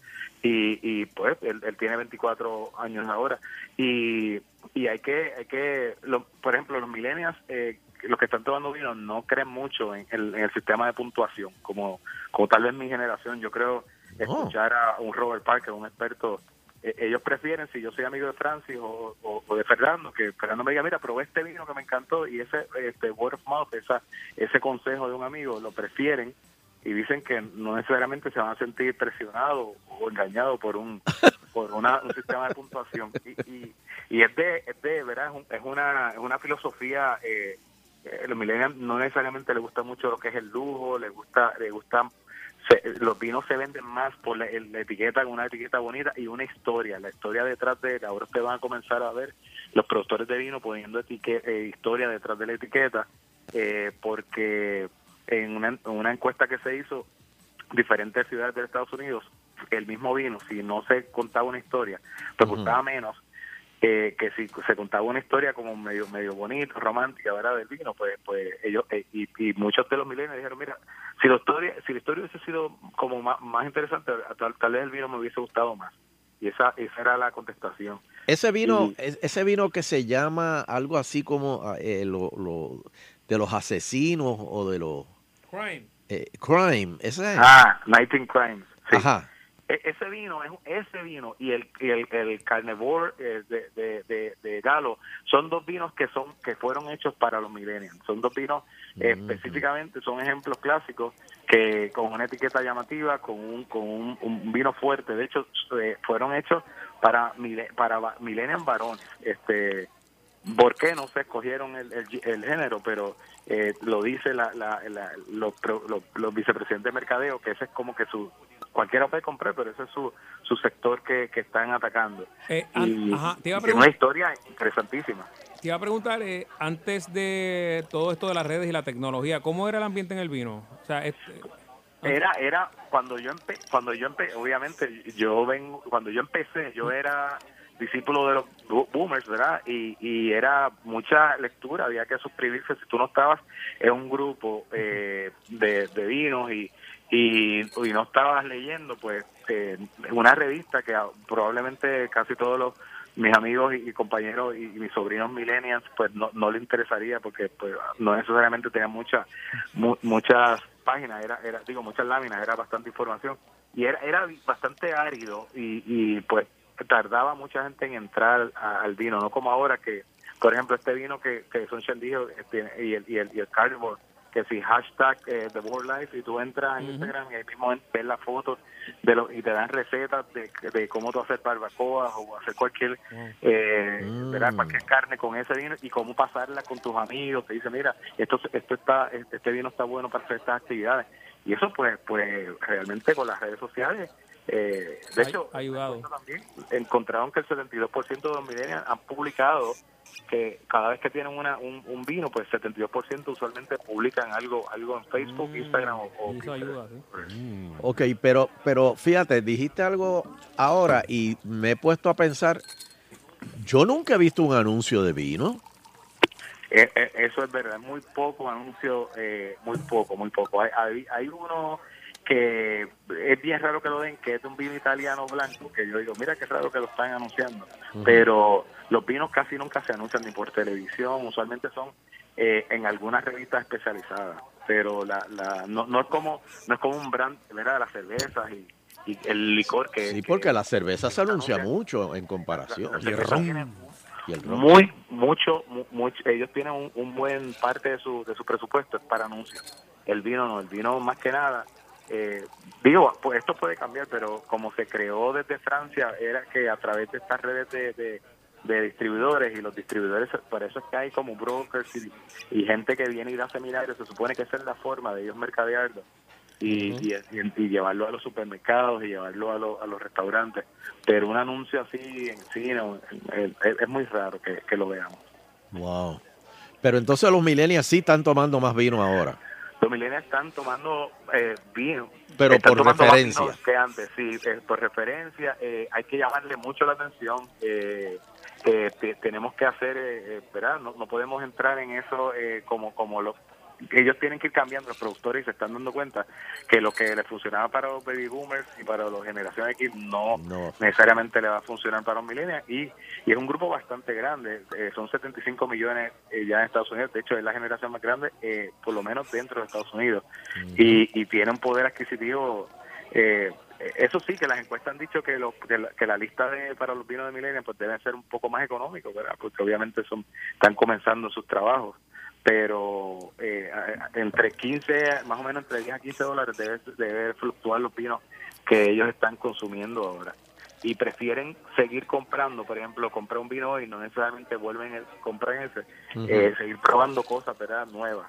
Speaker 7: y, y pues él, él tiene 24 años ahora y, y hay que hay que lo- por ejemplo los millennials eh, los que están tomando vino no creen mucho en el, en el sistema de puntuación como como tal vez mi generación yo creo escuchar a un Robert Parker un experto eh, ellos prefieren si yo soy amigo de Francis o, o- o de Fernando que Fernando me diga mira probé este vino que me encantó y ese este word of mouth esa, ese consejo de un amigo lo prefieren y dicen que no necesariamente se van a sentir presionados o engañados por un por una- un sistema de puntuación y, y, y es de es de verdad es, un- es una es una filosofía eh, eh, los millennials no necesariamente les gusta mucho lo que es el lujo les gusta les gustan se- los vinos se venden más por la, el- la etiqueta una etiqueta bonita y una historia la historia detrás de él ahora ustedes van a comenzar a ver los productores de vino poniendo etique- eh, historia detrás de la etiqueta eh, porque en una, en una encuesta que se hizo diferentes ciudades de Estados Unidos el mismo vino si no se contaba una historia pues
Speaker 10: Ujú.
Speaker 7: gustaba menos eh, que si se contaba una historia como medio medio bonito romántica verdad del vino pues pues ellos eh, y, y muchos de los milenios dijeron mira si la historia si la historia hubiese sido como más, más interesante tal, tal vez el vino me hubiese gustado más y esa esa era la contestación
Speaker 3: Ese vino,
Speaker 7: Y-
Speaker 3: es- ese vino que se llama algo así como ah, eh, lo- lo- de los asesinos o de los
Speaker 2: Crime.
Speaker 3: eh, crime, ese es.
Speaker 7: Ah, Nighting Crimes.
Speaker 3: Ajá.
Speaker 7: E- ese vino es un- ese vino y el y el, el carnivore eh, de, de, de, de galo son dos vinos que son que fueron hechos para los millennials son dos vinos eh, específicamente son ejemplos clásicos que con una etiqueta llamativa con un con un, un vino fuerte de hecho eh, fueron hechos para, mile- para va- millennium varones. Este, ¿Por qué no se escogieron el, el, el género? Pero eh, lo dice la, la, la- los, pro- los, los vicepresidentes de mercadeo, que ese es como que su... Cualquiera puede comprar, pero ese es su, su sector que, que están atacando.
Speaker 2: Eh,
Speaker 7: Y,
Speaker 2: an- ajá, te iba a
Speaker 7: y tiene una
Speaker 2: preguntar.
Speaker 7: historia interesantísima.
Speaker 2: Te iba a preguntar, eh, antes de todo esto de las redes y la tecnología, ¿cómo era el ambiente en el vino? O sea, este-
Speaker 7: Era, era cuando yo empe cuando yo empe obviamente yo vengo, cuando yo empecé, yo era discípulo de los bo- boomers, ¿verdad? Y, y era mucha lectura, había que suscribirse si tú no estabas en un grupo eh, de, de vinos y, y, y no estabas leyendo, pues eh, una revista que a- probablemente casi todos los mis amigos y, y compañeros y, y mis sobrinos millennials pues no, no les interesaría porque pues no necesariamente tenían mucha mu- muchas páginas, era, era, digo, muchas láminas, era bastante información. Y era, era bastante árido y, y pues tardaba mucha gente en entrar a- al vino, no como ahora que, por ejemplo, este vino que, que Sunshine dijo este, y el, y el, y el Carnivore, que si hashtag eh, The World Life y tú entras en
Speaker 19: Ujú.
Speaker 7: Instagram y ahí mismo en- ves las fotos de los y te dan recetas de, de cómo tú hacer barbacoas o hacer cualquier eh,
Speaker 2: Mm.
Speaker 7: ¿verdad? cualquier carne con ese vino y cómo pasarla con tus amigos te dice mira esto esto está este vino está bueno para hacer estas actividades y eso pues pues realmente con las redes sociales eh, de
Speaker 2: Ay-
Speaker 7: hecho
Speaker 2: ayudado.
Speaker 7: encontraron que el 72% de los millennials han publicado que cada vez que tienen una, un, un vino pues 72% usualmente publican algo algo en Facebook Instagram o, o
Speaker 2: Mm. Eso ayuda, sí.
Speaker 3: Ok, pero, pero fíjate, dijiste algo ahora y me he puesto a pensar, yo nunca he visto un anuncio de vino.
Speaker 7: Eh, eh, eso es verdad, muy poco anuncio, eh, muy poco, muy poco. Hay, hay, hay uno que es bien raro que lo den, que es de un vino italiano blanco, que yo digo, mira qué raro que lo están anunciando. Pero los vinos casi nunca se anuncian ni por televisión, usualmente son eh, en algunas revistas especializadas. Pero la, la, no, no es como no es como un brand, ¿verdad? Las cervezas y, y el licor que...
Speaker 3: Sí,
Speaker 7: que-
Speaker 3: porque la cerveza se anuncia mucho en comparación.
Speaker 7: La- la cerveza tiene
Speaker 3: Y el ron.
Speaker 7: muy mucho mu- mucho ellos tienen un, un buen parte de su, de su presupuesto es para anuncios el vino no el vino más que nada eh, digo pues esto puede cambiar pero como se creó desde Francia era que a través de estas redes de, de- de distribuidores y los distribuidores por eso es que hay como brokers y, y gente que viene y da seminarios se supone que esa es la forma de ellos mercadearlo y, y- y- y llevarlo a los supermercados y llevarlo a, lo- a los restaurantes. Pero un anuncio así en cine o en- en- es, es muy raro que, que lo veamos.
Speaker 3: Wow. Pero entonces los millennials sí están tomando más vino ahora.
Speaker 7: Los millennials están tomando eh, vino.
Speaker 3: Pero
Speaker 7: Están
Speaker 3: por
Speaker 7: tomando más vino
Speaker 3: referencia.
Speaker 7: que antes, sí, eh, por referencia. eh, hay que llamarle mucho la atención. eh, eh, te- tenemos que hacer, eh, eh, ¿verdad? No, no podemos entrar en eso eh, como, como lo, ellos tienen que ir cambiando los productores y se están dando cuenta que lo que les funcionaba para los baby boomers y para los generación X no, necesariamente le va a funcionar para los millennials y, y es un grupo bastante grande eh, son 75 millones eh, ya en Estados Unidos de hecho es la generación más grande eh, por lo menos dentro de Estados Unidos y, y tiene un poder adquisitivo eh, eso sí que las encuestas han dicho que, los- que, la, que la lista de para los vinos de millennials pues debe ser un poco más económico ¿verdad? porque obviamente son están comenzando sus trabajos pero eh, a- a- entre 15, más o menos entre 10 a 15 dólares debe, debe fluctuar los vinos que ellos están consumiendo ahora. Y prefieren seguir comprando, por ejemplo, comprar un vino hoy, no necesariamente vuelven a comprar ese,
Speaker 19: Ujú.
Speaker 7: eh, seguir probando cosas ¿verdad? nuevas.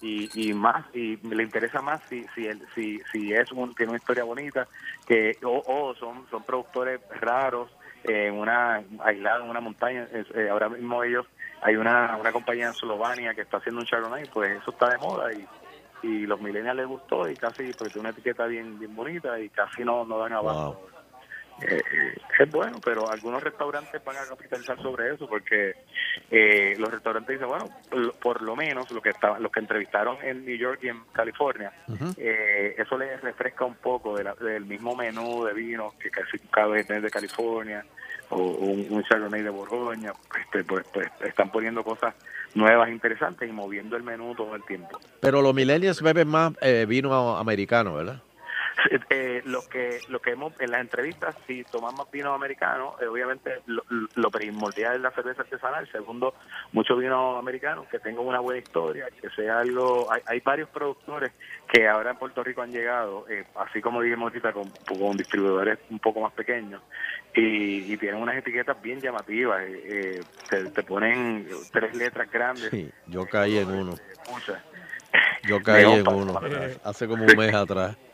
Speaker 7: Y, y más y le interesa más si si el- si, si es un, tiene una historia bonita que o, o son son productores raros en una aislada en una montaña Es- eh, ahora mismo ellos hay una, una compañía en Slovenia que está haciendo un Chardonnay, pues eso está de moda y, y los millennials les gustó y casi, pues tiene una etiqueta bien, bien bonita y casi no, no dan abajo. Eh, eh, es bueno, pero algunos restaurantes van a capitalizar sobre eso porque eh, los restaurantes dicen, bueno, lo- por lo menos lo que estaba, los que entrevistaron en New York y en California, eh, eso les refresca un poco de la- del mismo menú de vinos que casi cada vez tenés de California o un, un Chardonnay de Borgoña, este, pues, pues están poniendo cosas nuevas, interesantes y moviendo el menú todo el tiempo.
Speaker 3: Pero los millennials beben más eh, vino americano, ¿verdad?
Speaker 7: eh, lo que lo que hemos en las entrevistas si tomamos vino americano eh, obviamente lo, lo primordial es la cerveza artesanal segundo mucho vino americano que tenga una buena historia que sea algo hay, hay varios productores que ahora en Puerto Rico han llegado eh, así como dijimos ahorita con, con distribuidores un poco más pequeños y, y tienen unas etiquetas bien llamativas eh, eh, te, te ponen tres letras grandes
Speaker 3: Sí, yo caí en uno.
Speaker 7: muchas
Speaker 3: Yo caí
Speaker 7: Veo
Speaker 3: en
Speaker 7: pa-
Speaker 3: uno.
Speaker 7: pa-
Speaker 3: Hace como un mes atrás.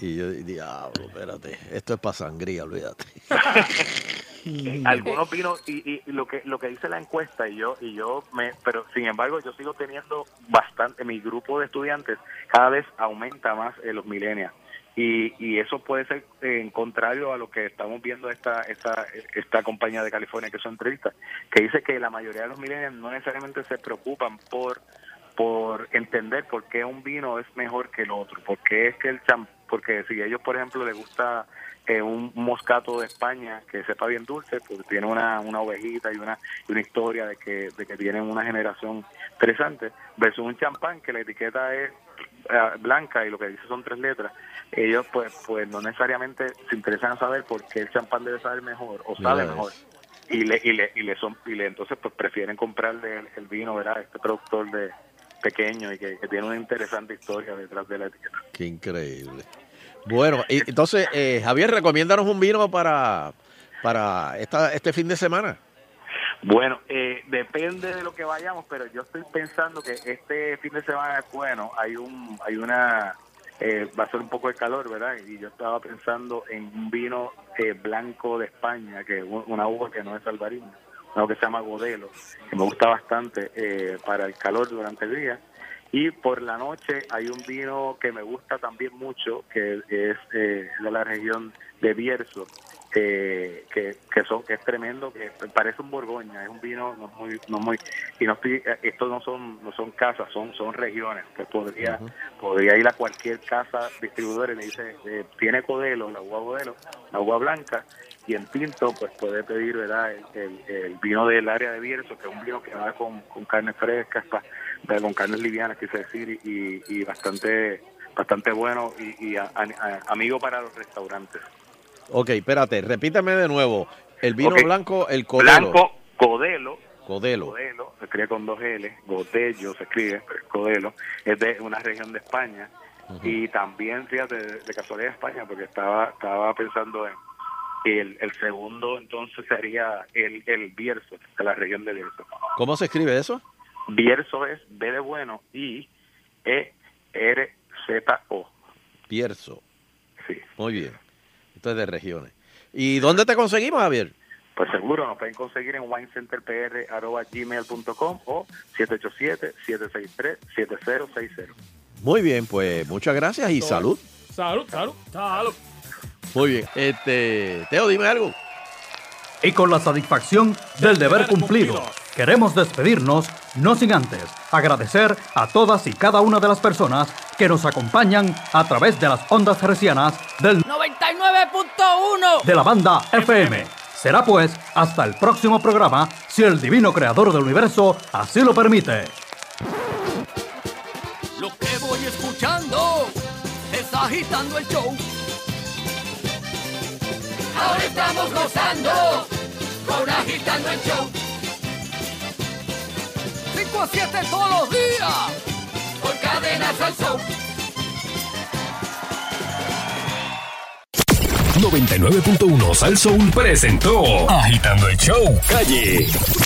Speaker 3: Y yo, diablo, espérate. Esto es para sangría, olvídate.
Speaker 7: eh, algunos vinos y, y lo que lo que dice la encuesta y yo y yo me pero sin embargo yo sigo teniendo bastante mi grupo de estudiantes cada vez aumenta más eh, los millennials y, y eso puede ser eh, en contrario a lo que estamos viendo esta esta esta compañía de California que son entrevistas que dice que la mayoría de los millennials no necesariamente se preocupan por por entender por qué un vino es mejor que el otro, por qué es que el cham porque si a ellos por ejemplo les gusta eh, un moscato de España que sepa bien dulce, porque tiene una, una ovejita y una, y una historia de que, de que tienen una generación interesante, versus un champán que la etiqueta es eh, blanca y lo que dice son tres letras, ellos pues pues no necesariamente se interesan en saber por qué el champán debe saber mejor o
Speaker 3: Mira
Speaker 7: sabe
Speaker 3: eso.
Speaker 7: mejor y le y le y le son y le entonces pues prefieren comprarle el, el vino verdad este productor de pequeño y que, que tiene una interesante historia detrás de la etiqueta
Speaker 3: Qué increíble. Bueno, y- entonces, eh, Javier, recomiéndanos un vino para, para esta, este fin de semana.
Speaker 7: bueno eh, depende de lo que vayamos pero yo estoy pensando que este fin de semana es bueno hay un hay una eh, va a ser un poco de calor verdad y yo estaba pensando en un vino eh, blanco de España que es un- una uva que no es albariño uno que se llama Godelo que me gusta bastante eh, para el calor durante el día. Y por la noche hay un vino que me gusta también mucho, que es eh, de la región de Bierzo, eh, que, que, son, que es tremendo, que parece un Borgoña, es un vino no muy... No muy y no estoy, eh, estos no son no son casas, son son regiones, que podría podría ir a cualquier casa distribuidora y le dice, eh, tiene Codelo, la uva Codelo, la uva blanca, y en tinto pues puede pedir verdad el, el- el vino del área de Bierzo que es un vino que va con, con carnes frescas pa- ¿verdad? con carnes livianas quise decir y, y bastante bastante bueno y, y a- a- a- amigo para los restaurantes
Speaker 3: Ok, espérate, repítame de nuevo. El vino
Speaker 7: Ok.
Speaker 3: blanco, el codelo.
Speaker 7: blanco Codelo
Speaker 3: Codelo.
Speaker 7: Codelo, se escribe con dos L, Godello se escribe, pero es Codelo, es de una región de España. Y también, fíjate, de, de casualidad España, porque estaba estaba pensando en el, el segundo, entonces sería el, el Bierzo, de la región de Bierzo.
Speaker 3: ¿Cómo se escribe eso?
Speaker 7: Bierzo es B de bueno y E R Z O.
Speaker 3: Pierzo.
Speaker 7: Sí.
Speaker 3: Muy bien. Esto es de regiones. ¿Y dónde te conseguimos, Javier?
Speaker 7: Pues seguro nos pueden conseguir en winecenterpr@gmail.com o 787 763 7060.
Speaker 3: Muy bien, pues muchas gracias y salud.
Speaker 2: Salud, salud, salud.
Speaker 7: eh.
Speaker 3: Muy bien. Este, Teo, dime algo.
Speaker 19: Y con la satisfacción del deber cumplido, queremos despedirnos, no sin antes agradecer a todas y cada una de las personas que nos acompañan a través de las ondas hercianas del
Speaker 10: 99.1
Speaker 19: de la banda FM. Será pues hasta el próximo programa, si el divino creador del universo así lo permite.
Speaker 9: Lo que voy escuchando es agitando el show.
Speaker 10: Ahora estamos gozando con Agitando el Show.
Speaker 9: 5 a 7 todos los días. Por cadenas al show.
Speaker 1: 99.1 Sal Soul presentó Agitando el Show Calle.